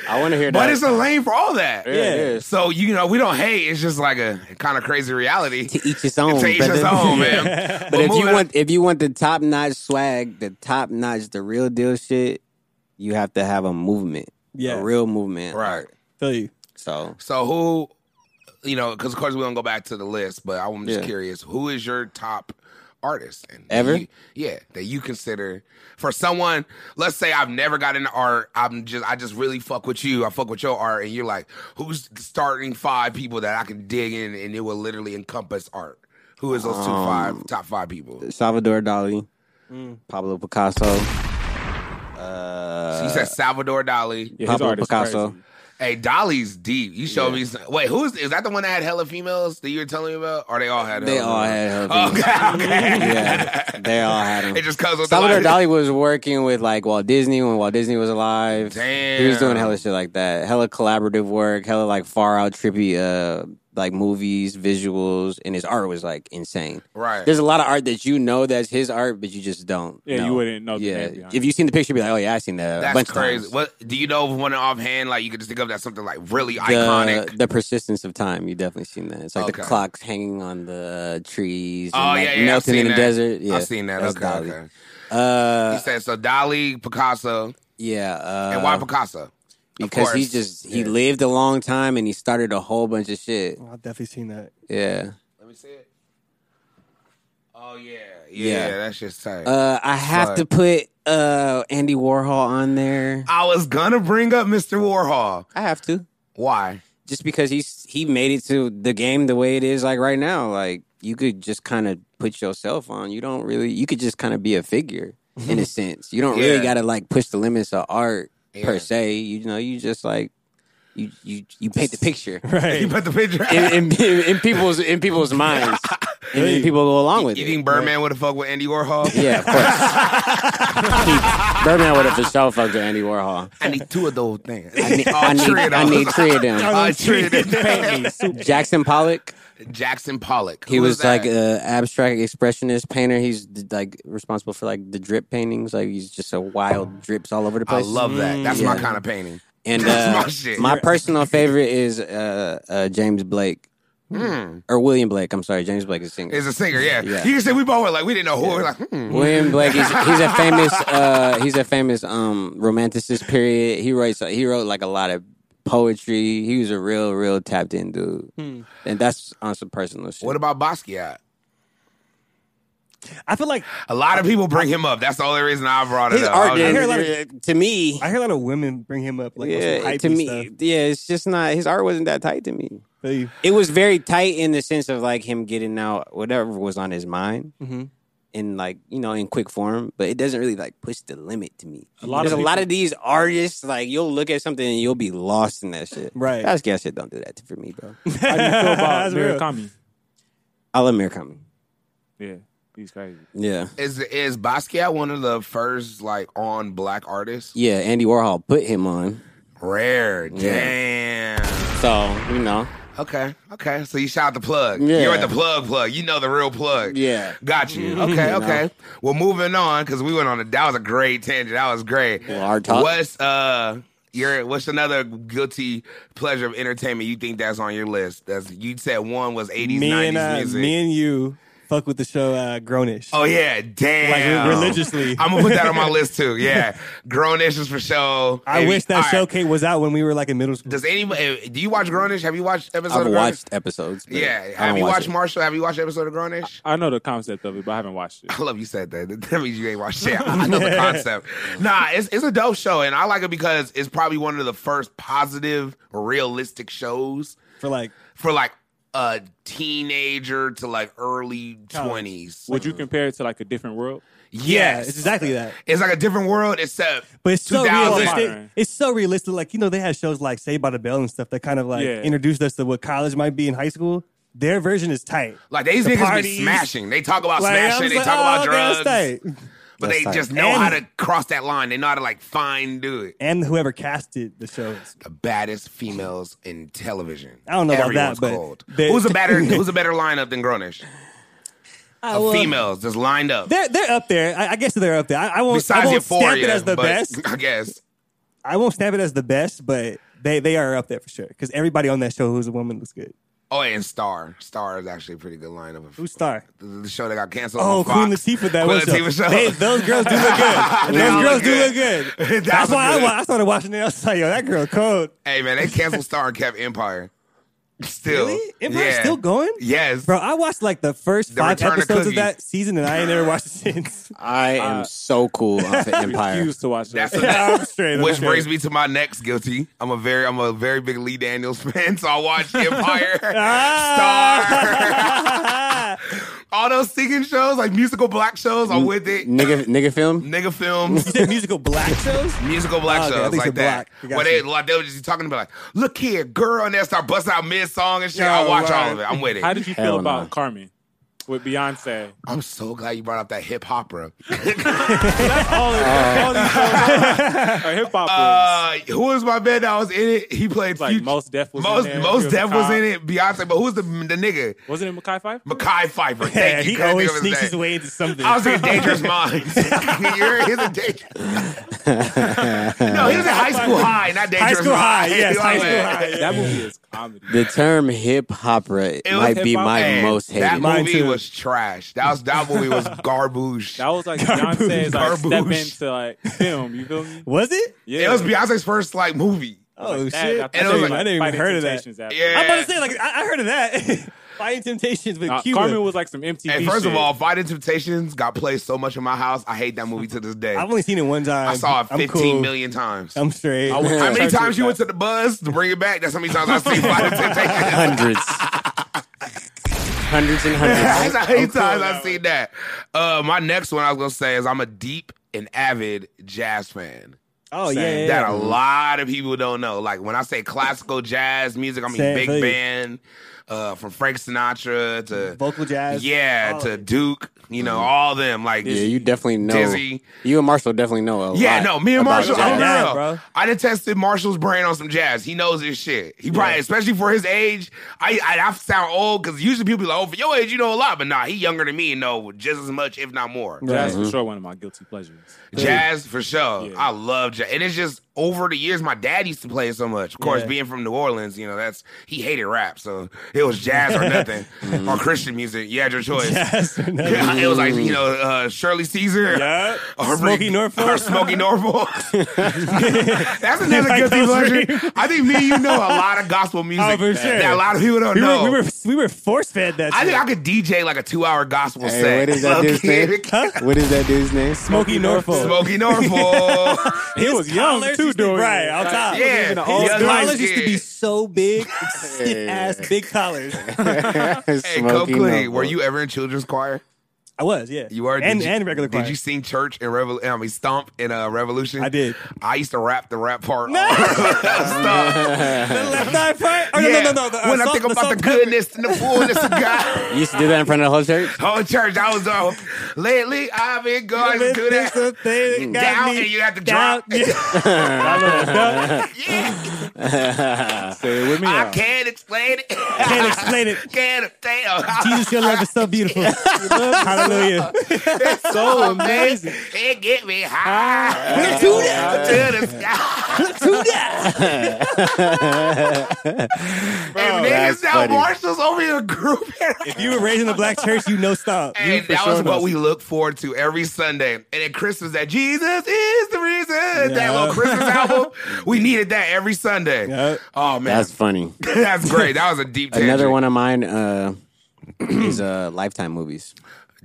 S5: I want to hear
S2: But
S5: that.
S2: it's a lane for all that.
S5: yeah, it is.
S2: So you know, we don't hate. It's just like a kind of crazy reality.
S5: to each his own.
S2: To each his
S5: brother.
S2: own, man.
S5: But if you
S2: moving-
S5: want, if you want the top notch swag, the top notch, the real deal shit, you have to have a movement,
S3: Yes.
S5: a real movement,
S2: right?
S3: Feel you.
S5: So
S2: So who, you know, because of course we don't go back to the list, but I'm just
S5: Yeah.
S2: curious, who is your top artist and that
S5: Ever?
S2: you- yeah, that you consider for someone. Let's say I've never got into art. I'm just, I just really fuck with you. I fuck with your art, and you're like, who's the starting five people that I can dig in, and it will literally encompass art. Who is those two
S5: Um,
S2: five top five people?
S5: Salvador Dali,
S6: Mm.
S5: Pablo Picasso. uh,
S2: So you said Salvador Dali.
S6: Yeah, his
S5: Pablo
S6: art is
S5: Picasso.
S6: crazy.
S2: Hey, Dolly's deep. You showed me. Some, wait, who's is that? The one that had hella females that you were telling me about? Or they all had?
S5: They
S2: hella
S5: all
S2: females?
S5: had hella
S2: Okay, okay.
S5: Yeah, they all had him.
S2: It just comes with
S5: Salvador
S2: the life.
S5: Dali was working with like Walt Disney when Walt Disney was alive. He was doing
S2: Damn.
S5: hella shit like that. Hella collaborative work, hella like far out trippy uh like movies, visuals, and his art was like insane.
S2: Right.
S5: There's a lot of art that you know that's his art, but you just don't.
S6: Yeah, you wouldn't know the
S5: Yeah.
S6: name behind
S5: if you seen the picture, you'd be like, oh yeah, I seen that. a bunch
S2: That's
S5: of
S2: crazy.
S5: times.
S2: What do you know of one offhand? Like you could just think of that something like really
S5: the,
S2: iconic.
S5: The persistence of time. You definitely seen that. It's like
S2: Okay.
S5: the clocks hanging on the uh, trees.
S2: Oh
S5: And like
S2: yeah, yeah,
S5: melting
S2: I've seen
S5: in the
S2: that.
S5: desert. Yeah,
S2: I've seen that.
S5: that's
S2: Okay,
S5: Dali.
S2: okay.
S5: Uh,
S2: He said so. Dali, Picasso,
S5: yeah. Uh,
S2: and why Picasso?
S5: Because he
S2: course.
S5: just he
S2: Yeah.
S5: lived a long time and he started a whole bunch of shit.
S3: Oh, I've definitely seen that.
S5: Yeah.
S2: Let me see it. Oh yeah, yeah,
S5: Yeah.
S2: that's just tight.
S5: Uh, I have
S2: Fuck.
S5: to put uh Andy Warhol on there.
S2: I was gonna bring up Mr. Warhol.
S5: I have to.
S2: Why?
S5: just because he's he made it to the game the way it is like right now like you could just kind of put yourself on you don't really you could just kind of be a figure in a sense you don't
S2: Yeah.
S5: really got to like push the limits of art
S2: Yeah.
S5: per se you know you just like you you you paint the picture
S2: He
S3: Right.
S2: put the picture.
S5: in, in, in people's in people's minds and then people go along with
S2: you
S5: it
S2: think Birdman would have fucked with Andy Warhol?
S5: yeah of course He- Birdman would have for sure fucked with Andy Warhol
S2: I need two of those things.
S5: I need,
S2: All
S5: I need,
S2: three of
S5: I
S2: those.
S5: need three of them
S2: All three of them.
S5: Jackson Pollock
S2: Jackson Pollock.
S5: He
S2: Who
S5: was
S2: is that?
S5: like an abstract expressionist painter. He's d- like responsible for like the drip paintings. Like he's just a wild drips all over the
S2: I
S5: place.
S2: love that. That's my
S5: Yeah.
S2: kind of painting.
S5: And
S2: That's
S5: uh,
S2: my shit.
S5: personal favorite is uh, uh, James Blake
S2: Mm.
S5: or William Blake. I'm sorry, James Blake is a singer.
S2: Is a singer, yeah.
S5: Yeah.
S2: You can say we both were like we didn't know who. We're like, hmm.
S5: William Blake is he's a famous uh, he's a famous um, romanticist. Period. He writes he wrote like a lot of poetry. He was a real real tapped in dude, and that's on some personal shit.
S2: What about Basquiat?
S3: I feel like
S2: A lot of people bring him up. That's the only reason I brought it
S5: his
S2: up. I
S5: art
S2: was just-
S3: hear a lot
S5: didn't- to me
S3: I hear a lot of women bring him up like on some
S5: yeah,
S3: hype
S5: to
S3: and
S5: me,
S3: stuff.
S5: yeah, it's just not his art wasn't that tight to me.
S3: Hey,
S5: It was very tight in the sense of like him getting out whatever was on his mind in like you know in quick form, but it doesn't really like push the limit to me.
S6: lot
S5: There's
S6: of
S5: a lot
S6: people-
S5: of these artists like you'll look at something and you'll be lost in that shit.
S3: Right.
S5: that's gas shit. Don't do that for me, bro.
S6: How do you feel about
S3: That's real.
S6: Murakami?
S5: I love Murakami.
S6: Yeah, he's crazy.
S5: Yeah,
S2: Is is Basquiat one of the first like on black artists?
S5: yeah. Andy Warhol put him on,
S2: Rare.
S5: Yeah.
S2: Damn.
S5: so you know.
S2: Okay. Okay. So you shout the plug.
S5: Yeah.
S2: You're at the plug plug. You know the real plug.
S5: Yeah.
S2: Got
S5: Mm-hmm.
S2: you. Okay. Okay. Well, moving on because we went on a that was a great tangent. That was great.
S5: Well, our talk.
S2: What's uh your what's another guilty pleasure of entertainment you think that's on your list? That's you said one was eighties
S3: me
S2: nineties
S3: and uh,
S2: music.
S3: me and you fuck with the show uh, Grownish.
S2: oh yeah, damn.
S3: Like, religiously.
S2: I'm gonna put that on my list too. Yeah, grown issues for show.
S3: I
S2: Maybe-
S3: wish that
S2: all
S3: show
S2: right.
S3: cake was out when we were like in middle school.
S2: Does anybody? Do you watch Grownish? Have you watched episode?
S5: I've
S2: of Grownish?
S5: watched episodes. but I
S2: Yeah.
S5: don't
S2: Have you
S5: watch
S2: watched
S5: it.
S2: Marshall? Have you watched episode of Grownish?
S6: I know the concept of it, but I haven't watched it.
S2: I love you said that. That means you ain't watched shit. I know the concept. Nah, it's it's a dope show, and I like it because it's probably one of the first positive, realistic shows
S3: for like
S2: for like a teenager to like early twenties.
S6: Would you compare it to like a different world?
S3: yeah,
S2: Yes,
S3: it's exactly that.
S2: it's like a different world except
S3: But it's so
S2: 2000.
S3: realistic.
S6: Modern.
S3: It's so realistic. Like you know, they had shows like Saved by the Bell and stuff that kind of like
S6: Yeah.
S3: introduced us to what college might be in high school. Their version is tight.
S2: Like these
S3: The
S2: niggas
S3: parties.
S2: be smashing. They talk about
S3: Like, I
S2: smashing.
S3: was
S2: They
S3: like,
S2: talk about
S3: oh, okay,
S2: drugs,
S3: that's tight.
S2: but
S5: That's
S2: they
S5: tight.
S2: just know
S3: And-
S2: how to cross that line. They know how to like fine do it.
S3: And whoever casted the show, is-
S2: the baddest females in television.
S3: I don't know about
S2: Everyone's
S3: that, but
S2: cold.
S3: they-
S2: who's a better who's a better lineup than Grownish? Of females just lined up.
S3: they're they're up there. I, I guess they're up there. I, I won't. I
S2: Besides
S3: won't stamp it
S2: Euphoria,
S3: as the
S2: but
S3: best.
S2: I guess.
S3: I won't stamp it as the best, but they they are up there for sure. Because everybody on that show who's a woman was good.
S2: Oh, and Star. Star is actually a pretty good lineup. Of,
S3: Who's star?
S2: The, the show that got canceled.
S3: Oh,
S2: on Fox.
S3: Queen Latifah, that
S2: Queen
S3: was show.
S2: Latifah show.
S3: They- those girls do look good.
S2: They
S3: those
S2: look
S3: girls
S2: good.
S3: do look good.
S2: That
S3: That's
S2: was
S3: why I,
S2: good.
S3: wa- I started watching it. I was like, yo, that girl cold.
S2: hey man, they canceled Star and kept Empire. Still,
S3: Really? Empire's
S2: Yeah.
S3: still going?
S2: Yes,
S3: Bro, I watched like the first
S2: The
S3: five
S2: Return of
S3: episodes of,
S2: Cookie.
S3: that season and I ain't never watched it since.
S5: I
S2: uh,
S5: am so cool off of Empire.
S6: Refuse to watch
S2: That's
S6: that.
S2: a-
S3: I'm straight.
S2: Which
S3: okay.
S2: brings me to my next guilty. I'm a very I'm a very big Lee Daniels fan, so I watched Empire,
S3: Ah.
S2: Star, all those singing shows, like musical black shows. I'm with it.
S5: nigga, nigga film.
S2: Nigga films,
S3: You said musical black shows?
S2: musical black
S3: Oh, okay, I
S2: shows
S3: think
S2: like
S3: it's
S2: that.
S3: black. I got
S2: Where they
S3: you.
S2: like they were just talking about like, look here, girl, and they start busting out mid song and shit. I
S3: Oh,
S2: watch
S3: right.
S2: all of it. I'm with it.
S6: How did you
S5: Hell
S6: feel about
S5: nah.
S6: Carmen? with Beyonce.
S2: I'm so glad you brought up that hip hopper.
S6: All, all these songs are hip hop.
S2: Uh, who was my man that was in it? He played
S6: like
S2: Future-
S6: most Def was
S2: most
S6: in there.
S2: most
S6: He
S2: Def
S6: a
S2: was
S6: cop.
S2: in it. Beyonce, but who's the the nigga?
S6: Wasn't it Mackay Five?
S2: Mackay Pfeiffer. Thank
S3: Yeah,
S2: you.
S3: he
S2: Couldn't
S3: always
S2: think of
S3: sneaks
S2: name.
S3: his way into something.
S2: I was in Dangerous Minds. You're he's in Dangerous. no, he was in High School High, not Dangerous.
S3: School High,
S2: Minds.
S3: yes,
S2: My
S3: High School
S2: bad.
S3: High.
S6: That movie is comedy.
S5: The term hip hopper
S2: It was
S5: might be
S6: hip-hop
S5: my
S2: Man,
S5: most hated.
S2: That
S3: Mine
S2: movie
S3: too.
S2: was trash. That was that movie was garbage.
S6: That was like Beyonce's like step
S2: Garbage.
S6: into like film. You feel me?
S3: Was it?
S6: Yeah,
S2: It was Beyonce's first like movie.
S3: Oh
S6: That-
S3: shit!
S6: I,
S3: I,
S2: it
S6: think
S2: was
S6: like
S2: like-
S3: I didn't even
S6: Fighting
S3: heard of that.
S6: Temptations after.
S2: Yeah.
S3: I'm about to say like I, I heard of that. Fighting Temptations with
S6: Nah,
S3: Cuba.
S6: Uh, Carmen was like some MTV.
S2: And first of
S6: shit.
S2: all, Fighting Temptations got played so much in my house. I hate that movie to this day.
S3: I've only seen it one time.
S2: I saw it
S3: I'm
S2: 15
S3: cool.
S2: million times.
S3: I'm straight.
S6: I went-
S2: How many
S6: Search
S2: times
S6: it
S2: you
S6: back.
S2: went to the buzz to bring it back? That's how many times I've seen Fighting Temptations.
S5: hundreds, hundreds and
S2: That's
S5: hundreds.
S2: how many times
S6: that
S2: I've seen that. Uh, my next one I was gonna say is I'm a deep and avid jazz fan.
S3: oh yeah, yeah,
S6: Same.
S2: That
S3: yeah.
S2: a lot of people don't know. Like when I say classical jazz music, I mean
S3: Same
S2: big
S3: thing.
S2: band, uh, from Frank Sinatra to
S3: vocal jazz.
S2: yeah
S3: Oh,
S2: to Duke. You know
S3: Mm-hmm.
S2: all them. Like
S5: Yeah, you definitely know.
S2: Dizzy.
S5: You and Marshall definitely know. A
S2: Yeah,
S5: lot
S2: no, me and
S5: about
S2: Marshall,
S5: jazz.
S2: I'm
S3: jazz,
S2: real.
S3: bro.
S2: I done tested Marshall's brain on some jazz. He knows his shit. He probably, especially for his age, I I, I sound old because usually people be like, oh, for your age, you know a lot, but nah, he younger than me and know just as much, if not more.
S6: Jazz
S5: Mm-hmm.
S6: for sure one of my guilty pleasures.
S2: Jazz for sure.
S6: Yeah.
S2: I love jazz, and it's just over the years, my dad used to play it so much. Of course,
S3: Yeah.
S2: being from New Orleans, you know that's he hated rap, so it was jazz or nothing or
S3: Mm-hmm.
S2: Christian music. You had your choice.
S3: Jazz.
S2: it was like you know uh, Shirley Caesar.
S3: Yeah.
S2: Or
S3: Smokey Norfolk.
S2: Or Smokey Norfolk. That's another
S3: Like
S2: guilty
S3: those
S2: pleasure. I think me and you know a lot of gospel music
S3: Oh, for sure.
S2: that a lot of people don't
S3: we,
S2: know.
S3: were, we were we were force fed that.
S2: I think
S3: shit.
S2: I could DJ like a two-hour gospel
S5: Hey,
S2: set.
S5: what is that dude's name?
S2: Okay.
S5: What is that dude's name?
S3: Smokey Norfolk.
S2: Smokey Norfolk.
S6: He was young
S3: collars
S6: too,
S3: used to-
S6: doing
S3: right
S6: it.
S3: on
S6: Like,
S3: top.
S6: he was
S2: Yeah,
S6: in an
S2: he
S6: old
S3: His
S2: Yeah,
S3: collars
S2: nice
S3: used to be
S2: kid.
S3: so big, stiff ass big collars.
S2: Hey, Coke Clean,
S5: Norfolk.
S2: were you ever in children's choir?
S3: I was, yeah.
S2: You were
S3: and
S2: did you-
S3: and regular choir.
S2: Did you sing church in Revol- I mean, Stomp in uh, Revolution?
S3: I did.
S2: I used to rap the rap part. Stomp.
S3: the left eye part? Oh, no,
S2: Yeah.
S3: no, no, no. The,
S2: when I
S3: assault-
S2: think about
S3: assault
S2: the
S3: pepper.
S2: goodness and the fullness of God.
S5: You used to do that in front of the whole church.
S2: whole church. I was on. Lately, I've been going to do
S3: This
S2: that. Mm.
S3: is the thing that got
S2: Down,
S3: me
S2: and you have to
S3: down.
S2: drop. Yeah,
S6: Say it with me.
S2: I
S6: now.
S2: can't explain it.
S3: Can't explain it.
S2: Can't tell.
S3: Jesus, your love is so beautiful. Hallelujah.
S2: It's so amazing. It get me high
S3: Do that.
S2: to the sky.
S3: Do that.
S2: And
S5: that's
S2: niggas now
S5: funny.
S2: Marshall's over here grouping.
S3: If you were raised in a black church, you know stop.
S2: Hey,
S3: You for
S2: that
S3: sure
S2: was
S3: know
S2: what we
S3: stop.
S2: look forward to every Sunday. And at Christmas, that Jesus is the reason. That
S3: Yeah.
S2: little Christmas album. We needed that every Sunday.
S3: Yeah.
S2: Oh, man.
S5: That's
S2: That's,
S5: funny.
S2: great. That was a deep tangent.
S5: Another one of mine uh, is uh, Lifetime movies.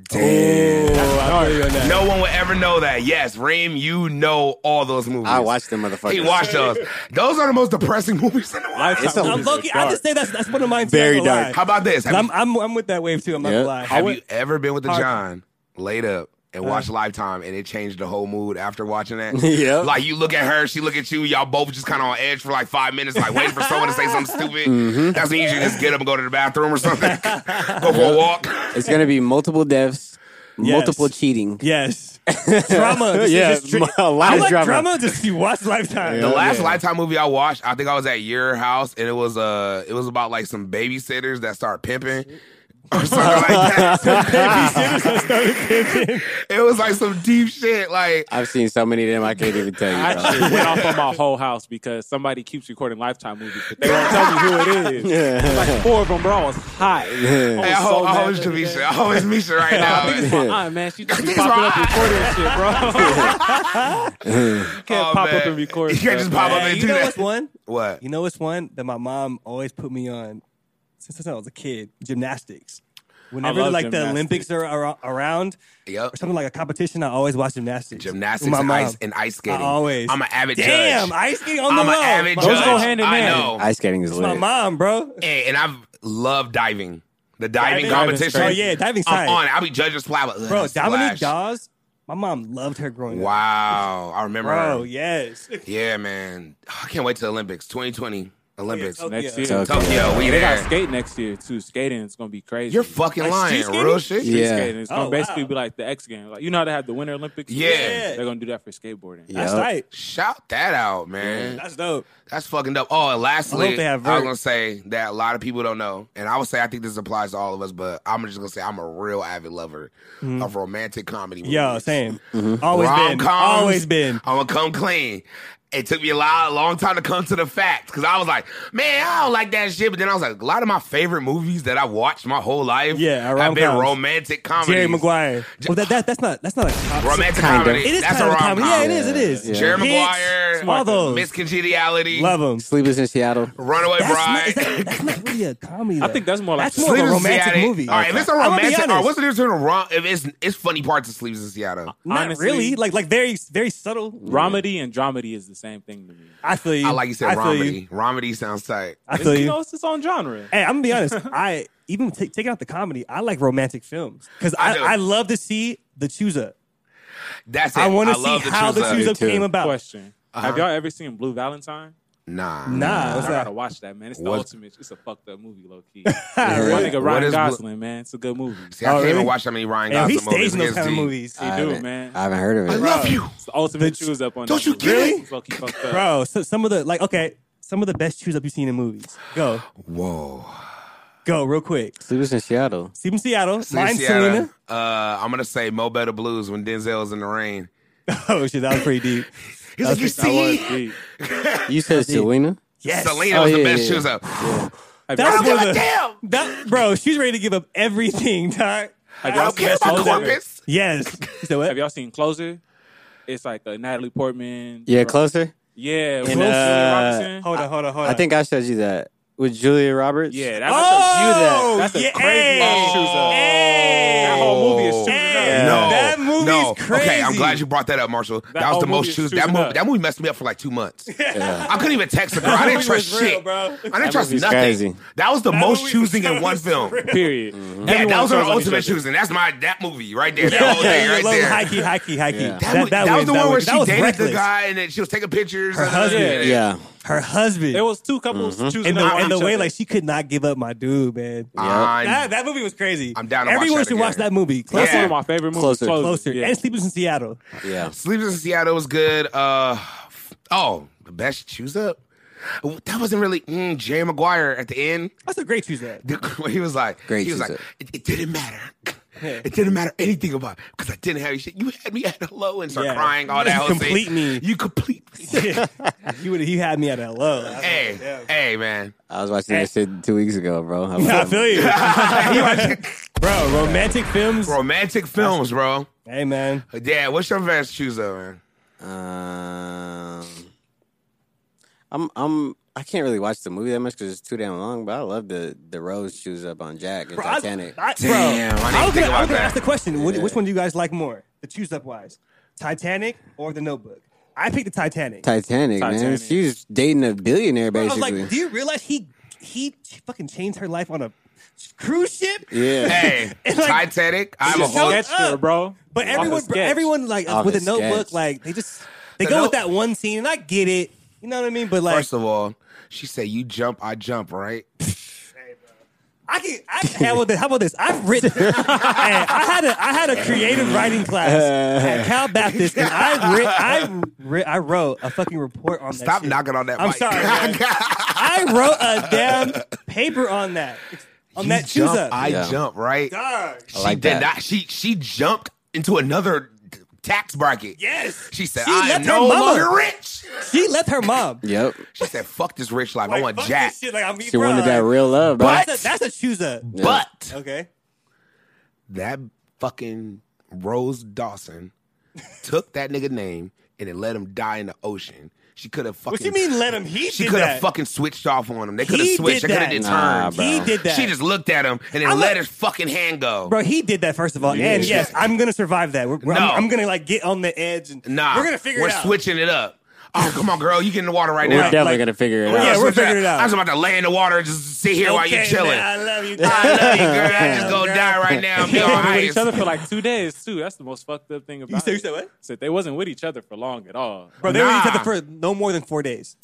S2: Damn.
S3: Oh, I feel you on that.
S2: No one will ever know that. Yes, Reem, you know all those movies.
S5: I watched them motherfuckers.
S2: He watched those. Those are the most depressing movies in the world.
S6: Lifetime
S5: It's a-
S6: movies
S3: I'm
S6: is
S3: lucky. I
S6: dark.
S3: just say that's that's one of mine. too,
S5: Very
S3: I'm not gonna
S5: dark.
S2: How
S3: lie.
S2: about this? Have,
S3: I'm,
S2: you,
S3: I'm I'm with that wave too. I'm not
S5: Yeah.
S3: gonna lie.
S2: have
S6: would- Uh.
S2: you ever been with the
S3: Hard-
S2: John laid up and watched Lifetime and it changed the whole mood after watching that?
S5: Yep.
S2: Like you look at her, she look at you, y'all both just kind of on edge for like five minutes, like waiting for someone to say something stupid.
S6: Mm-hmm.
S2: That's when you usually just get up and go to the bathroom or something, go for a walk.
S5: It's gonna be multiple deaths, multiple cheating.
S3: Yes. Drama. This is
S5: Yeah,
S3: just dra-
S5: a lot
S3: I
S5: of
S3: like
S5: drama.
S3: Just you watch Lifetime.
S2: The last Lifetime movie I watched, I think I was at your house, and it was uh, it was about like some babysitters that start pimping or something like that. it was like some deep shit. Like
S5: I've seen so many of them I can't even tell
S6: I
S5: you. bro.
S6: actually went off on my whole house because somebody keeps recording Lifetime movies, but they won't tell me who it is. There's like four of them, bro. I was hot. I was
S2: hey, I
S6: so
S2: hope, I
S6: mad
S2: hope it's
S6: that day.
S2: Jamisha. I hope it's Misha right now.
S6: I think it's
S2: man.
S6: my aunt, man. She just be
S2: It's my
S6: popping up
S2: aunt.
S6: recording and shit, bro. you can't
S2: Oh,
S6: pop up
S2: man.
S6: and record.
S2: You can't
S6: stuff,
S2: just pop
S6: man.
S2: up
S3: Hey,
S2: and
S3: you
S2: do
S3: know
S2: that.
S3: what's one?
S2: What?
S3: You know what's one that my mom always put me on since, since I was a kid? Gymnastics. Whenever
S6: love
S3: like the
S6: gymnastics.
S3: Olympics are, are around
S2: Yep.
S3: or something like a competition, I always watch gymnastics. with
S2: Gymnastics
S3: my
S2: and
S3: mom.
S2: ice and ice skating.
S3: I always.
S2: I'm an avid
S3: Damn,
S2: judge.
S3: ice skating on
S2: I'm
S3: the
S2: an
S3: low.
S2: avid
S3: My-
S2: judge.
S6: Those go hand in
S2: I
S6: hand.
S2: know.
S5: Ice skating is
S3: It's my
S5: lit.
S3: mom, bro.
S2: Hey, and I've loved diving. The diving,
S6: Diving?
S2: competition.
S3: Oh yeah, diving
S2: I'm
S3: side.
S2: on it. I'll be judging Splash. Ugh,
S3: Bro, Dominique
S2: Splash.
S3: Dawes, my mom loved her growing up.
S2: Wow, I remember.
S3: Bro,
S2: her.
S3: yes.
S2: Yeah, man. I can't wait to Olympics 2020. Olympics.
S6: Tokyo. Next year.
S5: Tokyo.
S2: Tokyo, we
S6: They got
S2: there.
S6: skate next year too. Skating is gonna be crazy.
S2: You're fucking lying. Real shit.
S5: Yeah.
S6: Street skating. It's gonna
S3: Oh,
S6: basically
S3: wow.
S6: be like the X Games. Like you know how they have the Winter Olympics?
S2: Yeah.
S6: They're gonna do that for skateboarding.
S5: Yeah.
S3: That's
S5: Yup.
S3: right.
S2: Shout that out, man.
S3: That's dope.
S2: That's fucking dope. Oh, and lastly,
S3: I
S2: I,
S3: hope they have
S2: was
S3: vert.
S2: gonna say that a lot of people don't know, and I would say I think this applies to all of us, but I'm just gonna say I'm a real avid lover of romantic comedy. Movies.
S3: Yo, Mm-hmm. same. Always been.
S2: Rom-coms,
S3: Always been.
S2: I'm gonna come clean. It took me a lot, a long time to come to the facts because I was like, man, I don't like that shit. But then I was like, a lot of my favorite movies that I watched my whole life,
S3: Yeah, are
S2: have been
S3: rom-coms.
S2: romantic comedies.
S3: Jerry Maguire. Well, that, that that's not that's not a cop.
S2: romantic
S5: Kind of.
S2: comedy.
S3: It is
S2: That's
S3: kind
S2: a
S3: of
S2: rom
S3: comedy. Yeah, it is. It is.
S5: Yeah.
S2: Jerry
S3: Hits,
S2: Maguire,
S3: All those.
S2: Miss Congeniality,
S3: Love them.
S5: Sleepless in Seattle.
S2: Runaway
S3: That's not,
S2: Bride.
S3: is that, that's not really a comedy.
S6: I
S3: though.
S6: think that's more like
S3: That's more of a
S2: Sleepers in
S3: romantic
S2: Seattle.
S3: movie.
S2: All right, if it's a
S3: I'ma be
S2: romantic, all right,
S3: honest.
S2: what's the difference between a rom? If it's it's funny parts of Sleeves in Seattle.
S3: not
S6: honestly-
S3: really. Like like very very subtle.
S6: Romedy and dramedy is the same thing to me.
S3: I feel you.
S2: I like you said
S3: I feel
S2: romedy. Romedy sounds tight.
S3: I
S6: It's,
S3: feel
S6: you
S3: you.
S6: know, it's its own genre.
S3: Hey, I'm gonna be honest. I even ta- taking out the comedy. I like romantic films because
S2: I
S3: I,
S2: do.
S3: I, love to see the choose up.
S2: That's it.
S3: I want to see
S2: love
S3: how the
S2: Chusa.
S3: choose up
S5: Me too.
S3: came about.
S6: Question.
S2: Uh-huh.
S6: Have y'all ever seen Blue Valentine?
S2: Nah,
S3: Nah,
S6: I
S3: what's
S6: gotta
S3: that?
S6: watch that, man. It's the
S2: Uh-huh. What-
S6: ultimate. It's a fucked up movie, low key. My
S3: really?
S6: nigga
S2: What
S6: Ryan
S2: is Blue-
S6: Gosling, man. It's a good movie.
S2: See, I
S3: Oh,
S2: can't even
S3: really?
S2: watch that many Ryan
S3: Damn,
S2: Gosling
S3: he stays in
S2: movies.
S3: those kind of
S2: Against D.
S3: movies,
S6: They
S5: I
S6: do,
S5: haven't-
S6: man.
S5: I haven't heard of it.
S2: I love you.
S6: It's the ultimate choose up on
S2: Uh, Don't
S6: that
S2: you
S6: movie.
S2: get it?
S6: It's low-key fucked up.
S3: bro. So, some of the like okay, some of the best choose up you've seen in movies. Go
S2: Whoa.
S3: go real quick.
S5: Sleepless in Seattle.
S3: Sleep in Seattle.
S2: Sleeves in
S3: Mine
S2: Seattle.
S3: Selena.
S2: Uh, I'm gonna say Mo Better Blues when Denzel's in the rain.
S3: Oh shit, that was pretty deep.
S2: He's like, you
S6: That was
S2: see,
S6: deep.
S5: You said Selena?
S3: Yes,
S2: Selena
S5: Oh,
S2: was the
S5: yeah,
S2: best
S5: yeah, yeah.
S2: shoes up.
S6: Have
S3: That
S6: y'all-
S3: was
S2: don't give
S3: one
S2: a
S3: of the-
S2: damn.
S3: That bro, she's ready to give up everything, dog.
S6: have
S2: I
S6: y'all
S2: don't
S6: seen
S2: care about
S6: Closer?
S2: corpus.
S3: Yes. You said
S6: Have
S3: what?
S6: y'all seen Closer? It's like uh, Natalie Portman.
S5: Yeah, closer.
S6: Yeah, Will
S5: And,
S6: Smith
S5: uh,
S2: oh,
S6: Robinson.
S3: Hold on, hold on, hold on.
S5: I think I showed you that with Julia Roberts.
S6: Yeah, that's
S3: Oh,
S6: a, that's a
S3: yeah,
S6: crazy ass
S3: hey.
S6: shoes up.
S3: Hey.
S6: That whole movie is
S2: Oh.
S6: shooting
S3: Hey.
S6: up.
S2: No,
S3: That movie's
S2: no. Okay, I'm
S3: crazy.
S2: glad you brought that up, Marshall. That, was
S6: whole
S2: the most
S6: movie is
S2: shoes. That
S6: choosing
S2: movie,
S6: up.
S2: that movie messed me up for like two months. I couldn't even text a girl. I didn't
S3: movie
S2: trust
S3: was real,
S2: shit.
S3: bro.
S2: I didn't trust
S5: movie's
S2: nothing.
S5: crazy.
S2: That was the
S3: movie
S2: most
S3: was
S2: choosing in one film.
S6: Period.
S2: Yeah, Mm-hmm. that
S6: Everyone
S2: was her
S6: chose on each
S2: ultimate
S6: other.
S2: choosing. That's my that movie right oh, there. That whole thing right
S3: Love
S2: there.
S3: High key, high key, high key.
S5: Yeah.
S2: That, was- that was the one where she dated the guy and then she was taking pictures. Her
S3: husband.
S2: And,
S5: Yeah.
S3: Her husband.
S6: It was two couples
S5: Mm-hmm.
S6: choosing
S3: and the,
S6: up on
S3: and the
S6: each
S3: way,
S6: other.
S3: like, she could not give up my dude, man.
S2: I'm-
S3: that, that movie was crazy.
S2: I'm down to watch
S3: Everyone
S2: that
S3: should watch
S2: again.
S3: that movie. Closer,
S6: that's
S2: Yeah.
S6: one of my favorite movies.
S5: Closer.
S3: closer.
S6: Yeah.
S3: And Sleepers in Seattle.
S5: Yeah.
S2: Sleepers in Seattle was good. Uh, oh, the best choose up. That wasn't really mm, Jerry Maguire at the end.
S3: That's a great choose that.
S2: where he was like,
S5: Great
S2: he was
S5: choose
S2: like,
S5: up.
S2: it, it didn't matter. It didn't matter anything about it because I didn't have your shit. You had me at hello and start
S3: Yeah.
S2: crying, all
S3: You
S2: that. whole thing.
S3: complete me.
S2: You complete me.
S3: he would he had me at hello.
S2: hey, hey, man.
S5: I was watching that shit two weeks ago, bro. I,
S3: I feel you. Bro, romantic films.
S2: Romantic films, bro.
S3: Hey man.
S2: Yeah, what's your best choose up, man?
S5: Um, I'm I'm I can't really watch the movie that much because it's too damn long. But I love the the Rose shoes up on Jack and
S3: Bro, I,
S5: Titanic.
S3: I, bro,
S2: Damn, I didn't
S3: was gonna,
S2: think
S3: I was
S2: about
S3: gonna
S2: that.
S3: ask the question: Which-
S5: Yeah.
S3: Which one do you guys like more? The choose up wise, Titanic or The Notebook? I picked the Titanic.
S5: Titanic, man.
S6: Titanic.
S5: She was dating a billionaire
S3: I was
S5: basically.
S3: like, do you realize he he fucking changed her life on a cruise ship?
S5: yeah.
S2: Hey,
S3: And, like,
S2: Titanic. I have a
S3: just
S2: whole.
S3: tell
S6: Sketch there,
S3: up.
S6: bro.
S3: But
S6: Off a
S3: everyone,
S6: sketch.
S3: everyone like
S5: Off
S3: with
S5: a
S3: a notebook,
S5: sketch.
S3: like they just they
S2: The
S3: go
S2: note-
S3: with that one scene, and I get it. You know what I mean? But like,
S2: First of all, she said, "You jump, I jump." Right?
S3: I can. I, how about this? How about this? I've written. Hey, I had a I had a creative writing class at Cal Baptist, and I writ, I writ, I wrote a fucking report on that.
S2: Stop
S3: shit.
S2: knocking on that.
S3: I'm
S2: mic.
S3: sorry. man. I wrote a damn paper on that. On
S2: You
S3: that choose
S2: jump,
S3: up.
S2: I
S5: Yeah.
S2: jump. Right?
S3: Dog.
S2: She
S5: like
S2: did
S5: that.
S2: not. She she jumped into another tax bracket.
S3: Yes.
S2: She said,
S3: She
S2: "I am
S3: left her
S2: no
S3: mama.
S2: longer rich."
S3: She left her mom.
S5: Yep.
S2: She said, "Fuck this rich life. I
S3: Like,
S2: want
S3: fuck
S2: Jack."
S3: this shit. Like, I mean,
S5: She
S3: bro,
S5: wanted that
S3: like,
S5: real love, bro.
S3: That's a, that's a choose up.
S2: But
S3: Okay.
S2: that fucking Rose Dawson took that nigga name and it let him die in the ocean. She could have fucking.
S3: What you mean? Let him. He
S2: She
S3: did
S2: could have
S3: that.
S2: fucking switched off on him. They could have
S3: He
S2: switched. They
S3: did
S2: could have
S3: that.
S2: did
S5: Nah,
S2: turns.
S5: bro.
S3: He did that.
S2: She just looked at him and then
S3: I'm
S2: let
S3: a-
S2: his fucking hand go.
S3: Bro, he did that first of all, and
S6: Yeah.
S3: yes, I'm gonna survive that. We're, we're-
S2: No.
S3: I'm, I'm gonna like get on the edge, and
S2: nah,
S3: we're gonna figure
S2: we're
S3: it out.
S2: switching it up. Oh, come on, girl, you get in the water right
S5: We're
S2: now.
S5: definitely
S3: like-
S5: gonna figure it
S3: Yeah,
S5: out.
S3: we're figuring it out.
S2: I was about to lay in the water and just sit here while you're
S3: Okay,
S2: chilling.
S3: man, I love you.
S2: I love you, girl. I just
S3: Girl.
S2: go die right now. Be
S6: They
S2: on
S6: wasn't with each
S2: ice.
S6: other for like two days too. That's the most fucked up thing about
S3: said-
S6: it.
S3: you said what?
S6: Said they wasn't with each other for long at all.
S3: Bro, they were with each
S2: Nah.
S3: other for no more than four days.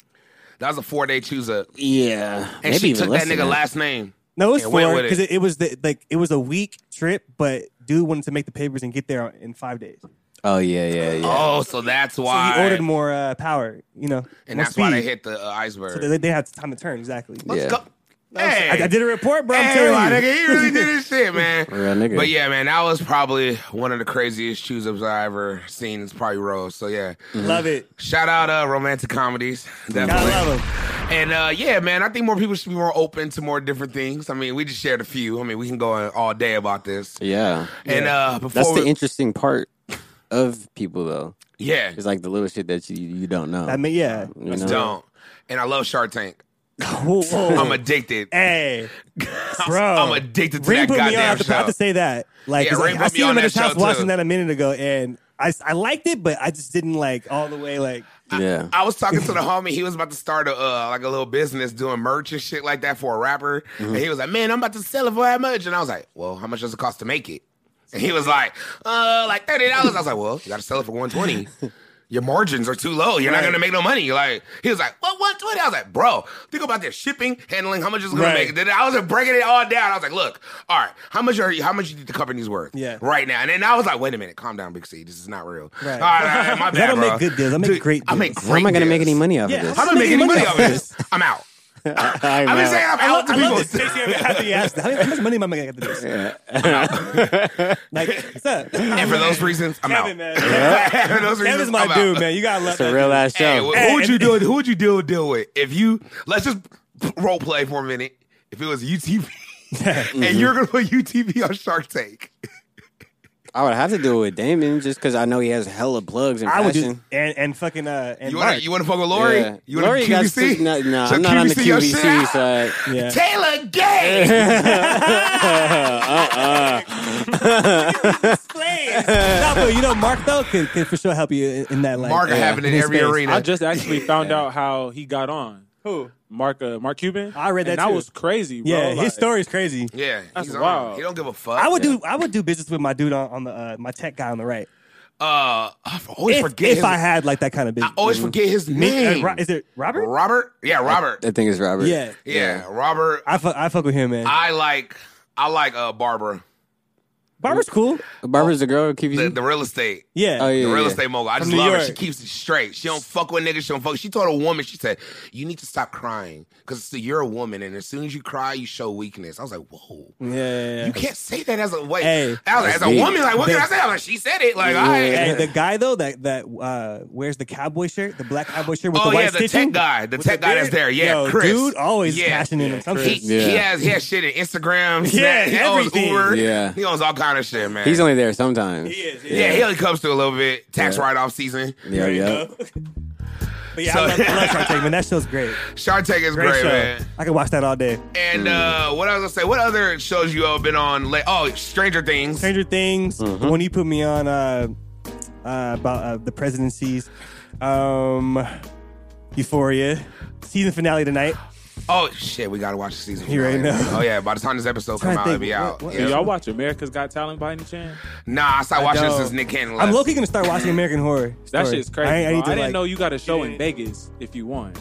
S2: That was a four day choose up.
S5: Yeah,
S2: And
S5: maybe
S2: she
S5: even
S2: took that
S5: less than
S2: nigga last name.
S3: No, it was
S2: Yeah, went
S3: four
S2: with it.
S3: because it. It, was the like it was a week trip, but dude wanted to make the papers and get there in five days. So
S5: Oh yeah, yeah, yeah.
S2: Oh, so that's why.
S3: he ordered more uh, power, you know,
S2: and
S3: more
S2: that's why they
S3: speed.
S2: hit the uh, iceberg.
S3: So they, they had time to turn exactly.
S2: Let's
S5: Yeah.
S2: go. Hey,
S3: I, I did a report, bro. I'm
S2: Hey, my
S3: telling you.
S2: nigga, he really did his shit, man.
S5: Real nigga.
S2: But yeah, man, that was probably one of the craziest choose ups I ever seen. It's probably Rose. So yeah,
S5: Mm.
S3: Love it.
S2: shout out uh, romantic comedies.
S3: Gotta
S2: Definitely.
S3: love him.
S2: And uh, yeah, man, I think more people should be more open to more different things. I mean, we just shared a few. I mean, we can go on all day about this.
S5: yeah.
S2: And uh, before
S5: That's the
S2: we-
S5: interesting part of people though.
S2: yeah,
S5: It's like the little shit that you you don't know.
S3: I mean, yeah.
S5: you know?
S2: don't. And I love Shark Tank.
S3: Whoa, whoa.
S2: I'm addicted.
S3: Hey, bro.
S2: I'm addicted to
S3: Ring
S2: that
S3: put me on. I
S2: goddamn
S3: have, to, I have
S2: show.
S3: to say that. Like,
S2: Yeah,
S3: 'cause, like,
S2: Ring
S3: I
S2: put me
S3: seen
S2: on
S3: him at
S2: that
S3: his house
S2: show, too.
S3: watching that a minute ago, and I, I liked it, but I just didn't like all the way. Like,
S5: Yeah.
S2: I was talking to the homie. He was about to start a uh, like a little business doing merch and shit like that for a rapper.
S3: Mm-hmm.
S2: And he was like, "Man, I'm about to sell it for that much." And I was like, "Well, how much does it cost to make it?" And he was like, "Uh, like thirty dollars." I was like, "Well, you got to sell it for one twenty. Your margins are too low. You're not
S3: Right.
S2: gonna make no money." You're Like he was like, "What one twenty? I was like, "Bro, think about this shipping, handling. How much is it gonna
S3: Right.
S2: make?" Then I was like, breaking it all down. I was like, "Look, all right, how much are you? How much you think the company's worth?
S3: Yeah.
S2: right now." And then I was like, "Wait a minute, calm down, Big C. This is not real.
S3: Right.
S2: All right, all right, my
S3: I
S2: bad,
S3: don't
S2: bro.
S3: make good deals. I make
S2: Dude,
S3: great
S2: I make
S3: deals.
S2: great
S5: How am I gonna make
S2: deals.
S5: any money off
S3: Yeah,
S5: of this?
S2: I'm
S3: how
S2: not making any money off of this. I'm out.
S5: I'm
S2: I've been
S5: out.
S2: saying I'm
S3: I,
S2: out
S3: I love this.
S2: to people.
S3: Stacey, I'm happy you asked that. How many- how much money am I making after this? like, what's up?
S2: And for those reasons, I'm
S3: Kevin, man.
S2: out. For those reasons,
S3: Kevin's my
S2: I'm out.
S3: dude, man. You gotta love
S5: It's a
S3: that
S5: real
S3: dude.
S5: ass
S2: Hey,
S5: show.
S2: wh- who would you deal? Who would you deal deal with if you? Let's just role play for a minute. If it was UTV,
S5: Mm-hmm.
S2: and you're gonna put UTV on Shark Tank,
S5: I would have to do it with Damon just because I know he has hella plugs and
S3: I
S5: fashion.
S3: would just and and fucking uh and
S2: you
S3: Mark.
S2: want to you want to fuck with Lori?
S5: Yeah.
S2: You want
S5: Lori
S2: to
S5: got
S2: QVC?
S5: six- no, no,
S2: So
S5: I'm not on the
S2: QVC your shit
S5: QVC
S2: out?
S5: side.
S3: yeah.
S2: Taylor Gay.
S5: Ah.
S3: Slaves. no, but you know Mark though can, can for sure help you in, in that like
S2: Mark
S3: uh,
S2: having it in
S3: his
S2: every
S3: space.
S2: arena.
S6: I just actually found out how he got on.
S3: Who?
S6: Mark uh, Mark Cuban.
S3: I read that
S6: And
S3: too.
S6: that was crazy, bro.
S3: Yeah,
S6: Like,
S3: his story's crazy.
S2: yeah,
S6: That's
S2: he's on.
S6: wild.
S2: He don't give a fuck.
S3: I would do I would do business with my dude on, on the uh, my tech guy on the right.
S2: Uh, I always
S3: If,
S2: forget.
S3: if
S2: his,
S3: I had like that kind of business.
S2: always forget his name.
S3: Uh, Ro- is it Robert?
S2: Mm-hmm.
S3: Uh,
S2: Robert? Yeah, Robert.
S5: I think it's Robert.
S3: Yeah.
S2: yeah, Robert.
S3: I fuck I fuck with him, man.
S2: I like I like uh Barbara,
S3: Barbara's cool.
S5: Barbara's the girl. Keep
S2: the,
S5: you.
S2: the real estate.
S3: Mm-hmm. Yeah.
S5: Oh, yeah.
S2: The real estate mogul. I just
S3: New
S2: love her.
S3: York.
S2: She keeps it straight. She don't fuck with niggas. She don't fuck. She told a woman, she said, "You need to stop crying because you're a woman, and as soon as you cry, you show weakness." I was like, "Whoa,
S3: Mm, Yeah, yeah, yeah.
S2: you can't say that as a way."
S3: Hey.
S2: I was like, as
S5: That's
S2: a
S5: deep.
S2: woman, like, what can I
S3: That-
S2: say? I was like, she said it. Like, all right.
S3: Hey, the guy though that that uh, wears the cowboy shirt, the black cowboy shirt with
S2: Oh
S3: the white
S2: yeah, the
S3: stitching,
S2: tech guy, the
S3: with
S2: tech guy that's
S3: beard.
S2: there. Yeah,
S3: Yo,
S2: Chris.
S3: dude, always
S2: Yeah.
S3: cashing in on something.
S2: He, he
S5: Yeah.
S2: has he has shit in Instagram. Snap.
S3: Yeah,
S2: he owns
S3: everything.
S2: Uber.
S5: Yeah.
S2: he owns all kind of shit, man.
S5: He's only there sometimes. He
S3: is, he
S2: yeah, he only comes to a little bit tax
S5: Yeah.
S2: write off season.
S5: Yeah, yeah.
S3: But yeah,
S2: So-
S3: I love, I love Shark Tank, man. That show's great.
S2: Shark Tank is
S3: Great
S2: great,
S3: show.
S2: man.
S3: I could watch that all day.
S5: Mm.
S2: And uh, what I was gonna say, what other shows you all been on? Late? Oh, Stranger Things.
S3: Stranger Things, the one you put me on uh, uh, about uh, the presidencies, um, Euphoria, season finale tonight.
S2: Oh shit, we gotta watch the season.
S3: You already
S2: finale.
S3: know.
S2: Oh yeah, by the time this episode
S3: Trying
S2: come
S3: to
S2: out,
S3: think,
S2: it'll be
S3: what-
S2: out.
S3: what-
S6: Do
S2: Yeah.
S6: y'all watch America's Got Talent by any chance?
S2: Nah, I started watching this
S3: know.
S2: since Nick Cannon left.
S3: I'm low key gonna start watching American Horror. Story.
S6: That shit's crazy.
S3: I,
S6: bro.
S3: ain't-
S6: I,
S3: I need to,
S6: didn't
S3: like-
S6: know you got a show in Vegas if you won.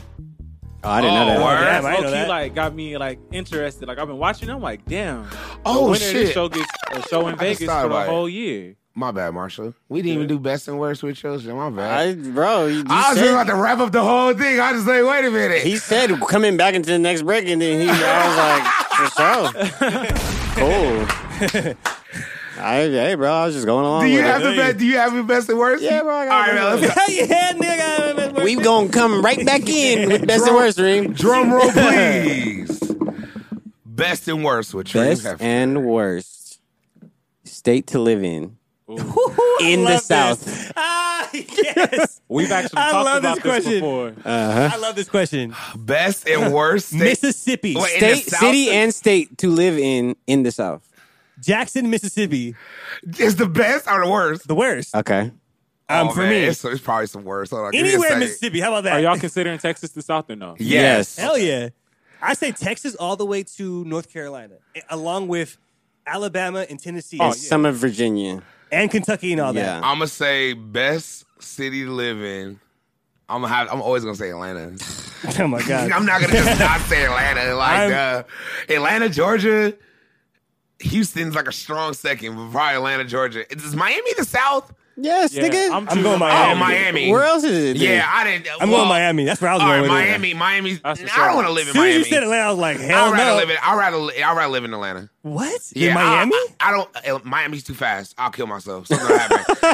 S5: Oh, I didn't know
S2: Oh,
S5: that.
S2: word.
S3: Damn, I
S6: Low
S3: didn't know
S6: key,
S3: that.
S6: like got me like interested. Like I've been watching. I'm like, damn. the
S2: oh
S6: winner Of this
S2: shit,
S6: show gets a show in
S2: just
S6: Vegas
S2: thought
S6: for the
S2: about it.
S6: whole year.
S2: my bad, Marshall. We didn't even do best and worst with children. My bad.
S5: I, bro, you, you
S2: I was just about
S5: said,
S2: to wrap up the whole thing. I just like, wait a minute.
S5: he said coming back into the next break, and then he, I was like, for sure, cool. I, hey, bro, I was just going along.
S2: do you
S5: with
S2: have
S5: it.
S2: the best? Do you have the best and worst?
S5: Yeah, bro, I got
S2: All right,
S5: the
S2: man.
S5: best.
S2: Let's go.
S3: yeah, nigga.
S5: We gonna come right back in with best and worst ring.
S2: Drum roll, please. best and worst with Trey
S5: Best
S2: Heffer.
S5: and worst state to live in
S3: Ooh, I
S5: in the
S3: love this.
S5: South.
S3: Ah, yes.
S6: We've actually
S3: I
S6: talked
S3: love
S6: about
S3: this
S6: this,
S3: question.
S6: before.
S2: Uh-huh.
S3: I love this question.
S2: Best and worst. state-
S3: Mississippi,
S2: Wait, in the
S5: State,
S2: South?
S5: city, and state to live in in the South.
S3: Jackson, Mississippi,
S2: Is the best or the worst?
S3: the worst.
S5: Okay.
S3: Um,
S2: Oh,
S3: for
S2: man,
S3: me,
S2: it's, it's probably some worse. Hold on, give me a
S3: anywhere in
S2: second.
S3: Mississippi. How about that?
S6: Are y'all considering Texas the South or no?
S5: Yes.
S2: Yes.
S3: Hell yeah. I say Texas all the way to North Carolina, a- along with Alabama and Tennessee
S2: Oh,
S5: And
S3: and,
S5: some of Virginia.
S3: and Kentucky and all
S5: Yeah.
S3: that.
S2: I'm gonna say best city to live in. I'm gonna have. I'm always gonna say Atlanta.
S3: Oh my god.
S2: I'm not gonna just not say Atlanta. Like
S3: I'm-
S2: uh, Atlanta, Georgia, Houston's like a strong second, but probably Atlanta, Georgia. Is Miami the South?
S5: Yes,
S6: Yeah,
S5: nigga.
S6: I'm,
S3: I'm going
S6: choosing-
S2: Oh,
S3: Miami.
S2: Miami.
S5: Where else is it? then?
S2: Yeah, I didn't.
S3: I'm
S2: well,
S3: going Miami. That's where I was
S2: All right,
S3: going. with it.
S2: Miami, Miami. I
S6: That's what's
S2: don't
S6: up.
S2: want to live
S3: As
S2: in
S3: soon as
S2: Miami.
S3: you said Atlanta, I was like,
S2: I'd
S3: hell
S2: rather
S3: no.
S2: live in. I'd rather. li- I'd rather live in Atlanta.
S3: What?
S2: Yeah,
S3: in
S2: I-
S3: Miami?
S2: I, I don't. uh, Miami's too fast. I'll kill myself. Something will happen. Something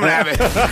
S2: will happen. Something will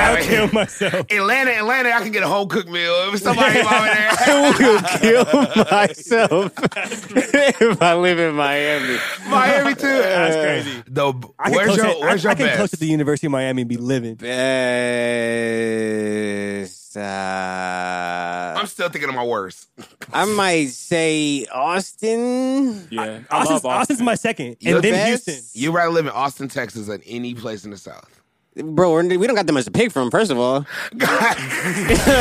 S3: I'll kill
S2: happen.
S3: myself.
S2: Atlanta, Atlanta. I can get a whole cooked meal if somebody over there.
S5: I will kill myself if I live in Miami.
S2: Miami too. That's
S3: crazy.
S2: Though,
S3: I can
S2: where's
S3: coach
S2: your
S3: at,
S2: where's
S3: I,
S2: your
S3: I can coach
S2: best?
S3: at the University of Miami and be living. Eh,
S5: Best. Uh,
S2: I'm still thinking of my worst.
S5: I might say
S3: mm.
S5: Austin.
S6: Yeah, I, love
S3: Austin's,
S6: Austin.
S3: Austin's my second,
S5: Your
S3: and then
S5: best?
S3: Houston.
S2: You rather live in Austin, Texas, than any place in the South.
S5: Bro, we're- we don't got that much to pick from, first of all.
S6: It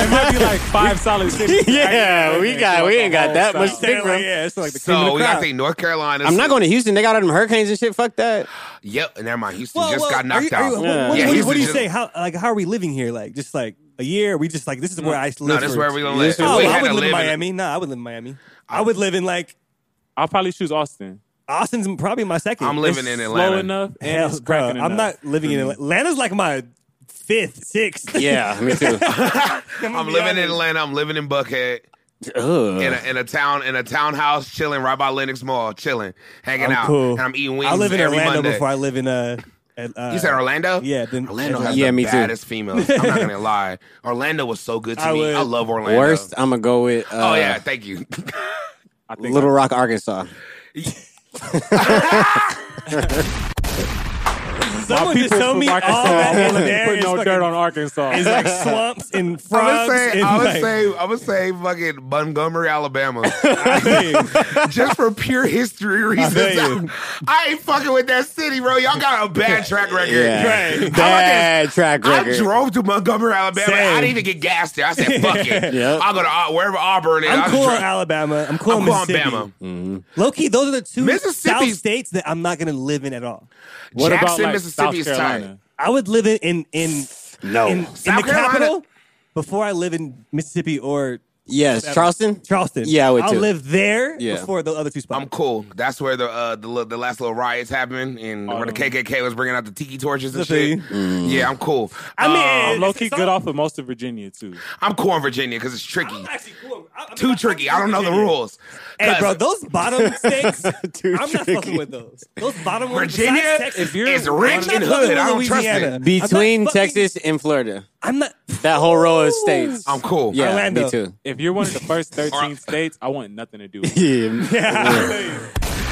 S6: might be like five solid cities.
S5: Yeah, we got- we ain't got that much
S3: They're
S5: bro.
S3: Like, yeah, it's like the cream of
S2: so
S3: the
S2: we gotta
S3: crop.
S2: think North Carolina.
S5: I'm not going to Houston. They got all them hurricanes and shit. Fuck that.
S2: Yep, never mind. Houston
S3: Well,
S2: just
S3: well,
S2: got
S3: are you-
S2: knocked
S3: are you- what-
S2: out.
S3: what,
S5: Yeah,
S3: what,
S2: Houston
S3: what do you
S2: just-
S3: say? How like how are we living here? Like just like a year? We just like this is where I live.
S2: No, that's
S3: for-
S2: where we gonna live.
S5: Oh,
S3: Oh,
S2: we
S3: I
S2: had
S3: would
S2: to
S3: live in
S2: live in-
S3: Miami. No, I would live in Miami. I would live in like
S6: I'll probably choose Austin.
S3: Austin's probably my second.
S2: I'm living in Atlanta.
S6: Slow enough and
S3: Hell,
S6: it's
S3: bro,
S6: cracking
S3: I'm
S6: enough.
S3: not living in Atlanta. Atlanta's like my fifth, sixth.
S5: Yeah, me too.
S2: I'm
S3: be
S2: living in
S3: honest.
S2: Atlanta. I'm living in Buckhead in a,
S5: Ugh.
S2: in a town in a townhouse, chilling right by Lennox Mall, chilling, hanging
S3: I'm
S2: out,
S3: cool.
S2: and I'm eating wings.
S3: I live in
S2: every
S3: Orlando
S2: Monday.
S3: before I live in uh. at, uh
S2: you said Orlando?
S3: yeah, then-
S2: Orlando
S3: yeah,
S2: has
S5: yeah,
S2: the
S5: me too.
S2: baddest females. I'm not gonna lie. Orlando was so good to
S3: I
S2: me.
S3: would-
S2: I love Orlando.
S5: Worst, I'm going to go with uh,
S2: Oh yeah, thank you.
S6: I think
S5: Little Rock, Arkansas.
S3: Someone just
S6: people
S3: told
S6: from
S3: me all
S6: Arkansas
S3: that
S6: won't
S3: there
S6: put
S3: is
S6: no
S3: fucking-
S6: dirt on Arkansas.
S3: It's like swamps and
S2: I
S3: frogs.
S2: would say,
S3: and
S2: I would
S3: like,
S2: say, I would say, fucking Montgomery, Alabama, just for pure history reasons.
S3: feel
S2: I,
S3: you.
S2: ain't fucking with that city, bro. Y'all got a bad track record.
S5: Yeah.
S3: Right.
S5: Bad track record.
S2: I drove to Montgomery, Alabama. I
S3: Same.
S2: didn't even get gas there. I said, "Fuck it,
S5: Yep.
S2: I'll go to Au- wherever Auburn is."
S3: I'm
S2: I'll
S3: cool on
S2: drive-
S3: Alabama. I'm cool
S2: I'm
S3: on
S2: cool on
S3: Mississippi.
S2: Bama.
S3: Low key, those are the two
S2: Mississippi-
S3: South states that I'm not going to live in at all.
S6: what
S2: Jackson,
S6: about like
S2: Mississippi is
S6: South Carolina?
S2: tight.
S3: I would live in in in
S5: No.
S3: in, in
S2: South
S3: the
S2: Carolina-
S3: capital before I live in Mississippi or
S5: Yes, Charleston.
S3: Charleston.
S5: Yeah, I would
S3: I'll
S5: too.
S3: live there
S5: Yeah.
S3: before the other two spots.
S2: I'm cool. That's where the uh, the, li- the last little riots happened, and where the
S6: Autumn.
S2: KKK was bringing out the tiki torches and
S3: I feel
S2: shit.
S3: you.
S2: Yeah, I'm cool.
S3: I mean,
S6: I'm low key
S3: it's-
S6: good off of most of Virginia too.
S2: I'm cool in Virginia because it's tricky.
S3: I'm actually cool. I- I mean,
S2: Too
S3: I'm
S2: tricky.
S3: cool
S2: I don't know the
S3: Virginia.
S2: rules.
S3: Hey,
S2: 'Cause
S3: bro, those bottom states,
S5: Too
S3: I'm not fucking with those. Those bottom ones,
S2: Virginia
S3: besides Texas,
S2: if you're- is
S3: I'm
S2: rich and
S3: not
S2: hood.
S3: fucking
S2: I
S3: with
S2: don't trust
S3: Louisiana.
S2: it.
S3: I'm not
S5: Between
S3: fucking-
S5: Texas and Florida.
S3: I'm not.
S5: That whole row of
S3: Ooh.
S5: states.
S2: I'm cool.
S5: Yeah,
S3: Orlando.
S5: me too.
S6: If you're one of the first 13 states, I want nothing to do with it.
S5: Yeah.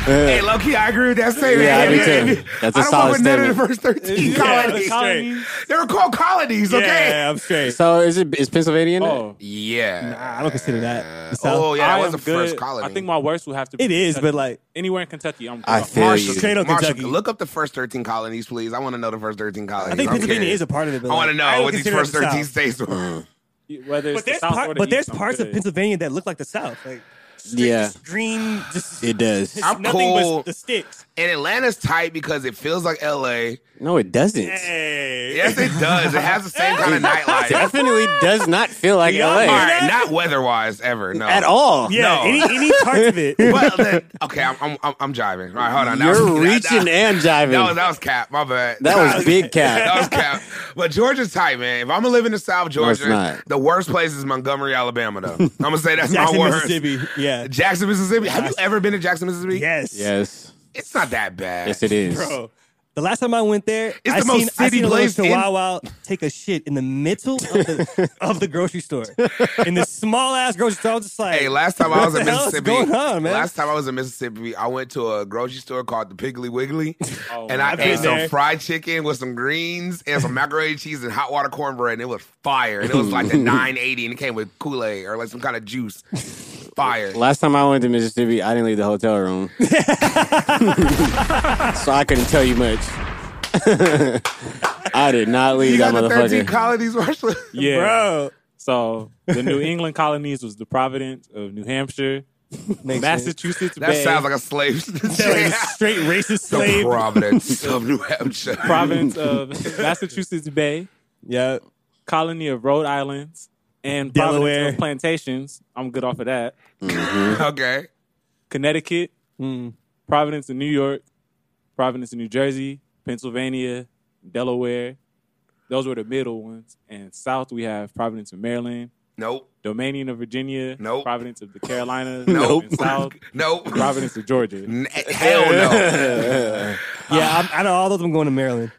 S2: Hey, low key, I agree with that statement.
S5: Yeah, me too. That's a
S2: I don't
S5: solid
S2: fuck with none of the
S5: statement.
S2: first 13
S3: Yeah,
S2: colonies.
S6: Colonies?
S2: They were called colonies, okay?
S3: Yeah, I'm straight.
S5: So is it is Pennsylvania in it?
S6: Oh,
S2: Yeah.
S3: Nah, I don't consider that. The South.
S2: Oh, yeah, that
S6: I
S2: was
S6: am
S2: the first
S6: good.
S2: colony.
S6: I think my worst would have to be
S3: It is,
S6: Kentucky.
S3: but like
S6: anywhere in Kentucky, I'm good.
S5: I
S6: off.
S5: feel
S2: Marshall,
S5: you.
S3: Straight up
S2: Marshall,
S3: Kentucky.
S2: look up the first 13 colonies, please. I want to know the first 13 colonies.
S3: I think
S2: I'm
S3: Pennsylvania
S2: curious.
S3: is a part of it.
S2: I
S3: But
S2: want
S3: to
S2: to know what these first 13 states were.
S5: Mm.
S6: Whether it's
S3: But there's,
S6: the South
S3: part-
S6: or the
S3: but there's
S6: East, I'm
S3: parts of
S6: good.
S3: Pennsylvania that look like the South, like straight,
S5: Yeah.
S3: just green, just
S5: It does.
S3: just
S2: I'm
S3: nothing
S2: cool.
S3: but the sticks.
S2: And Atlanta's tight because it feels like LA.
S5: No, it doesn't.
S3: Hey,
S2: Yes, it does. It has the same kind of nightlife.
S5: Definitely does not feel like
S3: Yeah, Oh.
S5: LA
S2: All right, not weather wise ever. No.
S5: at all.
S3: yeah,
S2: No.
S3: any any parts of it.
S2: Well, then, okay, I'm, I'm, I'm, I'm jiving. All right, hold on. That
S5: You're
S2: was- that-
S5: reaching
S2: That,
S5: and jiving.
S2: that was, that was cap. My bad.
S5: big
S2: that
S5: cat.
S2: was cap. But Georgia's tight, man. If I'm gonna live in the South
S5: it's
S2: Georgia,
S5: not.
S2: the worst place is Montgomery, Alabama. Though I'm gonna say that's
S3: Jackson,
S2: my worst.
S3: Mississippi. Yeah,
S2: Jackson, Mississippi. Have you ever been to Jackson, Mississippi?
S3: yes,
S5: yes.
S2: It's not that bad.
S5: Yes, it is.
S3: bro. The last time I went there,
S2: It's
S3: I
S2: the most
S3: seen, I
S2: city
S3: seen a little
S2: place in-
S3: Chihuahua take a shit in the middle of the, of the grocery store in this small ass grocery store. I was just like,
S2: Hey, last time I was in
S3: What the hell is
S2: Mississippi,
S3: going on, man?
S2: last time I was in Mississippi, I went to a grocery store called the Piggly Wiggly,
S6: Oh,
S2: and
S6: my
S2: I
S6: God.
S2: ate some
S3: there.
S2: fried chicken with some greens and some macaroni and cheese and hot water cornbread, and it was fire. And it was like a nine eighty, and it came with Kool Aid or like some kind of juice. Fire.
S5: Last time I went to Mississippi, I didn't leave the hotel room, so I couldn't tell you much. I did not leave
S2: You
S5: that
S2: got the thirteen
S5: motherfucker.
S2: colonies, Marshall.
S6: Yeah.
S3: bro,
S6: So the New England colonies was the Providence of New Hampshire,
S3: Makes sense.
S6: Massachusetts
S2: That
S6: Bay,
S2: sounds like a slave.
S3: Sound like a
S2: Yeah.
S3: straight racist
S2: the
S3: slave.
S2: Providence of New Hampshire.
S6: province of Massachusetts Bay,
S3: Yeah,
S6: colony of Rhode Island, and
S3: Delaware.
S6: Delaware plantations. I'm good off of that.
S2: Okay.
S6: Connecticut,
S3: Hmm.
S6: Providence in New York, Providence in New Jersey, Pennsylvania, Delaware. Those were the middle ones. And south we have Providence in Maryland,
S2: Nope.
S6: Dominion of Virginia,
S2: Nope.
S6: Providence of the Carolinas,
S2: Nope.
S6: and south
S2: Nope.
S6: Providence of Georgia.
S2: N- Hell no.
S3: Yeah, I'm, out of all of them, I'm going to Maryland.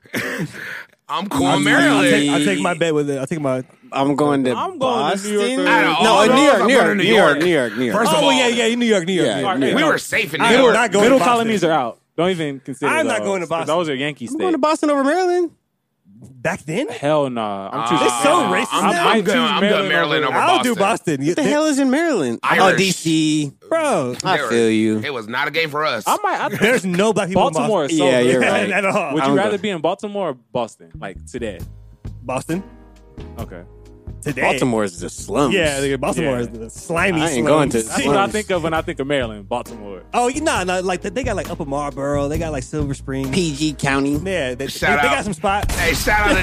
S2: I'm cool in
S3: I'll
S2: Maryland.
S3: take, I'll take my bet with it. I'll take my.
S5: I'm going to
S6: I'm going to
S5: Boston.
S6: New York or-
S2: Out of all
S5: no,
S2: those,
S5: New York,
S2: I'm
S5: New
S2: going
S5: York,
S2: to
S5: New York, New York, New York.
S2: First of
S3: Oh
S2: all,
S3: yeah, yeah, New York, New York.
S5: Yeah, yeah.
S3: New York.
S6: All right,
S2: we
S6: no.
S2: were safe in New
S3: I am
S2: York.
S3: not going
S6: Middle
S3: to Boston.
S6: colonies are out. Don't even consider.
S3: I'm not
S6: those.
S3: going to Boston.
S6: Those are Yankee
S5: I'm going
S6: states.
S5: to Boston over Maryland.
S3: Back then,
S6: Hell nah. I'm choosing.
S3: It's so racist
S2: I'm,
S3: now.
S2: I'm
S6: I'd
S2: good.
S6: choose
S2: I'm good.
S6: Maryland
S2: Maryland
S6: over-
S2: over
S3: I'll do Boston. You-
S5: What the hell is in Maryland?
S2: Irish.
S5: Oh, DC.
S3: bro?
S5: I
S2: They were-
S5: feel you.
S2: It was not a game for us.
S6: I might. I think
S3: There's no black people. in
S6: Baltimore is
S3: Boston.
S6: so
S5: Yeah, you're
S6: good.
S5: right.
S3: at all.
S6: Would you
S5: I'm
S6: rather
S5: good.
S6: be in Baltimore or Boston? Like today?
S3: Boston
S6: Okay.
S3: today.
S5: Baltimore is the slums.
S3: Yeah, nigga, Baltimore
S6: Yeah.
S3: is the slimy.
S5: I ain't
S3: slums.
S5: going to-
S6: That's what I think of when I think of Maryland, Baltimore.
S3: Oh, you nah, nah, like they- they got like Upper Marlboro, they got like Silver Spring.
S5: PG County.
S3: Yeah, they, they, they
S2: Shout out.
S3: got some spots.
S2: hey, shout out to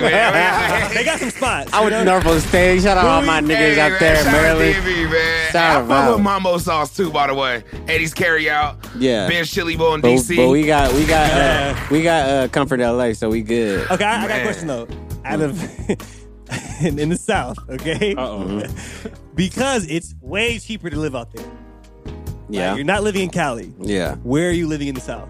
S2: man.
S3: they got some spots.
S5: I
S3: you
S5: went
S3: know?
S5: to Norfolk State. Shout out all my niggas
S2: Hey,
S5: out
S2: man,
S5: there in
S2: shout Out
S5: Maryland.
S2: DMV, man.
S5: Shout
S2: I
S5: out.
S2: fuck with Mambo Sauce too, by the way. Eddie's Carry Out.
S5: Yeah.
S2: Ben's Chili Bowl in
S5: But,
S2: DC.
S5: but we got we got uh,
S3: Yeah.
S5: we got uh, Comfort LA, so we good.
S3: Okay, I, I got a
S2: Man.
S3: question though. Out of in, in the South, okay,
S6: Uh oh.
S3: because it's way cheaper to live out there.
S5: Yeah,
S3: You're not living in Cali.
S5: yeah.
S3: Where are you living in the South?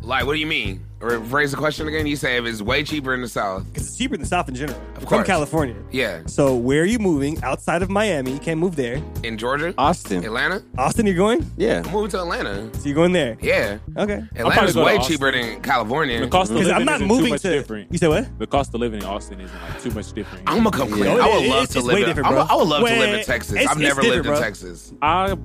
S2: like, what do you mean? Or phrase the question again. You say if it's way cheaper in the South.
S3: Because it's cheaper in the South in general. Of From
S2: course.
S3: California.
S2: Yeah.
S3: So where are you moving outside of Miami? You can't move there.
S2: In Georgia?
S5: Austin.
S2: Atlanta?
S3: Austin, you're going.
S2: I'm
S5: Yeah,
S2: moving to Atlanta.
S3: So you're going there.
S2: Yeah.
S3: Okay.
S2: Atlanta's
S6: go to
S2: way
S6: Austin.
S2: cheaper than California.
S6: The cost of
S3: Because
S6: living
S3: I'm not
S6: isn't too
S3: moving
S6: much
S3: to.
S6: different.
S3: You said what?
S6: The cost of living in Austin isn't like too much different.
S2: I'm gonna come clean.
S3: No,
S2: I would
S3: it-
S2: love
S3: it's-
S2: to
S3: it's
S2: live.
S3: way
S2: In,
S3: different,
S2: I,
S3: bro.
S2: would, I would love to
S3: Way-
S2: live in Texas.
S3: it's-
S2: I've
S3: it's
S2: never lived
S3: different, bro.
S2: in Texas.
S6: I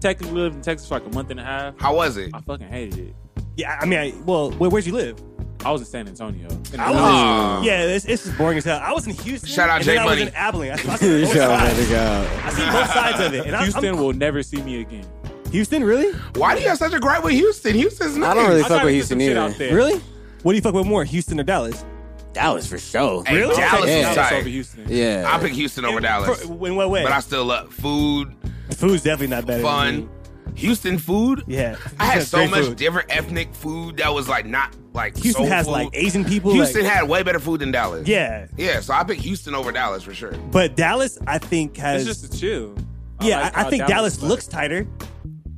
S6: technically lived in Texas for like a month and a half.
S2: How was it?
S6: I fucking hated it.
S3: Yeah. I mean, I, well, where, where'd you live?
S6: I was in San Antonio. In
S3: I
S6: the-
S3: was,
S2: Oh.
S3: yeah, it's, it's just boring as hell. I was in Houston.
S2: Shout out
S3: and then
S2: J
S3: I was
S2: Money.
S3: in Abilene. I, saw- I see both
S5: yeah.
S3: sides. I see both sides of it. And
S6: Houston
S3: I, I'm,
S6: will never see me again.
S3: Houston, really?
S2: Why do you have such a gripe with Houston? Houston's nice.
S5: I don't really
S6: I
S5: fuck
S6: gotta
S5: with
S6: put
S5: Houston
S6: some shit
S5: either.
S6: out there.
S3: Really? What do you fuck with more, Houston or Dallas?
S5: Dallas for sure.
S2: Hey,
S3: Really?
S2: Dallas
S5: Yeah.
S2: is
S5: Dallas
S6: Dallas
S2: tight.
S6: over Houston.
S5: Yeah,
S2: I pick Houston over
S3: In-
S2: Dallas,
S3: for- in what way?
S2: but I still love food,
S3: Food's definitely not better. than
S2: fun.
S3: me.
S2: Houston food.
S3: Yeah.
S2: I had
S3: Houston's
S2: so
S3: great
S2: much
S3: food.
S2: different ethnic food that was like not like
S3: Houston
S2: soul
S3: has
S2: food.
S3: like Asian people.
S2: Houston
S3: like,
S2: had way better food than Dallas.
S3: yeah,
S2: yeah. So I pick Houston over Dallas for sure.
S3: but Dallas, I think
S6: It's
S3: has.
S6: just a chill.
S3: yeah,
S6: like
S3: I, I
S6: how
S3: think Dallas,
S6: is, like-
S3: looks tighter.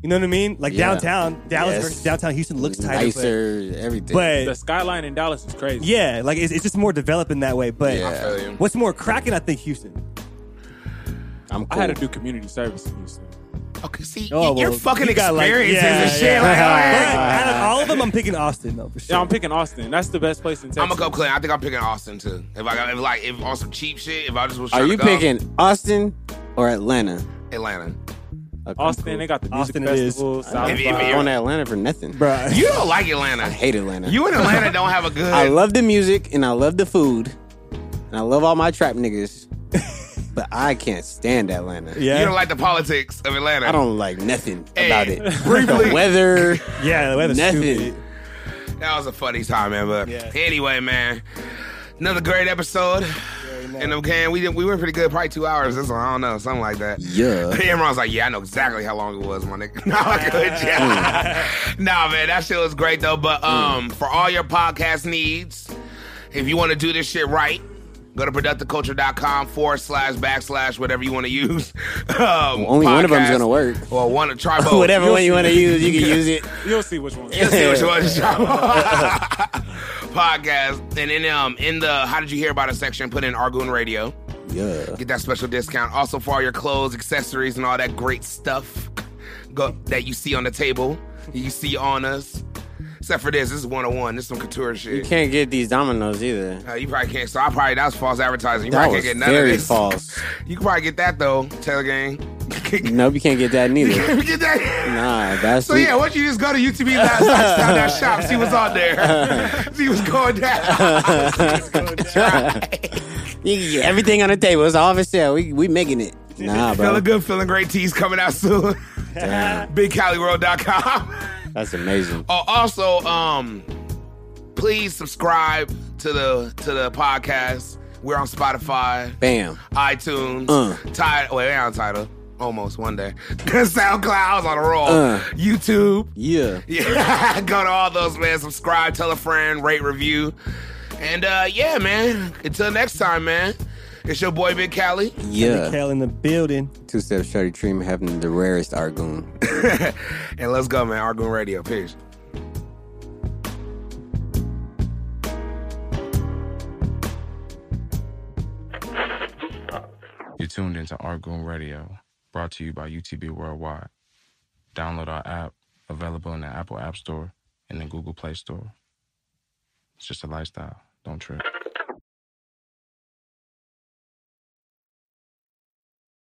S3: You know what I mean? Like
S5: Yeah.
S3: downtown, Dallas
S5: Yes.
S3: versus downtown Houston looks tighter. but-
S5: nicer, everything.
S3: But,
S6: The skyline in Dallas is crazy.
S3: yeah, like it's, it's just more developed in that way. But
S5: Yeah.
S2: I feel you.
S3: what's more cracking? I think Houston.
S5: I'm cool.
S6: I had to do community service in Houston.
S2: Okay, see,
S3: Oh,
S2: your
S3: well,
S2: fucking
S3: you got, like-
S2: experiences
S3: yeah,
S2: and shit.
S3: yeah.
S2: Like, oh,
S3: But
S2: yeah.
S3: out of all of them, I'm picking Austin though for sure.
S6: Yeah, I'm picking Austin. That's the best place in Texas.
S2: I'm gonna go clean. I think I'm picking Austin too. If I got, if like, if on some cheap shit, if I just was.
S5: Are
S2: trying
S5: you
S2: to go,
S5: picking Austin or Atlanta?
S2: Atlanta?
S5: Okay,
S6: Austin,
S5: cool.
S6: they got the music
S3: Austin it is.
S6: festival. South
S2: If- if
S6: by-
S2: you're-
S5: I'm going to Atlanta for nothing.
S3: bro.
S2: You don't like Atlanta.
S5: I hate Atlanta.
S2: You in Atlanta don't have a good.
S5: I love the music and I love the food and I love all my trap niggas, but I can't stand Atlanta.
S3: yeah,
S2: You don't like the politics of Atlanta.
S5: I don't like nothing
S2: Hey,
S5: about it.
S2: briefly-
S5: The weather,
S3: yeah, the weather's
S5: nothing.
S3: stupid.
S2: That was a funny time, man. But
S3: Yeah.
S2: anyway, man, another great episode. And okay, we did, we went pretty good, probably two hours. This one, I don't know, something like that.
S5: Yeah.
S2: Imran's like, yeah, I know exactly how long it was, my nigga. nah, good job. nah, man, that shit was great though.
S5: Mm.
S2: But um, for all your podcast needs, if you want to do this shit right, go to productiveculture.com forward slash backslash whatever you want to use. um,
S5: Only one of them's
S2: podcast.
S5: gonna work.
S2: Well, one of try both.
S5: Whatever one you want to use, you can use it.
S6: You'll see which one.
S2: You'll see what you want to show. Podcast. And then um in the how did you hear about us section, put in Argoon Radio.
S5: Yeah.
S2: Get that special discount. Also for all your clothes, accessories, and all that great stuff go, that you see on the table, you see on us. Except for this, this is 101. This is some couture
S5: You
S2: shit. You,
S5: can't get these dominoes either.
S2: uh, you probably can't. So I probably that was false advertising. You
S5: That
S2: probably
S5: was
S2: can't get none of
S5: very
S2: this.
S5: false.
S2: You can probably get that though, Taylor Gang.
S5: Nope, you can't get that neither.
S2: get that.
S5: Nah, that's
S2: So yeah, why don't you just go to UTB Labs down that shop, see what's on there. see what's going down.
S5: you can get everything on the table. It's all for sale. We we making it. Nah, bro.
S2: feeling good, feeling great teas coming out soon.
S5: Damn,
S2: BigCaliWorld.com.
S5: that's amazing.
S2: Oh, also, um, please subscribe to the to the podcast. We're on Spotify,
S5: Bam.
S2: iTunes,
S5: Uh.
S2: Tidal. Wait, we're on Tidal. Almost one day. SoundCloud's on a roll.
S5: Uh.
S2: YouTube.
S5: Yeah.
S2: Yeah, go to all those, man. Subscribe, tell a friend, rate, review. And uh, yeah, man. Until next time, man. It's your boy Big Cali.
S5: Yeah.
S3: Cal in the building.
S5: Two Step Shorty Dream having the rarest Argoon.
S2: And let's go, man. Argoon Radio. Peace.
S7: You're tuned into Argoon Radio, brought to you by UTB Worldwide. Download our app, available in the Apple App Store and the Google Play Store. It's just a lifestyle. Don't trip.